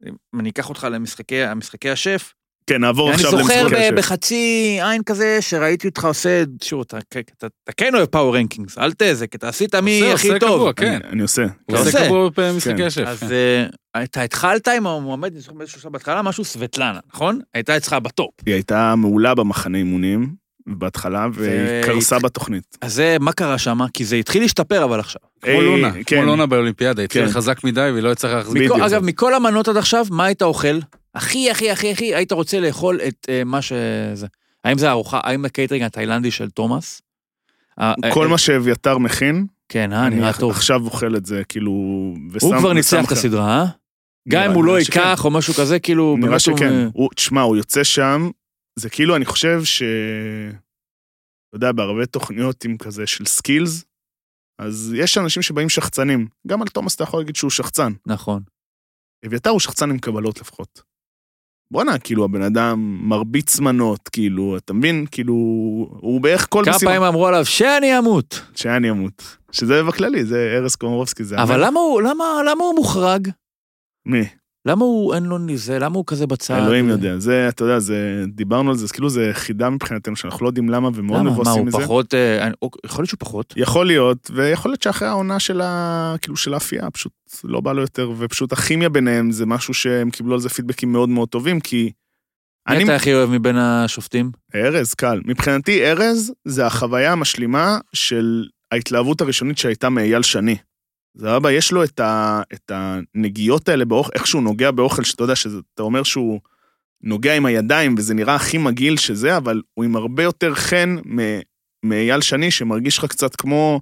Speaker 2: אם אני אקח אותך למשחקי המשחקי השף,
Speaker 1: כן, נעבור
Speaker 2: אני
Speaker 1: עכשיו
Speaker 2: זוכר
Speaker 1: למשחקי
Speaker 2: ב-
Speaker 1: השף.
Speaker 2: בחצי עין כזה שראיתי אותך עושה, שוב, אתה- אתה אתה כן אוהב פאוור רנקינגס, אל תזה, כי אתה עשית מי
Speaker 3: עושה-
Speaker 2: הכי
Speaker 3: עושה
Speaker 2: טוב.
Speaker 3: קבוע, כן.
Speaker 1: אני- אני עושה.
Speaker 3: הוא
Speaker 2: לא
Speaker 3: עושה
Speaker 2: עושה.
Speaker 3: קבוע
Speaker 1: כן.
Speaker 3: במשחקי השף.
Speaker 2: אז אה, אתה התחלת עם המועמד, אני זוכר באיזשהו שלב בהתחלה, משהו סבטלנה, נכון? הייתה אצלך בטופ.
Speaker 1: היא הייתה מעולה במחנה אימונים בהתחלה, והיא
Speaker 2: והיא-
Speaker 1: קרסה בתוכנית.
Speaker 2: אז זה, מה קרה שם? כי זה התחיל להשתפר אבל עכשיו.
Speaker 1: אה,
Speaker 3: כמו לונה, כמו
Speaker 1: כן.
Speaker 3: לונה באולימפיאדה, התחיל
Speaker 1: כן.
Speaker 3: חזק מדי והיא לא הצליחה להחזיק.
Speaker 1: בדיוק.
Speaker 2: מכל- אגב, מכל המנות עד עכשיו, מה היית אוכל? הכי, הכי, הכי, הכי, היית רוצה לאכול את אה, מה שזה. האם זה ארוחה, האם הקייטרינג התאילנדי של תומאס? אה, אה,
Speaker 1: כל
Speaker 2: אה,
Speaker 1: מה שאביתר מכין,
Speaker 2: כן, אה,
Speaker 1: אני
Speaker 2: נראה
Speaker 1: אח-
Speaker 2: טוב.
Speaker 1: עכשיו אוכל את זה, כאילו...
Speaker 2: הוא
Speaker 1: ושם- ושם
Speaker 2: כבר ניצח את
Speaker 1: לך-
Speaker 2: הסדרה, אה? גם
Speaker 1: נראה-
Speaker 2: אם הוא לא
Speaker 1: נראה שכן.
Speaker 2: ייקח או משהו כזה, כאילו...
Speaker 1: נראה
Speaker 2: באמת הוא-
Speaker 1: שכן. הוא, תשמע, הוא יוצא שם, זה כאילו, אני חושב ש... אתה יודע, בהרבה תוכניות עם כזה של סקילס, אז יש אנשים שבאים שחצנים. גם על תומאס אתה יכול להגיד שהוא שחצן.
Speaker 2: נכון.
Speaker 1: אביתר הוא שחצן עם קבלות לפחות. בואנה, כאילו, הבן אדם מרביץ מנות, כאילו, אתה מבין? כאילו, הוא בערך כל
Speaker 2: כמה פעמים אמרו עליו שאני אמות.
Speaker 1: שאני אמות. שזה בכללי, זה ארז קומרובסקי, זה...
Speaker 2: אבל
Speaker 1: המלך.
Speaker 2: למה הוא, למה, למה הוא מוחרג?
Speaker 1: מי?
Speaker 2: למה הוא אין לו ניזה? למה הוא כזה בצד?
Speaker 1: אלוהים יודע. זה, אתה יודע, זה... דיברנו על זה, זה כאילו זה חידה מבחינתנו, שאנחנו לא יודעים למה, ומאוד
Speaker 2: למה? מה,
Speaker 1: מבואסים
Speaker 2: הוא
Speaker 1: מזה.
Speaker 2: פחות... אה, אני- אוק, יכול להיות שהוא פחות.
Speaker 1: יכול להיות, ויכול להיות שאחרי העונה של ה... כאילו, של האפייה, פשוט לא בא לו יותר, ופשוט הכימיה ביניהם זה משהו שהם קיבלו על זה פידבקים מאוד מאוד טובים, כי...
Speaker 2: מי
Speaker 1: אני...
Speaker 2: אתה הכי אוהב מבין השופטים?
Speaker 1: ארז, קל. מבחינתי, ארז זה החוויה המשלימה של ההתלהבות הראשונית שהייתה מאייל שני. זה אבא, יש לו את, ה... את הנגיעות האלה באוכל, איך שהוא נוגע באוכל, שאתה יודע, שאתה אומר שהוא נוגע עם הידיים, וזה נראה הכי מגעיל שזה, אבל הוא עם הרבה יותר חן מ... מאייל שני, שמרגיש לך קצת כמו...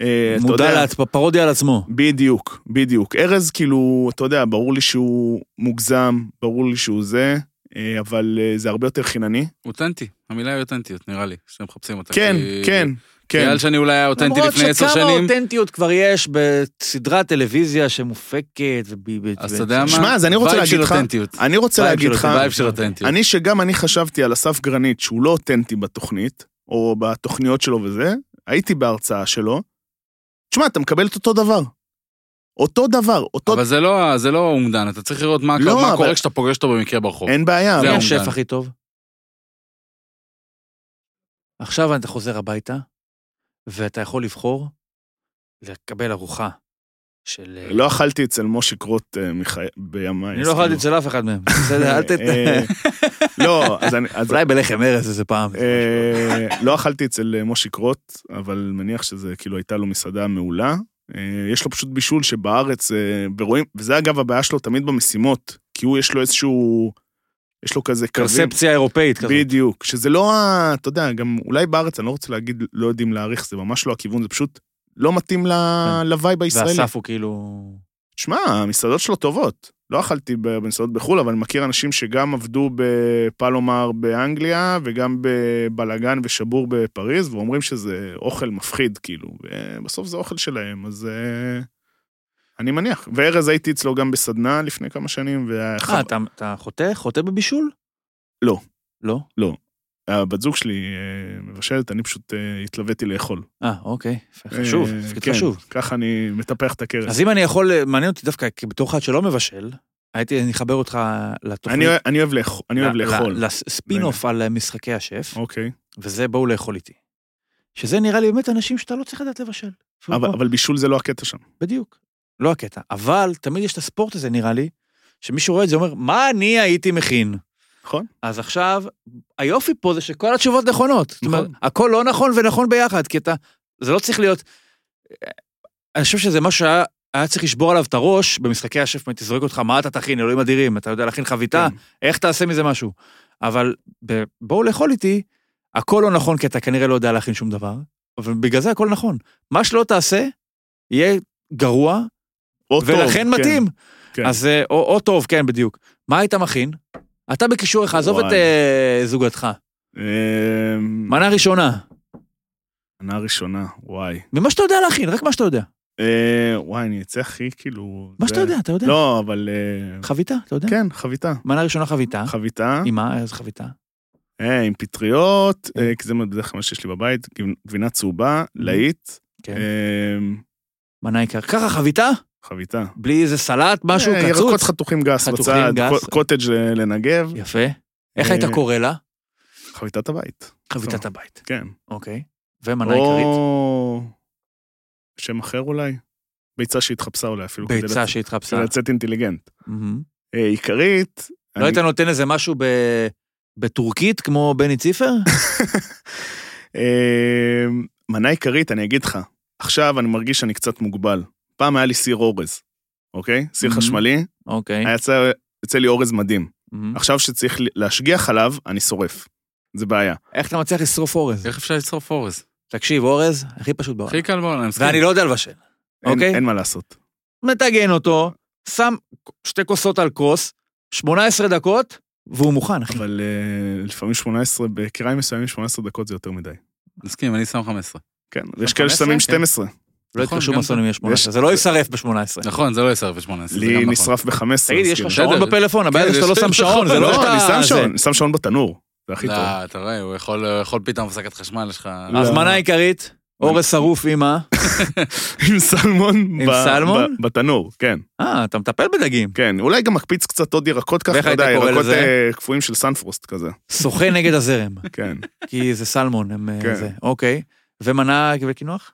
Speaker 1: אה, אתה יודע,
Speaker 2: מודע לעצמו, פרודיה על עצמו.
Speaker 1: בדיוק, בדיוק. ארז, כאילו, אתה יודע, ברור לי שהוא מוגזם, ברור לי שהוא זה, אה, אבל אה, זה הרבה יותר חינני.
Speaker 3: אותנטי, המילה היא אותנטיות, נראה לי, שאתם מחפשים אותה.
Speaker 1: כן,
Speaker 2: אה,
Speaker 3: כי-
Speaker 1: כן,
Speaker 3: כי
Speaker 1: כן.
Speaker 3: נראה לי שאני אולי היה אותנטי לפני עשר
Speaker 2: למרות שכמה
Speaker 3: שנים.
Speaker 2: אותנטיות כבר יש בסדרת טלוויזיה שמופקת וב...
Speaker 3: אז אתה יודע מה?
Speaker 1: שמע, אז אני רוצה
Speaker 3: וייב
Speaker 1: להגיד
Speaker 3: של
Speaker 1: לך-
Speaker 3: אותנטיות.
Speaker 1: אני רוצה
Speaker 2: וייב
Speaker 1: להגיד
Speaker 2: שלו,
Speaker 1: לך,
Speaker 2: זה
Speaker 3: וייב של אותנטיות.
Speaker 1: אני שגם אני חשבתי על אסף גרנית שהוא לא אותנטי בתוכנית, או בתוכניות שלו וזה, הייתי בהרצאה שלו, תשמע, אתה מקבל את אותו דבר. אותו דבר, אותו...
Speaker 3: אבל זה לא- זה לא אומדן, אתה צריך לראות מה
Speaker 1: לא,
Speaker 3: מה
Speaker 1: אבל-
Speaker 3: קורה כשאתה פוגש אותו במקרה ברחוב.
Speaker 1: אין בעיה,
Speaker 2: מי
Speaker 1: אבל-
Speaker 3: האומדן.
Speaker 2: השף הכי טוב? עכשיו אתה חוזר הביתה, ואתה יכול לבחור לקבל ארוחה של... אה,
Speaker 1: לא אכלתי אצל משה קרוט אה, מחי... בימיי.
Speaker 2: אני
Speaker 1: אז
Speaker 2: לא אכלתי
Speaker 1: כאילו-
Speaker 2: אצל אף אחד מהם. בסדר, אל ת...
Speaker 1: אה, לא, אז אני... אז-
Speaker 2: אולי בלחם ארז איזה פעם.
Speaker 1: אה, לא אכלתי אצל אה, מושיק רוט, אבל מניח שזה כאילו הייתה לו מסעדה מעולה. אה, יש לו פשוט בישול שבארץ, אה, ורואים, וזה אגב הבעיה שלו תמיד במשימות, כי הוא יש לו איזשהו, יש לו כזה קווים.
Speaker 2: קונספציה אירופאית כזאת.
Speaker 1: בדיוק, שזה לא ה... אתה יודע, גם אולי בארץ, אני לא רוצה להגיד לא יודעים להעריך, זה ממש לא הכיוון, זה פשוט לא מתאים ל- לווייב הישראלי.
Speaker 2: והסף הוא כאילו...
Speaker 1: שמע, המסעדות שלו טובות. לא אכלתי ב- במסעדות בחו"ל, אבל אני מכיר אנשים שגם עבדו בפלומר באנגליה, וגם בבלגן ושבור בפריז, ואומרים שזה אוכל מפחיד, כאילו. בסוף זה אוכל שלהם, אז... אה, אני מניח. וארז הייתי אצלו גם בסדנה לפני כמה שנים,
Speaker 2: אה,
Speaker 1: והבת
Speaker 2: אתה- אתה חוטא? חוטא בבישול?
Speaker 1: לא.
Speaker 2: לא?
Speaker 1: זוג שלי אה, מבשלת, אני פשוט אה, התלוויתי לאכול.
Speaker 2: אה, אוקיי. חשוב,
Speaker 1: אה,
Speaker 2: תפקיד
Speaker 1: כן,
Speaker 2: חשוב.
Speaker 1: ככה אני מטפח את הכרס.
Speaker 2: אז אם אני יכול, מעניין אותי דווקא, כי בתור אחד שלא מבשל, הייתי, אני אחבר אותך לתוכנית.
Speaker 1: אני אוהב- אני אוהב לאכול- אני אוהב
Speaker 2: ל-
Speaker 1: לאכול.
Speaker 2: ל- לספין אוף על אה, משחקי השף,
Speaker 1: אוקיי.
Speaker 2: וזה בואו לאכול איתי. שזה נראה לי באמת אנשים שאתה לא צריך לדעת לבשל.
Speaker 1: אבל אבל בישול זה לא הקטע שם.
Speaker 2: בדיוק. לא הקטע. אבל תמיד יש את הספורט הזה, נראה לי, שמי שרואה את זה אומר, מה אני הייתי מכין?
Speaker 1: נכון.
Speaker 2: אז עכשיו, היופי פה זה שכל התשובות נכונות. זאת אומרת,
Speaker 1: נכון.
Speaker 2: הכל לא נכון ונכון ביחד, כי אתה, זה לא צריך להיות... אני חושב שזה משהו שהיה היה צריך לשבור עליו את הראש במשחקי השף, הייתי זורק אותך, מה אתה תכין, אלוהים אדירים, אתה יודע להכין חביתה,
Speaker 1: כן.
Speaker 2: איך תעשה מזה משהו? אבל ב- בואו לאכול איתי, הכל לא נכון, כי אתה כנראה לא יודע להכין שום דבר, אבל בגלל זה הכל נכון. מה שלא תעשה, יהיה גרוע,
Speaker 1: או טוב,
Speaker 2: ולכן
Speaker 1: כן.
Speaker 2: מתאים.
Speaker 1: כן.
Speaker 2: אז אה, או, או טוב, כן, בדיוק. מה היית מכין? אתה בקישורך, עזוב את
Speaker 1: וואי.
Speaker 2: אה, זוגתך.
Speaker 1: אמ,
Speaker 2: מנה ראשונה,
Speaker 1: מנה ראשונה, וואי.
Speaker 2: ממה שאתה יודע להכין, רק מה שאתה יודע.
Speaker 1: אה, וואי, אני אצא הכי כאילו...
Speaker 2: מה
Speaker 1: זה-
Speaker 2: שאתה יודע, אתה יודע.
Speaker 1: לא, אבל... אה,
Speaker 2: חביתה, אתה יודע.
Speaker 1: כן, חביתה.
Speaker 2: מנה ראשונה חביתה.
Speaker 1: חביתה,
Speaker 2: עם כן. מה? איזה חביתה?
Speaker 1: אה, עם פטריות, אה, כי זה בדרך כלל מה שיש לי בבית, גב- גבינה צהובה, להיט,
Speaker 2: כן.
Speaker 1: אמ,
Speaker 2: מנה עיקר. ככה חביתה?
Speaker 1: חביתה.
Speaker 2: בלי איזה סלט, משהו,
Speaker 1: אה, ירקות
Speaker 2: קצוץ.
Speaker 1: חתוכים גס
Speaker 2: חתוכים
Speaker 1: בצד,
Speaker 2: גס. כן.
Speaker 1: קו- קוטג' ל- לנגב,
Speaker 2: יפה. איך
Speaker 1: אה,
Speaker 2: היית קורא לה?
Speaker 1: חביתת הבית,
Speaker 2: חביתת הבית.
Speaker 1: כן.
Speaker 2: אוקיי. ומנה עיקרית?
Speaker 1: או... שם אחר אולי? ביצה שהתחפשה אולי אפילו. כדי
Speaker 2: ביצה
Speaker 1: לצאת-
Speaker 2: שהתחפשה.
Speaker 1: כדי לצאת אינטליגנט.
Speaker 2: מהמם.
Speaker 1: אה, עיקרית...
Speaker 2: לא
Speaker 1: אני-
Speaker 2: היית נותן איזה משהו ב- בטורקית כמו בני ציפר?
Speaker 1: אה, מנה עיקרית, אני אגיד לך, עכשיו אני מרגיש שאני קצת מוגבל. פעם היה לי סיר אורז, אוקיי? סיר
Speaker 2: Mhm.
Speaker 1: חשמלי,
Speaker 2: אוקיי.
Speaker 1: היה יצא- יוצא לי אורז מדהים.
Speaker 2: מהמם.
Speaker 1: עכשיו שצריך להשגיח עליו, אני שורף. זה בעיה.
Speaker 2: איך אתה מצליח לשרוף אורז?
Speaker 3: איך אפשר לשרוף אורז?
Speaker 2: תקשיב, אורז, הכי פשוט בעולם.
Speaker 3: הכי קל בעולם, אני מסכים.
Speaker 2: ואני לא יודע לבשל.
Speaker 1: אין-
Speaker 2: אוקיי.
Speaker 1: אין מה לעשות.
Speaker 2: מטגן אותו, שם שתי כוסות על קרוס, 18 דקות, והוא מוכן, אחי.
Speaker 1: אבל אה, לפעמים 18, בקרעים מסוימים 18 דקות זה יותר מדי.
Speaker 3: נסכים, אני שם 15.
Speaker 1: כן, ויש כאלה
Speaker 2: 15?
Speaker 1: ששמים
Speaker 2: כן.
Speaker 1: 12.
Speaker 2: לא
Speaker 3: נכון,
Speaker 2: יתקשרו
Speaker 3: גם
Speaker 2: מסון אם יש 18,
Speaker 1: יש-
Speaker 2: זה לא יישרף ב-18.
Speaker 3: נכון, זה לא יסרב ב-18. זה
Speaker 1: לי
Speaker 3: גם נכון.
Speaker 1: נשרף ב-15.
Speaker 2: תגיד, יש לך
Speaker 1: כאילו.
Speaker 2: שעון
Speaker 3: בסדר.
Speaker 2: בפלאפון, הבעיה
Speaker 3: כן,
Speaker 2: זה שאתה
Speaker 3: יש-
Speaker 2: לא שם שעון, זה לא
Speaker 1: לא,
Speaker 2: שאתה...
Speaker 1: אני שם
Speaker 2: זה-
Speaker 1: שעון, אני שם שעון בתנור. זה הכי טוב.
Speaker 3: לא, אתה רואה, הוא יכול הוא יכול פתאום הפסקת חשמל, יש לך...
Speaker 1: לא.
Speaker 2: ההזמנה העיקרית, אורז שרוף עם ה...
Speaker 1: עם סלמון.
Speaker 2: עם
Speaker 1: ב-
Speaker 2: סלמון?
Speaker 1: ב- בתנור, כן.
Speaker 2: אה, אתה מטפל בדגים.
Speaker 1: כן, אולי גם מקפיץ קצת עוד ירקות ככה,
Speaker 2: ואיך
Speaker 1: אתה
Speaker 2: היית
Speaker 1: יודע,
Speaker 2: קורא
Speaker 1: ירקות
Speaker 2: לזה?
Speaker 1: אה, קפואים של סנפרוסט כזה.
Speaker 2: שוחה נגד הזרם,
Speaker 1: כן.
Speaker 2: כי זה סלמון, הם אה,
Speaker 1: כן.
Speaker 2: זה. אוקיי. ומנה וקינוח?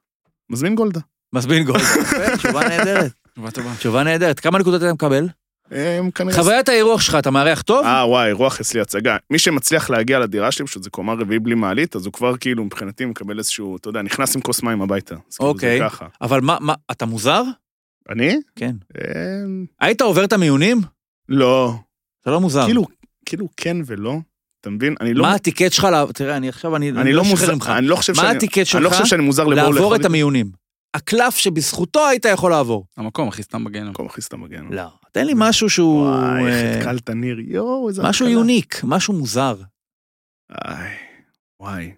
Speaker 1: מזמין גולדה.
Speaker 2: מזמין גולד. יפה, תשובה נהדרת.
Speaker 3: תשובה טובה.
Speaker 2: תשובה נהדרת. כמה נקודות אתה מקבל?
Speaker 1: אה, הם כנראה...
Speaker 2: חוויית האירוח שלך, אתה מארח טוב?
Speaker 1: אה, וואי, רוח אצלי הצגה. מי שמצליח להגיע לדירה שלי, פשוט זה קומה רביעית בלי מעלית, אז הוא כבר כאילו מבחינתי מקבל איזשהו, אתה יודע, נכנס עם כוס מים הביתה. אז כאילו
Speaker 2: אוקיי.
Speaker 1: זה ככה.
Speaker 2: אבל מה, מה, אתה מוזר?
Speaker 1: אני?
Speaker 2: כן.
Speaker 1: אה,
Speaker 2: היית עובר את המיונים?
Speaker 1: לא.
Speaker 2: אתה לא מוזר.
Speaker 1: כאילו, כאילו כן ולא. אתה מבין? אני לא...
Speaker 2: מה הטיקט שלך, ל- תראה, אני עכשיו, אני
Speaker 1: אני לא
Speaker 2: אשחרר
Speaker 1: מוזר,
Speaker 2: ממך.
Speaker 1: אני לא חושב
Speaker 2: מה
Speaker 1: שאני...
Speaker 2: הטיקט
Speaker 1: אני לא
Speaker 2: שלך
Speaker 1: חושב שאני מוזר לבואו
Speaker 2: לעבור את המיונים? הקלף שבזכותו היית יכול לעבור.
Speaker 3: המקום, אחי, סתם בגיהנום.
Speaker 1: במקום הכי סתם מגן.
Speaker 2: לא. תן לי משהו שהוא...
Speaker 1: וואי,
Speaker 2: אה,
Speaker 1: איך התקלת, ניר. יואו, איזה...
Speaker 2: משהו
Speaker 1: התקלה.
Speaker 2: יוניק, משהו מוזר.
Speaker 1: איי, וואי.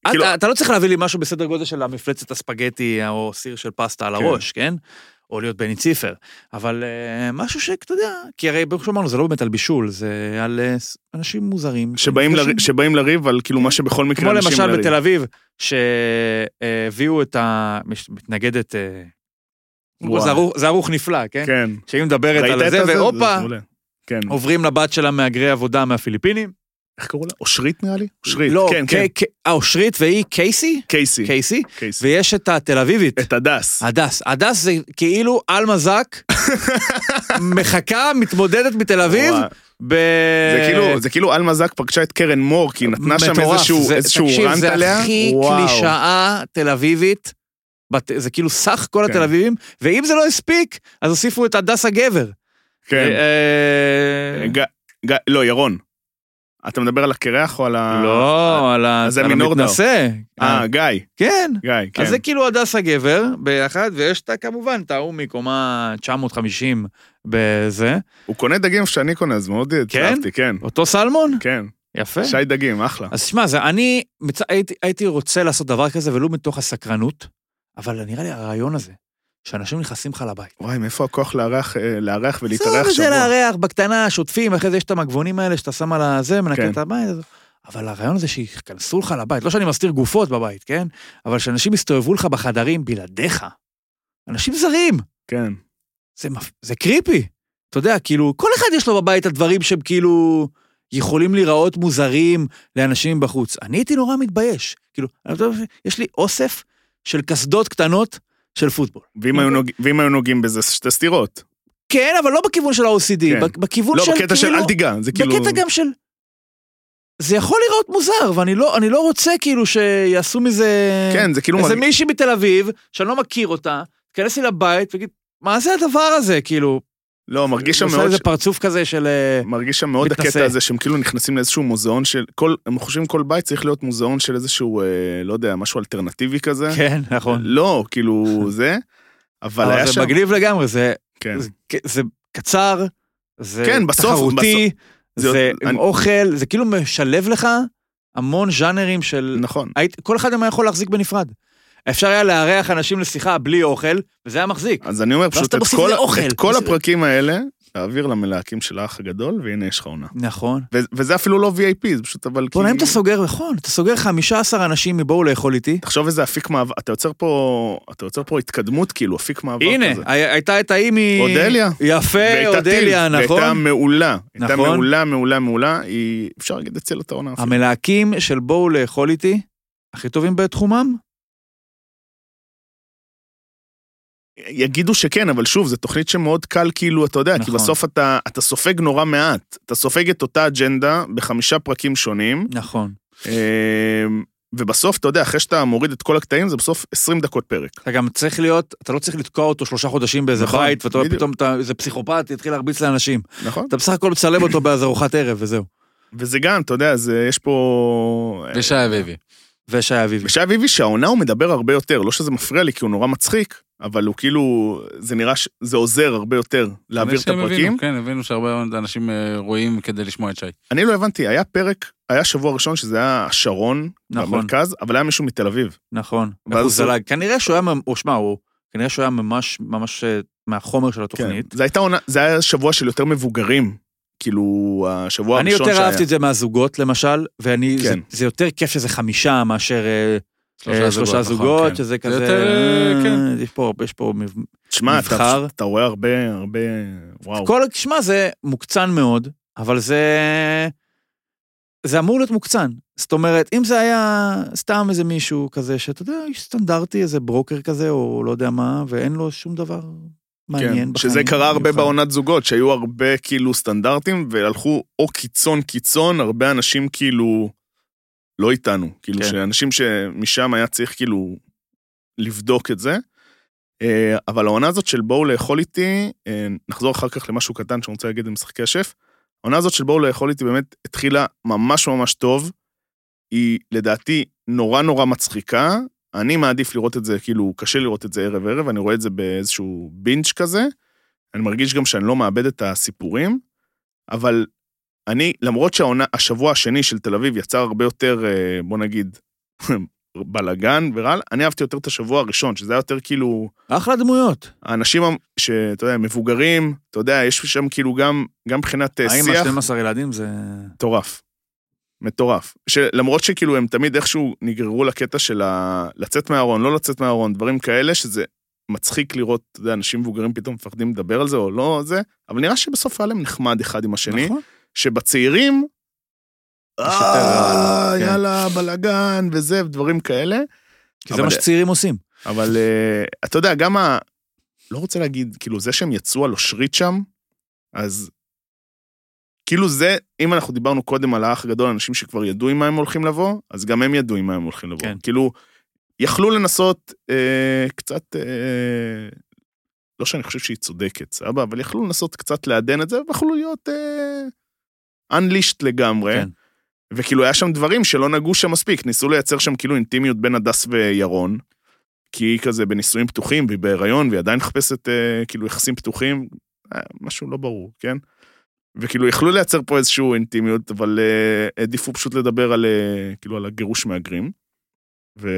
Speaker 2: אתה-
Speaker 1: כאילו-
Speaker 2: אתה לא צריך להביא לי משהו בסדר גודל של המפלצת הספגטי או סיר של פסטה על
Speaker 1: כן.
Speaker 2: הראש, כן? או להיות בני ציפר. אבל אה, משהו שאתה יודע, כי הרי ברוך שאמרנו, זה לא באמת על בישול, זה על אה, ס- אנשים מוזרים.
Speaker 1: שבאים
Speaker 2: שנפגשים.
Speaker 1: לר- שבאים לריב על כאילו מה שבכל מקרה
Speaker 2: כמו
Speaker 1: אנשים
Speaker 2: למשל
Speaker 1: לריב.
Speaker 2: בתל אביב, שהביאו את המתנגדת,
Speaker 1: וואי.
Speaker 2: אה, זה ערוך נפלא, כן?
Speaker 1: כן.
Speaker 2: שהיא מדברת
Speaker 1: ראית
Speaker 2: על
Speaker 1: את
Speaker 2: זה,
Speaker 1: הזה?
Speaker 2: והופה,
Speaker 1: זה מעולה. כן.
Speaker 2: עוברים לבת שלה מהגרי עבודה מהפיליפינים.
Speaker 1: איך קראו לה? אושרית נראה לי? אושרית.
Speaker 2: לא,
Speaker 1: כן,
Speaker 2: ק-
Speaker 1: כן.
Speaker 2: ק- אה, אושרית והיא קייסי?
Speaker 1: קייסי.
Speaker 2: קייסי.
Speaker 1: קייסי.
Speaker 2: ויש את התל אביבית,
Speaker 1: את הדס.
Speaker 2: הדס. הדס זה כאילו עלמה זק, מחכה, מתמודדת מתל אביב,
Speaker 1: וואי.
Speaker 2: ב...
Speaker 1: זה כאילו, זה כאילו אלמה זק פגשה את קרן מור, כי היא נתנה שם
Speaker 2: אה, מטורף,
Speaker 1: איזשהו,
Speaker 2: זה-
Speaker 1: איזשהו
Speaker 2: תקשיב,
Speaker 1: רנט עליה.
Speaker 2: זה הכי
Speaker 1: וואו.
Speaker 2: קלישאה תל אביבית. בת- זה כאילו סך כל
Speaker 1: כן.
Speaker 2: התל אביבים, ואם זה לא הספיק, אז הוסיפו את הדס הגבר.
Speaker 1: כן.
Speaker 2: אה, אה,
Speaker 1: ג- ג- לא, ירון. אתה מדבר על הקרח או על ה...
Speaker 2: לא, על ה-
Speaker 1: אז זה
Speaker 2: על
Speaker 1: מנורדאו.
Speaker 2: המתנשא.
Speaker 1: אה, גיא.
Speaker 2: כן.
Speaker 1: גיא, כן.
Speaker 2: אז זה כאילו הדס הגבר ביחד, ויש את ה- כמובן את ההוא מקומה 950 בזה.
Speaker 1: הוא קונה דגים איפה שאני קונה, אז מאוד התלהבתי, כן.
Speaker 2: אותו סלמון?
Speaker 1: כן.
Speaker 2: יפה.
Speaker 1: שי דגים, אחלה.
Speaker 2: אז שמע, זה- אני מצ... הייתי, הייתי רוצה לעשות דבר כזה, ולו מתוך הסקרנות, אבל נראה לי הרעיון הזה, שאנשים נכנסים לך לבית.
Speaker 1: וואי, מאיפה הכוח לארח, אה, לארח
Speaker 2: עזוב
Speaker 1: ולהתארח
Speaker 2: את זה
Speaker 1: שבוע?
Speaker 2: לארח, בקטנה, שוטפים, אחרי זה יש את המגבונים האלה שאתה שם על הזה, מנקה
Speaker 1: כן.
Speaker 2: את הבית. אז- אבל הרעיון הזה שייכנסו לך לבית, לא שאני מסתיר גופות בבית, כן? אבל שאנשים יסתובבו לך בחדרים בלעדיך. אנשים זרים,
Speaker 1: כן.
Speaker 2: זה, מפ- זה קריפי. אתה יודע, כאילו, כל אחד יש לו בבית הדברים שהם כאילו יכולים להיראות מוזרים לאנשים בחוץ. אני הייתי נורא מתבייש. כאילו, אני לא יודע, יש לי אוסף של קסדות קטנות של פוטבול.
Speaker 1: ואם היו, נוג... ואם היו נוגעים בזה, זה שתי סתירות.
Speaker 2: כן, אבל לא בכיוון של ה-OCD,
Speaker 1: כן.
Speaker 2: כן. בכיוון
Speaker 1: לא,
Speaker 2: של
Speaker 1: בקטע של
Speaker 2: כאילו...
Speaker 1: אל תיגע, זה כאילו...
Speaker 2: בקטע גם של... זה יכול להיראות מוזר, ואני לא, אני לא רוצה כאילו שיעשו מזה...
Speaker 1: כן, זה כאילו...
Speaker 2: איזה
Speaker 1: מרג-
Speaker 2: מישהי מתל אביב, שאני לא מכיר אותה, תיכנס לי לבית ותגיד, מה זה הדבר הזה? כאילו,
Speaker 1: לא, מרגיש שם
Speaker 2: הוא עושה
Speaker 1: מאוד...
Speaker 2: איזה
Speaker 1: ש-
Speaker 2: פרצוף כזה של... אה,
Speaker 1: מרגיש שם מאוד
Speaker 2: מתנשא.
Speaker 1: הקטע הזה שהם כאילו נכנסים לאיזשהו מוזיאון של כל, הם חושבים כל בית צריך להיות מוזיאון של איזשהו, אה, לא יודע, משהו אלטרנטיבי כזה.
Speaker 2: כן, נכון.
Speaker 1: לא, כאילו זה, אבל
Speaker 2: אבל
Speaker 1: היה
Speaker 2: זה
Speaker 1: שם,
Speaker 2: מגניב לגמרי, זה
Speaker 1: כן,
Speaker 2: זה- זה קצר, זה
Speaker 1: כן, בסוף-
Speaker 2: תחרותי,
Speaker 1: זה-
Speaker 2: זה עם
Speaker 1: אני-
Speaker 2: אוכל, זה כאילו משלב לך המון ז'אנרים של...
Speaker 1: נכון,
Speaker 2: היית- כל אחד מהם היה יכול להחזיק בנפרד. אפשר היה לארח אנשים לשיחה בלי אוכל, וזה היה מחזיק.
Speaker 1: אז אני אומר פשוט
Speaker 2: אתה
Speaker 1: את
Speaker 2: מוסיף
Speaker 1: כל,
Speaker 2: לזה אוכל.
Speaker 1: את כל
Speaker 2: זה-
Speaker 1: הפרקים האלה, תעביר למלהקים של האח הגדול, והנה יש לך עונה.
Speaker 2: נכון.
Speaker 1: ו- וזה אפילו לא VIP, זה פשוט אבל כאילו-
Speaker 2: בוא'נה, אם אתה סוגר, נכון, אתה סוגר 15 אנשים מבואו לאכול איתי.
Speaker 1: תחשוב איזה אפיק מעבר, אתה יוצר פה, אתה יוצר פה התקדמות כאילו, אפיק מעבר כזה.
Speaker 2: הנה, הי- הייתה את ההיא מ...
Speaker 1: אודליה.
Speaker 2: יפה,
Speaker 1: והייתה
Speaker 2: אודליה,
Speaker 1: טיל, והייתה
Speaker 2: נכון.
Speaker 1: מעולה. הייתה
Speaker 2: נכון.
Speaker 1: מעולה, מעולה, מעולה. היא, אפשר להגיד, הצילה את העונה. אפילו.
Speaker 2: המלהקים של בואו לאכול איתי, הכי טובים בתחומם?
Speaker 1: יגידו שכן, אבל שוב, זו תוכנית שמאוד קל, כאילו, אתה יודע, כי
Speaker 2: נכון.
Speaker 1: בסוף אתה, אתה סופג נורא מעט. אתה סופג את אותה אג'נדה בחמישה פרקים שונים,
Speaker 2: נכון.
Speaker 1: אמ, ובסוף, אתה יודע, אחרי שאתה מוריד את כל הקטעים, זה בסוף 20 דקות פרק.
Speaker 2: אתה גם צריך להיות, אתה לא צריך לתקוע אותו שלושה חודשים באיזה
Speaker 1: נכון,
Speaker 2: בית, ואתה רואה
Speaker 1: בדיוק.
Speaker 2: פתאום אתה- איזה פסיכופת יתחיל להרביץ לאנשים.
Speaker 1: נכון?
Speaker 2: אתה בסך הכל מצלם אותו באיזה ארוחת ערב וזהו.
Speaker 1: וזה גם, אתה יודע, זה, יש פה...
Speaker 3: ושי אביבי.
Speaker 2: ושי אביבי.
Speaker 1: ושי אביבי, שהעונה הוא מדבר הרבה יותר, לא שזה מפריע לי, כי הוא נורא מצחיק, אבל הוא כאילו, זה נראה שזה עוזר הרבה יותר להעביר את
Speaker 3: שהם הבינו,
Speaker 2: אוקיי.
Speaker 1: הפרקים.
Speaker 3: כן, הבינו שהרבה אנשים אה, רואים כדי לשמוע את שי.
Speaker 1: אני לא הבנתי, היה פרק, היה שבוע ראשון שזה היה שרון,
Speaker 2: נכון.
Speaker 1: במרכז, אבל היה מישהו מתל אביב.
Speaker 2: נכון.
Speaker 1: ואז
Speaker 2: ואז הוא
Speaker 1: הוא-
Speaker 2: זלג. כנראה שהוא היה, ממ- או שמע, הוא, כנראה שהוא היה ממש, ממש אה, מהחומר של התוכנית.
Speaker 1: כן. זה הייתה עונה, זה היה שבוע של יותר מבוגרים, כאילו, השבוע
Speaker 2: אני
Speaker 1: הראשון
Speaker 2: יותר
Speaker 1: שהיה.
Speaker 2: אהבתי את זה מהזוגות, למשל, ואני, זה-
Speaker 1: כן.
Speaker 2: זה יותר כיף שזה חמישה מאשר אה, אה, שלושה
Speaker 3: נכון,
Speaker 2: זוגות,
Speaker 3: כן.
Speaker 2: שזה
Speaker 3: זה
Speaker 2: כזה...
Speaker 3: יותר, אה, כן.
Speaker 2: אה, יש פה, יש פה... מב-
Speaker 1: תשמע, אתה,
Speaker 2: נבחר.
Speaker 1: אתה רואה הרבה, הרבה, וואו.
Speaker 2: כל, שמע, זה מוקצן מאוד, אבל זה... זה אמור להיות מוקצן. זאת אומרת, אם זה היה סתם איזה מישהו כזה, שאתה יודע, איש סטנדרטי, איזה ברוקר כזה, או לא יודע מה, ואין לו שום דבר מעניין בחיים.
Speaker 1: כן, שזה קרה הרבה
Speaker 2: מיוחד.
Speaker 1: בעונת זוגות, שהיו הרבה כאילו סטנדרטים, והלכו או קיצון קיצון, הרבה אנשים כאילו לא איתנו. כאילו,
Speaker 2: כן.
Speaker 1: שאנשים שמשם היה צריך כאילו לבדוק את זה. אה, אבל העונה הזאת של בואו לאכול איתי, אה, נחזור אחר כך למשהו קטן שאני רוצה להגיד במשחקי השף. העונה הזאת של בואו לאכול איתי באמת התחילה ממש ממש טוב. היא לדעתי נורא נורא מצחיקה. אני מעדיף לראות את זה, כאילו, קשה לראות את זה ערב-ערב, אני רואה את זה באיזשהו בינץ' כזה. אני מרגיש גם שאני לא מאבד את הסיפורים, אבל אני, למרות שהעונה, השבוע השני של תל אביב יצר הרבה יותר, אה, בוא נגיד, בלאגן ורעל, אני אהבתי יותר את השבוע הראשון, שזה היה יותר כאילו,
Speaker 2: אחלה דמויות.
Speaker 1: האנשים המ- שאתה יודע, מבוגרים, אתה יודע, יש שם כאילו גם, גם מבחינת אה,
Speaker 2: האם
Speaker 1: שיח,
Speaker 2: ה-12 ילדים זה...
Speaker 1: מטורף. מטורף. שלמרות שכאילו הם תמיד איכשהו נגררו לקטע של ה... לצאת מהארון, לא לצאת מהארון, דברים כאלה, שזה מצחיק לראות, אתה יודע, אנשים מבוגרים פתאום מפחדים לדבר על זה או לא זה, אבל נראה שבסוף היה להם נחמד אחד עם השני,
Speaker 2: נכון.
Speaker 1: שבצעירים,
Speaker 2: יש יותר
Speaker 1: "אה,
Speaker 2: רעל", כן.
Speaker 1: יאללה, בלאגן וזה, ודברים כאלה.
Speaker 2: כי זה
Speaker 1: אבל-
Speaker 2: מה שצעירים עושים.
Speaker 1: אבל אה, אתה יודע, גם ה... לא רוצה להגיד, כאילו, זה שהם יצאו על אושרית שם, אז... כאילו זה, אם אנחנו דיברנו קודם על האח הגדול, אנשים שכבר ידעו עם מה הם הולכים לבוא, אז גם הם ידעו עם מה הם הולכים לבוא.
Speaker 2: כן.
Speaker 1: כאילו, יכלו לנסות אה, קצת, אה, לא שאני חושב שהיא צודקת, סבבה, אבל יכלו לנסות קצת לעדן את זה, ויכלו להיות אה, unleashed לגמרי.
Speaker 2: כן.
Speaker 1: וכאילו היה שם דברים שלא נגעו שם מספיק, ניסו לייצר שם כאילו אינטימיות בין הדס וירון, כי היא כזה בנישואים פתוחים והיא בהיריון והיא עדיין מחפשת אה, כאילו יחסים פתוחים, אה, משהו לא ברור, כן? וכאילו יכלו לייצר פה איזושהי אינטימיות, אבל אה, העדיפו פשוט לדבר על, אה, כאילו, על הגירוש מהגרים, ו...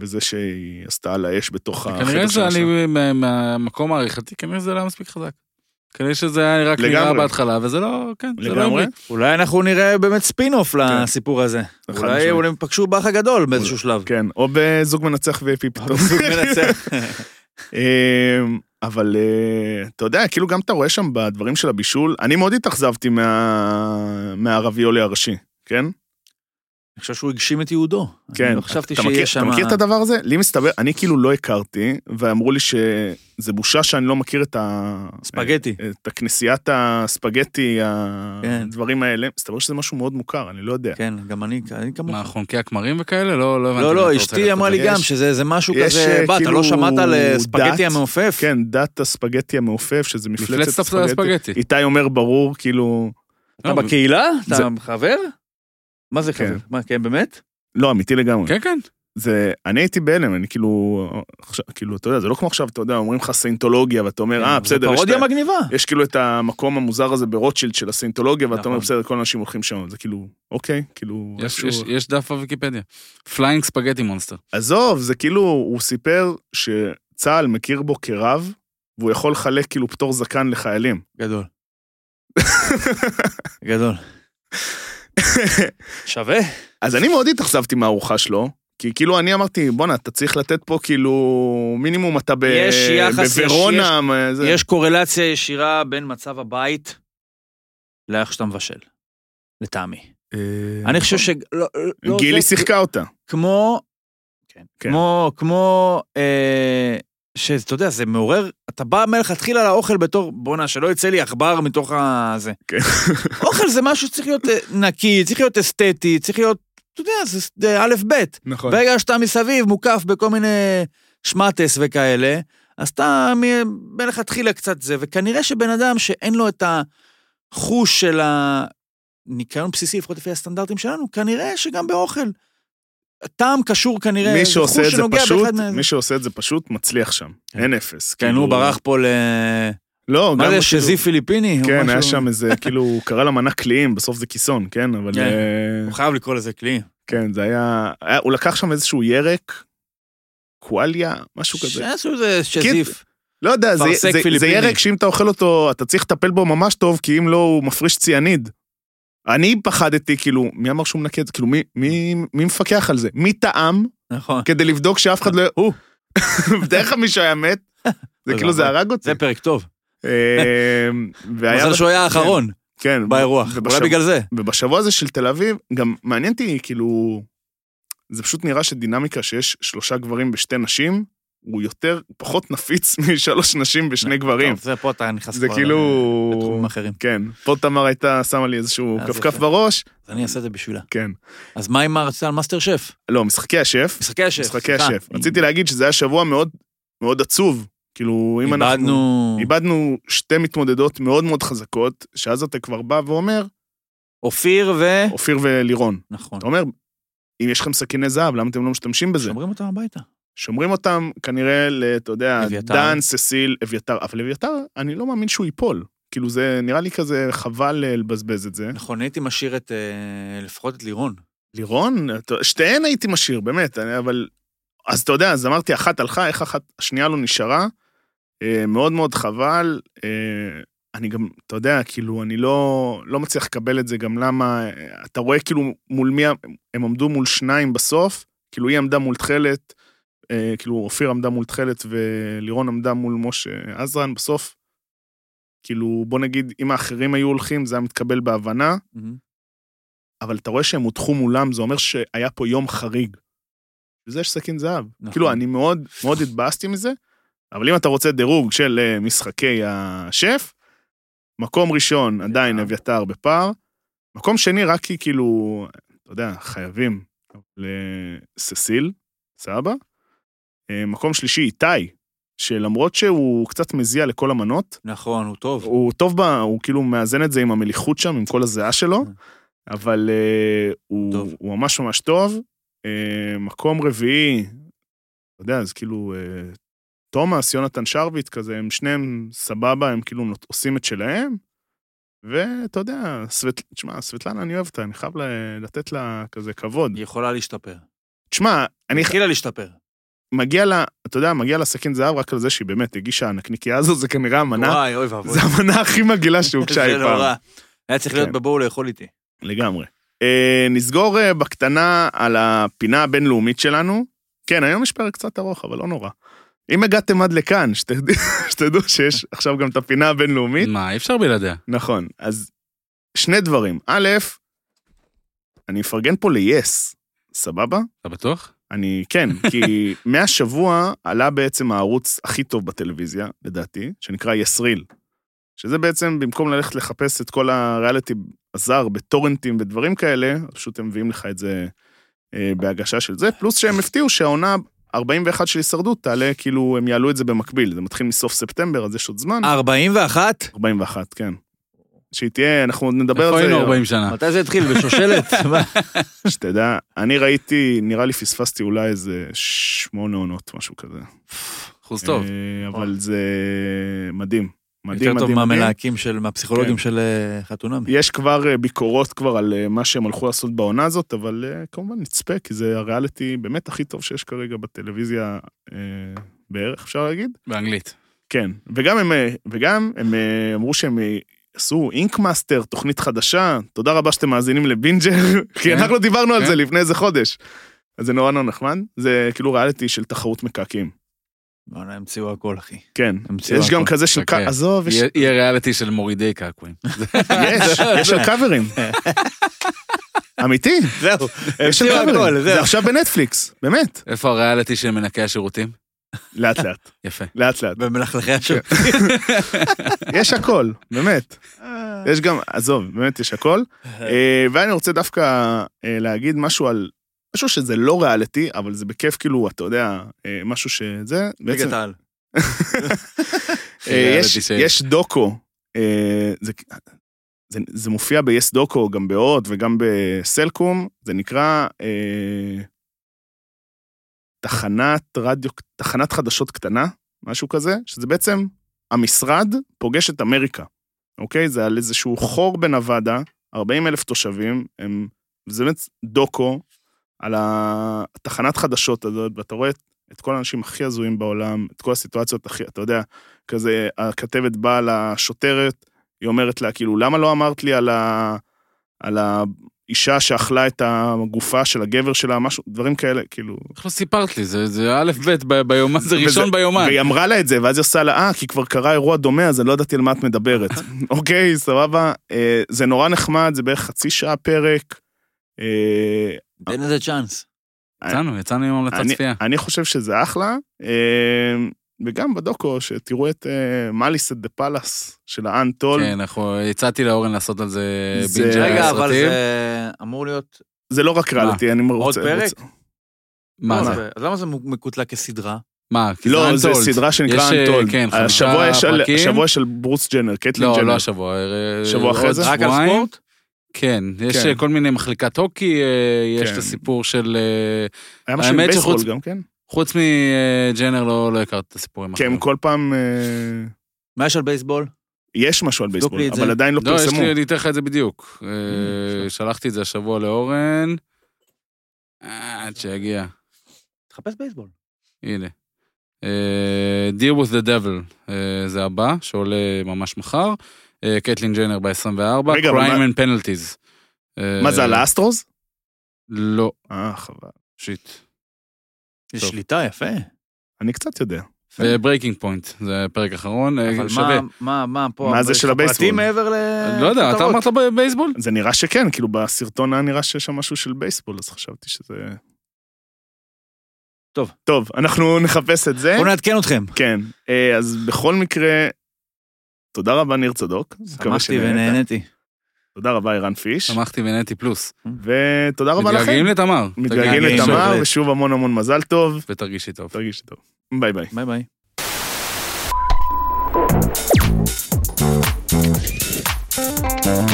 Speaker 1: וזה שהיא עשתה על האש בתוך
Speaker 3: כנראה
Speaker 1: החדר
Speaker 3: זה
Speaker 1: שלה שם.
Speaker 3: אני מה- מהמקום העריכתי, כנראה זה לא היה מספיק חזק. כנראה שזה היה רק נראה
Speaker 1: לגמרי.
Speaker 3: בהתחלה, וזה לא, כן, זה לא
Speaker 1: לגמרי?
Speaker 3: המריא.
Speaker 2: אולי אנחנו נראה באמת ספין-אוף
Speaker 1: כן.
Speaker 2: לסיפור הזה.
Speaker 1: חד
Speaker 2: אולי
Speaker 1: משמעית.
Speaker 2: אולי הם פגשו באח הגדול באיזשהו שלב.
Speaker 1: כן, או בזוג מנצח ואפי פתאום.
Speaker 2: זוג מנצח.
Speaker 1: אמ, אבל אה, אתה יודע, כאילו גם אתה רואה שם בדברים של הבישול, אני מאוד התאכזבתי מה... מהרביולי הראשי, כן?
Speaker 2: אני חושב שהוא הגשים את יהודו.
Speaker 1: כן.
Speaker 2: אני לא חשבתי
Speaker 1: אתה מכיר-
Speaker 2: שיהיה שם...
Speaker 1: אתה מכיר את הדבר הזה? לי מסתבר, אני כאילו לא הכרתי, ואמרו לי שזה בושה שאני לא מכיר את ה...
Speaker 2: ספגטי.
Speaker 1: את הכנסיית הספגטי,
Speaker 2: כן.
Speaker 1: הדברים האלה. מסתבר שזה משהו מאוד מוכר, אני לא יודע.
Speaker 2: כן, גם אני, אני כמוך.
Speaker 3: מה, חונקי הכמרים וכאלה? לא, לא הבנתי.
Speaker 2: לא,
Speaker 3: מה אתה
Speaker 2: לא,
Speaker 3: רוצה
Speaker 2: אשתי
Speaker 3: ללכת
Speaker 2: אמרה לי
Speaker 1: יש-
Speaker 2: גם שזה איזה משהו
Speaker 1: יש,
Speaker 2: כזה,
Speaker 1: אה,
Speaker 2: בא, אתה
Speaker 1: כאילו,
Speaker 2: לא שמעת על אה, ספגטי
Speaker 1: דת?
Speaker 2: המעופף?
Speaker 1: כן, דת הספגטי המעופף, שזה
Speaker 3: לזה.
Speaker 1: מפלצת
Speaker 3: מפלצת
Speaker 1: ספגטי.
Speaker 3: הספגטי.
Speaker 1: איתי אומר ברור, כאילו...
Speaker 2: אתה
Speaker 3: לא,
Speaker 2: בקהילה? אתה
Speaker 1: זה-
Speaker 2: חבר? מה זה
Speaker 1: כן.
Speaker 2: חבר? מה, כן, באמת?
Speaker 1: לא, אמיתי לגמרי.
Speaker 3: כן, כן.
Speaker 1: זה, אני הייתי בהלם, אני כאילו, עכשיו, כאילו, אתה יודע, זה לא כמו עכשיו, אתה יודע, אומרים לך סיינטולוגיה, ואתה אומר, אה,
Speaker 2: כן,
Speaker 1: בסדר,
Speaker 2: זו
Speaker 1: יש,
Speaker 2: פרודיה
Speaker 1: את ה-
Speaker 2: מגניבה.
Speaker 1: יש כאילו את המקום המוזר הזה ברוטשילד של הסיינטולוגיה, ואתה אומר,
Speaker 2: נכון.
Speaker 1: בסדר, כל האנשים הולכים שם, זה כאילו, אוקיי, כאילו,
Speaker 3: יש-
Speaker 1: איכשהו-
Speaker 3: יש- יש דף בוויקיפדיה. פליינג ספגטי מונסטר.
Speaker 1: עזוב, זה כאילו, הוא סיפר שצה"ל מכיר בו כרב, והוא יכול לחלק כאילו פטור זקן לחיילים.
Speaker 2: גדול. גדול. שווה?
Speaker 1: אז אני מאוד התאכזבתי מהארוחה שלו. כי כאילו אני אמרתי, בואנה, אתה צריך לתת פה כאילו מינימום אתה ב...
Speaker 2: יש יחס, יש-
Speaker 1: בוורונה, מה- זה-
Speaker 2: יש קורלציה ישירה בין מצב הבית לאיך שאתה מבשל, לטעמי.
Speaker 1: אה,
Speaker 2: אני חושב ש... לא, לא,
Speaker 1: גילי
Speaker 2: זה-
Speaker 1: שיחקה אותה.
Speaker 2: כמו, כן,
Speaker 1: כן.
Speaker 2: כמו, כמו, אה, שאתה יודע, זה מעורר, אתה בא מלכתחילה לאוכל בתור, בואנה, שלא יצא לי עכבר מתוך הזה.
Speaker 1: כן.
Speaker 2: אוכל זה משהו שצריך להיות אה, נקי, צריך להיות אסתטי, צריך להיות, אתה יודע, זה ס- זה א' ב'.
Speaker 1: נכון.
Speaker 2: ברגע שאתה מסביב מוקף בכל מיני שמטס וכאלה, אז אתה מ- מלכתחילה קצת זה, וכנראה שבן אדם שאין לו את החוש של הניקיון בסיסי, לפחות לפי הסטנדרטים שלנו, כנראה שגם באוכל טעם קשור כנראה,
Speaker 1: מי
Speaker 2: זה
Speaker 1: שעושה
Speaker 2: חוש
Speaker 1: את זה
Speaker 2: שנוגע
Speaker 1: פשוט,
Speaker 2: באחד מה-
Speaker 1: מי שעושה את זה פשוט, מצליח שם.
Speaker 2: כן.
Speaker 1: אין אפס.
Speaker 2: כן,
Speaker 1: כאילו-
Speaker 2: הוא ברח פה ל...
Speaker 1: לא,
Speaker 2: מה
Speaker 1: גם
Speaker 2: זה,
Speaker 1: כאילו-
Speaker 2: שזיף פיליפיני? או
Speaker 1: כן, היה
Speaker 2: משהו?
Speaker 1: שם איזה, כאילו, הוא קרא לה מנה קליעים, בסוף זה כיסון, כן? אבל...
Speaker 2: כן.
Speaker 1: אה,
Speaker 2: הוא חייב לקרוא לזה כלי.
Speaker 1: כן, זה היה... היה- הוא לקח שם איזשהו ירק, קואליה, משהו כזה.
Speaker 2: שעשו איזה שזיף.
Speaker 1: לא יודע, זה,
Speaker 2: אפרסק
Speaker 1: זה, זה
Speaker 2: פיליפיני.
Speaker 1: ירק שאם אתה אוכל אותו, אתה צריך לטפל בו ממש טוב, כי אם לא, הוא מפריש ציאניד. אני פחדתי, כאילו, מי אמר שהוא מנקה את זה? כאילו, מי, מי, מי מפקח על זה? מי טעם
Speaker 2: נכון.
Speaker 1: כדי לבדוק שאף אחד לא... הוא. בדרך כלל מישהו היה מת, זה
Speaker 2: זה
Speaker 1: כאילו, זה
Speaker 2: עבד.
Speaker 1: הרג אותי.
Speaker 2: זה פרק טוב.
Speaker 1: אמ, והיה...
Speaker 2: מזל שהוא היה האחרון
Speaker 1: כן,
Speaker 2: באירוע.
Speaker 1: ובשב-
Speaker 2: אולי בגלל זה.
Speaker 1: ובשבוע הזה של תל אביב, גם מעניין אותי, כאילו, זה פשוט נראה שדינמיקה שיש שלושה גברים בשתי נשים, הוא יותר, הוא פחות נפיץ משלוש נשים בשני גברים.
Speaker 2: טוב, זה פה אתה נכנס
Speaker 1: זה
Speaker 2: כבר
Speaker 1: כאילו...
Speaker 2: לתחומים אחרים.
Speaker 1: כן, פה תמר הייתה שמה לי איזשהו
Speaker 2: אה, אז
Speaker 1: כפכף
Speaker 2: יפה.
Speaker 1: בראש,
Speaker 2: אז אני אעשה את זה בשבילה.
Speaker 1: כן.
Speaker 2: אז מה עם הרצאה על מאסטר שף?
Speaker 1: לא, משחקי השף,
Speaker 2: משחקי השף.
Speaker 1: משחקי השף. רציתי להגיד שזה היה שבוע מאוד מאוד עצוב, כאילו, אם אנחנו...
Speaker 2: איבדנו
Speaker 1: איבדנו שתי מתמודדות מאוד מאוד חזקות, שאז אתה כבר בא ואומר,
Speaker 2: אופיר ו...
Speaker 1: אופיר ולירון.
Speaker 2: נכון.
Speaker 1: אתה אומר, אם יש לכם סכיני זהב, למה אתם לא משתמשים בזה?
Speaker 2: שומרים אותם הביתה.
Speaker 1: כן. שומרים אותם כנראה ל... אתה יודע,
Speaker 2: אביתר.
Speaker 1: דן, ססיל, אביתר. אבל אביתר, אני לא מאמין שהוא ייפול. כאילו, זה נראה לי כזה חבל אה, לבזבז את זה.
Speaker 2: נכון, הייתי משאיר את... אה, לפחות את לירון.
Speaker 1: לירון, אתה- שתיהן הייתי משאיר, באמת, אני- אבל... אז אתה יודע, אז אמרתי, אחת הלכה, איך אחת, השנייה לא נשארה. אה, מאוד מאוד חבל. אה, אני גם, אתה יודע, כאילו, אני לא, לא מצליח לקבל את זה, גם למה... אה, אתה רואה כאילו מול מי... הם- הם עמדו מול שניים בסוף, כאילו היא עמדה מול תכלת, אה, כאילו אופיר עמדה מול תכלת ולירון עמדה מול משה עזרן, בסוף, כאילו, בוא נגיד, אם האחרים היו הולכים, זה היה מתקבל בהבנה. אבל אתה רואה שהם הוטחו מולם, זה אומר שהיה פה יום חריג. וזה יש סכין זהב.
Speaker 2: נכון.
Speaker 1: כאילו, אני מאוד מאוד התבאסתי מזה, אבל אם אתה רוצה דירוג של אה, משחקי השף, מקום ראשון עדיין אביתר בפער, מקום שני רק כי כאילו, אתה יודע, חייבים לססיל, סבא. אה, מקום שלישי, איתי, שלמרות שהוא קצת מזיע לכל המנות,
Speaker 2: נכון, הוא טוב.
Speaker 1: הוא טוב ב... הוא כאילו מאזן את זה עם המליחות שם, עם כל הזיעה שלו,
Speaker 2: כן.
Speaker 1: אבל אה, הוא,
Speaker 2: טוב.
Speaker 1: הוא ממש ממש טוב. אה, מקום רביעי, אתה יודע, אז כאילו, אה, תומאס, יונתן שרביט כזה, הם שניהם סבבה, הם כאילו נות- עושים את שלהם. ואתה יודע, סבט... תשמע, סבטלנה, אני אוהב אותה, אני חייב ל- לתת לה כזה כבוד.
Speaker 2: היא יכולה להשתפר.
Speaker 1: תשמע, אני
Speaker 2: היא התחילה להשתפר.
Speaker 1: מגיע לה, אתה יודע, מגיע לה סכין זהב רק על זה שהיא באמת הגישה הנקניקייה הזו, זה כנראה המנה,
Speaker 2: וואי, אוי ואבוי.
Speaker 1: זה המנה הכי מגעילה שהוגשה אי
Speaker 2: זה
Speaker 1: פעם.
Speaker 2: נורא. היה צריך להיות
Speaker 1: כן.
Speaker 2: בבואו לאכול איתי.
Speaker 1: לגמרי. אה, נסגור אה, בקטנה על הפינה הבינלאומית שלנו. כן, היום יש פרק קצת ארוך, אבל לא נורא. אם הגעתם עד לכאן, שתדעו, שתדעו שיש עכשיו גם את הפינה הבינלאומית.
Speaker 3: מה, אי אפשר בלעדיה.
Speaker 1: נכון, אז שני דברים. א', אני מפרגן פה ל-yes, סבבה?
Speaker 3: אתה בטוח?
Speaker 1: אני, כן, כי מהשבוע עלה בעצם הערוץ הכי טוב בטלוויזיה, לדעתי, שנקרא יסריל. שזה בעצם, במקום ללכת לחפש את כל הריאליטי הזר בטורנטים ודברים כאלה, פשוט הם מביאים לך את זה אה, בהגשה של זה, פלוס שהם הפתיעו שהעונה 41 של הישרדות תעלה, כאילו, הם יעלו את זה במקביל. זה מתחיל מסוף ספטמבר, אז יש עוד זמן.
Speaker 3: אה.
Speaker 2: 41?
Speaker 1: 41, כן. שהיא תהיה, אנחנו נדבר על זה.
Speaker 3: איפה היינו 40 שנה?
Speaker 2: מתי זה התחיל? בשושלת? מה?
Speaker 1: שתדע, אני ראיתי, נראה לי פספסתי אולי איזה שמונה עונות, משהו כזה.
Speaker 3: אחוז טוב.
Speaker 1: אה, אבל זה מדהים. מדהים,
Speaker 2: יותר טוב
Speaker 1: מדהים, כן. מדהים.
Speaker 2: מהמלהקים של, מהפסיכולוגים של אה, חתונמי.
Speaker 1: יש כבר אה, ביקורות כבר על אה, מה שהם הלכו לעשות בעונה הזאת, אבל אה, כמובן נצפה, כי זה הריאליטי באמת הכי טוב שיש כרגע בטלוויזיה אה, בערך, אפשר להגיד.
Speaker 3: באנגלית.
Speaker 1: כן, וגם הם, אה, וגם הם אה, אמרו שהם אה, עשו אינק מאסטר, תוכנית חדשה, תודה רבה שאתם מאזינים לבינג'ר, כי
Speaker 3: כן,
Speaker 1: אנחנו דיברנו על
Speaker 3: כן.
Speaker 1: זה לפני איזה חודש. אז זה נורא נורא נחמד, זה כאילו ריאליטי של תחרות מקעקעים.
Speaker 2: בוא'נה, המציאו הכל, אחי.
Speaker 1: כן,
Speaker 2: המציאו
Speaker 1: יש גם
Speaker 2: הכל.
Speaker 1: כזה של...
Speaker 3: חכה.
Speaker 1: קע- עזוב, יש
Speaker 3: יהיה- יהיה ריאליטי של מורידי קעקועים.
Speaker 1: יש, כן, יש על קאברים. אמיתי,
Speaker 2: זהו,
Speaker 1: יש על
Speaker 2: המציאו הכל,
Speaker 1: קאברים. זה
Speaker 2: זהו.
Speaker 1: עכשיו בנטפליקס, באמת.
Speaker 3: איפה הריאליטי של מנקי השירותים?
Speaker 1: לאט לאט,
Speaker 3: יפה.
Speaker 1: לאט לאט.
Speaker 2: במלכלכי השם.
Speaker 1: יש הכל, באמת. יש גם, עזוב, באמת יש הכל. אה, ואני רוצה דווקא אה, להגיד משהו על... משהו שזה לא ריאליטי, אבל זה בכיף כאילו, אתה יודע, אה, משהו שזה... בעצם,
Speaker 2: ליגת העל.
Speaker 1: אה, יש-
Speaker 3: ריאליטי של-
Speaker 1: יש דוקו, אה, זה- זה- זה מופיע ב-yes דוקו, גם בהוט וגם בסלקום, זה נקרא אה, תחנת רדיו, תחנת חדשות קטנה, משהו כזה, שזה בעצם המשרד פוגש את אמריקה, אוקיי? זה על איזשהו חור בנבדה, 40 אלף תושבים, הם, זה באמת דוקו על התחנת חדשות הזאת, ואתה רואה את, את כל האנשים הכי הזויים בעולם, את כל הסיטואציות הכי, אתה יודע, כזה, הכתבת באה לשוטרת, היא אומרת לה, כאילו, למה לא אמרת לי על, ה, על האישה שאכלה את הגופה של הגבר שלה, משהו, דברים כאלה, כאילו...
Speaker 3: איך לא סיפרת לי? זה זה א' ב' ב- ביומן, זה ראשון ביומן.
Speaker 1: והיא אמרה לה את זה, ואז היא עושה לה, אה, כי כבר קרה אירוע דומה, אז אני לא ידעתי על מה את מדברת. אוקיי, סבבה. אה, זה נורא נחמד, זה בערך חצי שעה פרק. אה,
Speaker 2: תן לזה צ'אנס.
Speaker 3: יצאנו, יצאנו עם המלצת
Speaker 1: אני-
Speaker 3: צפייה.
Speaker 1: אני חושב שזה אחלה. אה, וגם בדוקו, שתראו את אה, מליס את דה פלאס של האן טול.
Speaker 3: כן, אנחנו, הצעתי לאורן לעשות על זה
Speaker 1: זה-
Speaker 3: בינג' על
Speaker 2: רגע, אבל
Speaker 3: הסרטים.
Speaker 2: זה אמור להיות...
Speaker 1: זה לא רק ריאליטי, אני רוצה...
Speaker 2: פרק?
Speaker 1: רוצה-
Speaker 3: מה
Speaker 2: לא,
Speaker 3: זה?
Speaker 2: אז למה זה מקוטלג כסדרה?
Speaker 3: מה? כי זה
Speaker 1: לא, זה
Speaker 3: Untold.
Speaker 1: סדרה שנקרא
Speaker 3: יש, אה,
Speaker 1: אנטולד.
Speaker 3: כן, חמישה
Speaker 1: השבוע יש על-
Speaker 3: פרקים.
Speaker 1: השבוע יש על ברוס ג'נר, קייטלין
Speaker 3: לא, לא
Speaker 1: ג'נר.
Speaker 3: השבוע. אה,
Speaker 1: שבוע אחרי
Speaker 3: עוד
Speaker 1: זה?
Speaker 2: רק על
Speaker 3: שבועיים.
Speaker 2: ספורט?
Speaker 3: כן, יש
Speaker 1: כן.
Speaker 3: אה, כל מיני מחלקת הוקי, אה, יש
Speaker 1: כן.
Speaker 3: את הסיפור של... אה,
Speaker 1: היה משהו עם
Speaker 3: האמת
Speaker 1: בייסבול
Speaker 3: שחוץ-
Speaker 1: גם כן?
Speaker 3: חוץ מג'נר לא לא הכרת את הסיפורים
Speaker 1: כי הם
Speaker 3: האחרים.
Speaker 1: כל פעם... אה,
Speaker 2: מה יש על בייסבול?
Speaker 1: יש משהו על
Speaker 2: תבדוק לי
Speaker 1: בייסבול,
Speaker 2: את
Speaker 1: אבל
Speaker 2: זה.
Speaker 1: עדיין לא
Speaker 3: לא, יש
Speaker 1: פרסמו. Mm,
Speaker 3: לי, אני אתן לך את זה בדיוק. אה,
Speaker 1: בסדר.
Speaker 3: שלחתי את זה השבוע לאורן. אה, עד שיגיע,
Speaker 2: תחפש בייסבול.
Speaker 3: הנה. אה, Deal with the Devil, אה, זה הבא, שעולה ממש מחר. אה, קייטלין ג'נר ב-24,
Speaker 1: רגע, אבל
Speaker 3: Crime
Speaker 1: מה-
Speaker 3: and Penalties. אה,
Speaker 1: מה זה, על האסטרוז?
Speaker 3: לא,
Speaker 1: אה, חבל.
Speaker 3: שיט.
Speaker 2: יש
Speaker 3: טוב.
Speaker 2: שליטה, יפה.
Speaker 1: אני קצת יודע.
Speaker 3: ברייקינג פוינט, זה הפרק האחרון, אה,
Speaker 2: אבל
Speaker 3: שווה.
Speaker 2: מה- מה, מה פה?
Speaker 1: מה זה
Speaker 2: יש
Speaker 1: של
Speaker 2: לך
Speaker 1: הבייסבול?
Speaker 2: פרטים מעבר ל...
Speaker 1: אה,
Speaker 3: לא יודע, אתה
Speaker 2: כותרות?
Speaker 3: אמרת בבייסבול?
Speaker 1: זה נראה שכן, כאילו בסרטון היה נראה שיש שם משהו של בייסבול, אז חשבתי שזה...
Speaker 2: טוב.
Speaker 1: טוב, אנחנו נחפש את זה.
Speaker 2: בואו נעדכן אתכם.
Speaker 1: כן. אה, אז בכל מקרה, תודה רבה ניר צדוק. מקווה
Speaker 2: שמחתי
Speaker 1: שנהנית.
Speaker 2: ונהניתי.
Speaker 1: תודה רבה ערן פיש.
Speaker 3: שמחתי ונהניתי פלוס.
Speaker 1: ותודה רבה לכם.
Speaker 3: מתגעגעים לתמר.
Speaker 1: מתגעגעים
Speaker 2: תגידי,
Speaker 1: לתמר,
Speaker 2: שוב.
Speaker 1: ושוב המון המון מזל טוב.
Speaker 3: ותרגישי טוב.
Speaker 1: תרגישי טוב. ביי ביי.
Speaker 2: ביי ביי.
Speaker 4: Thank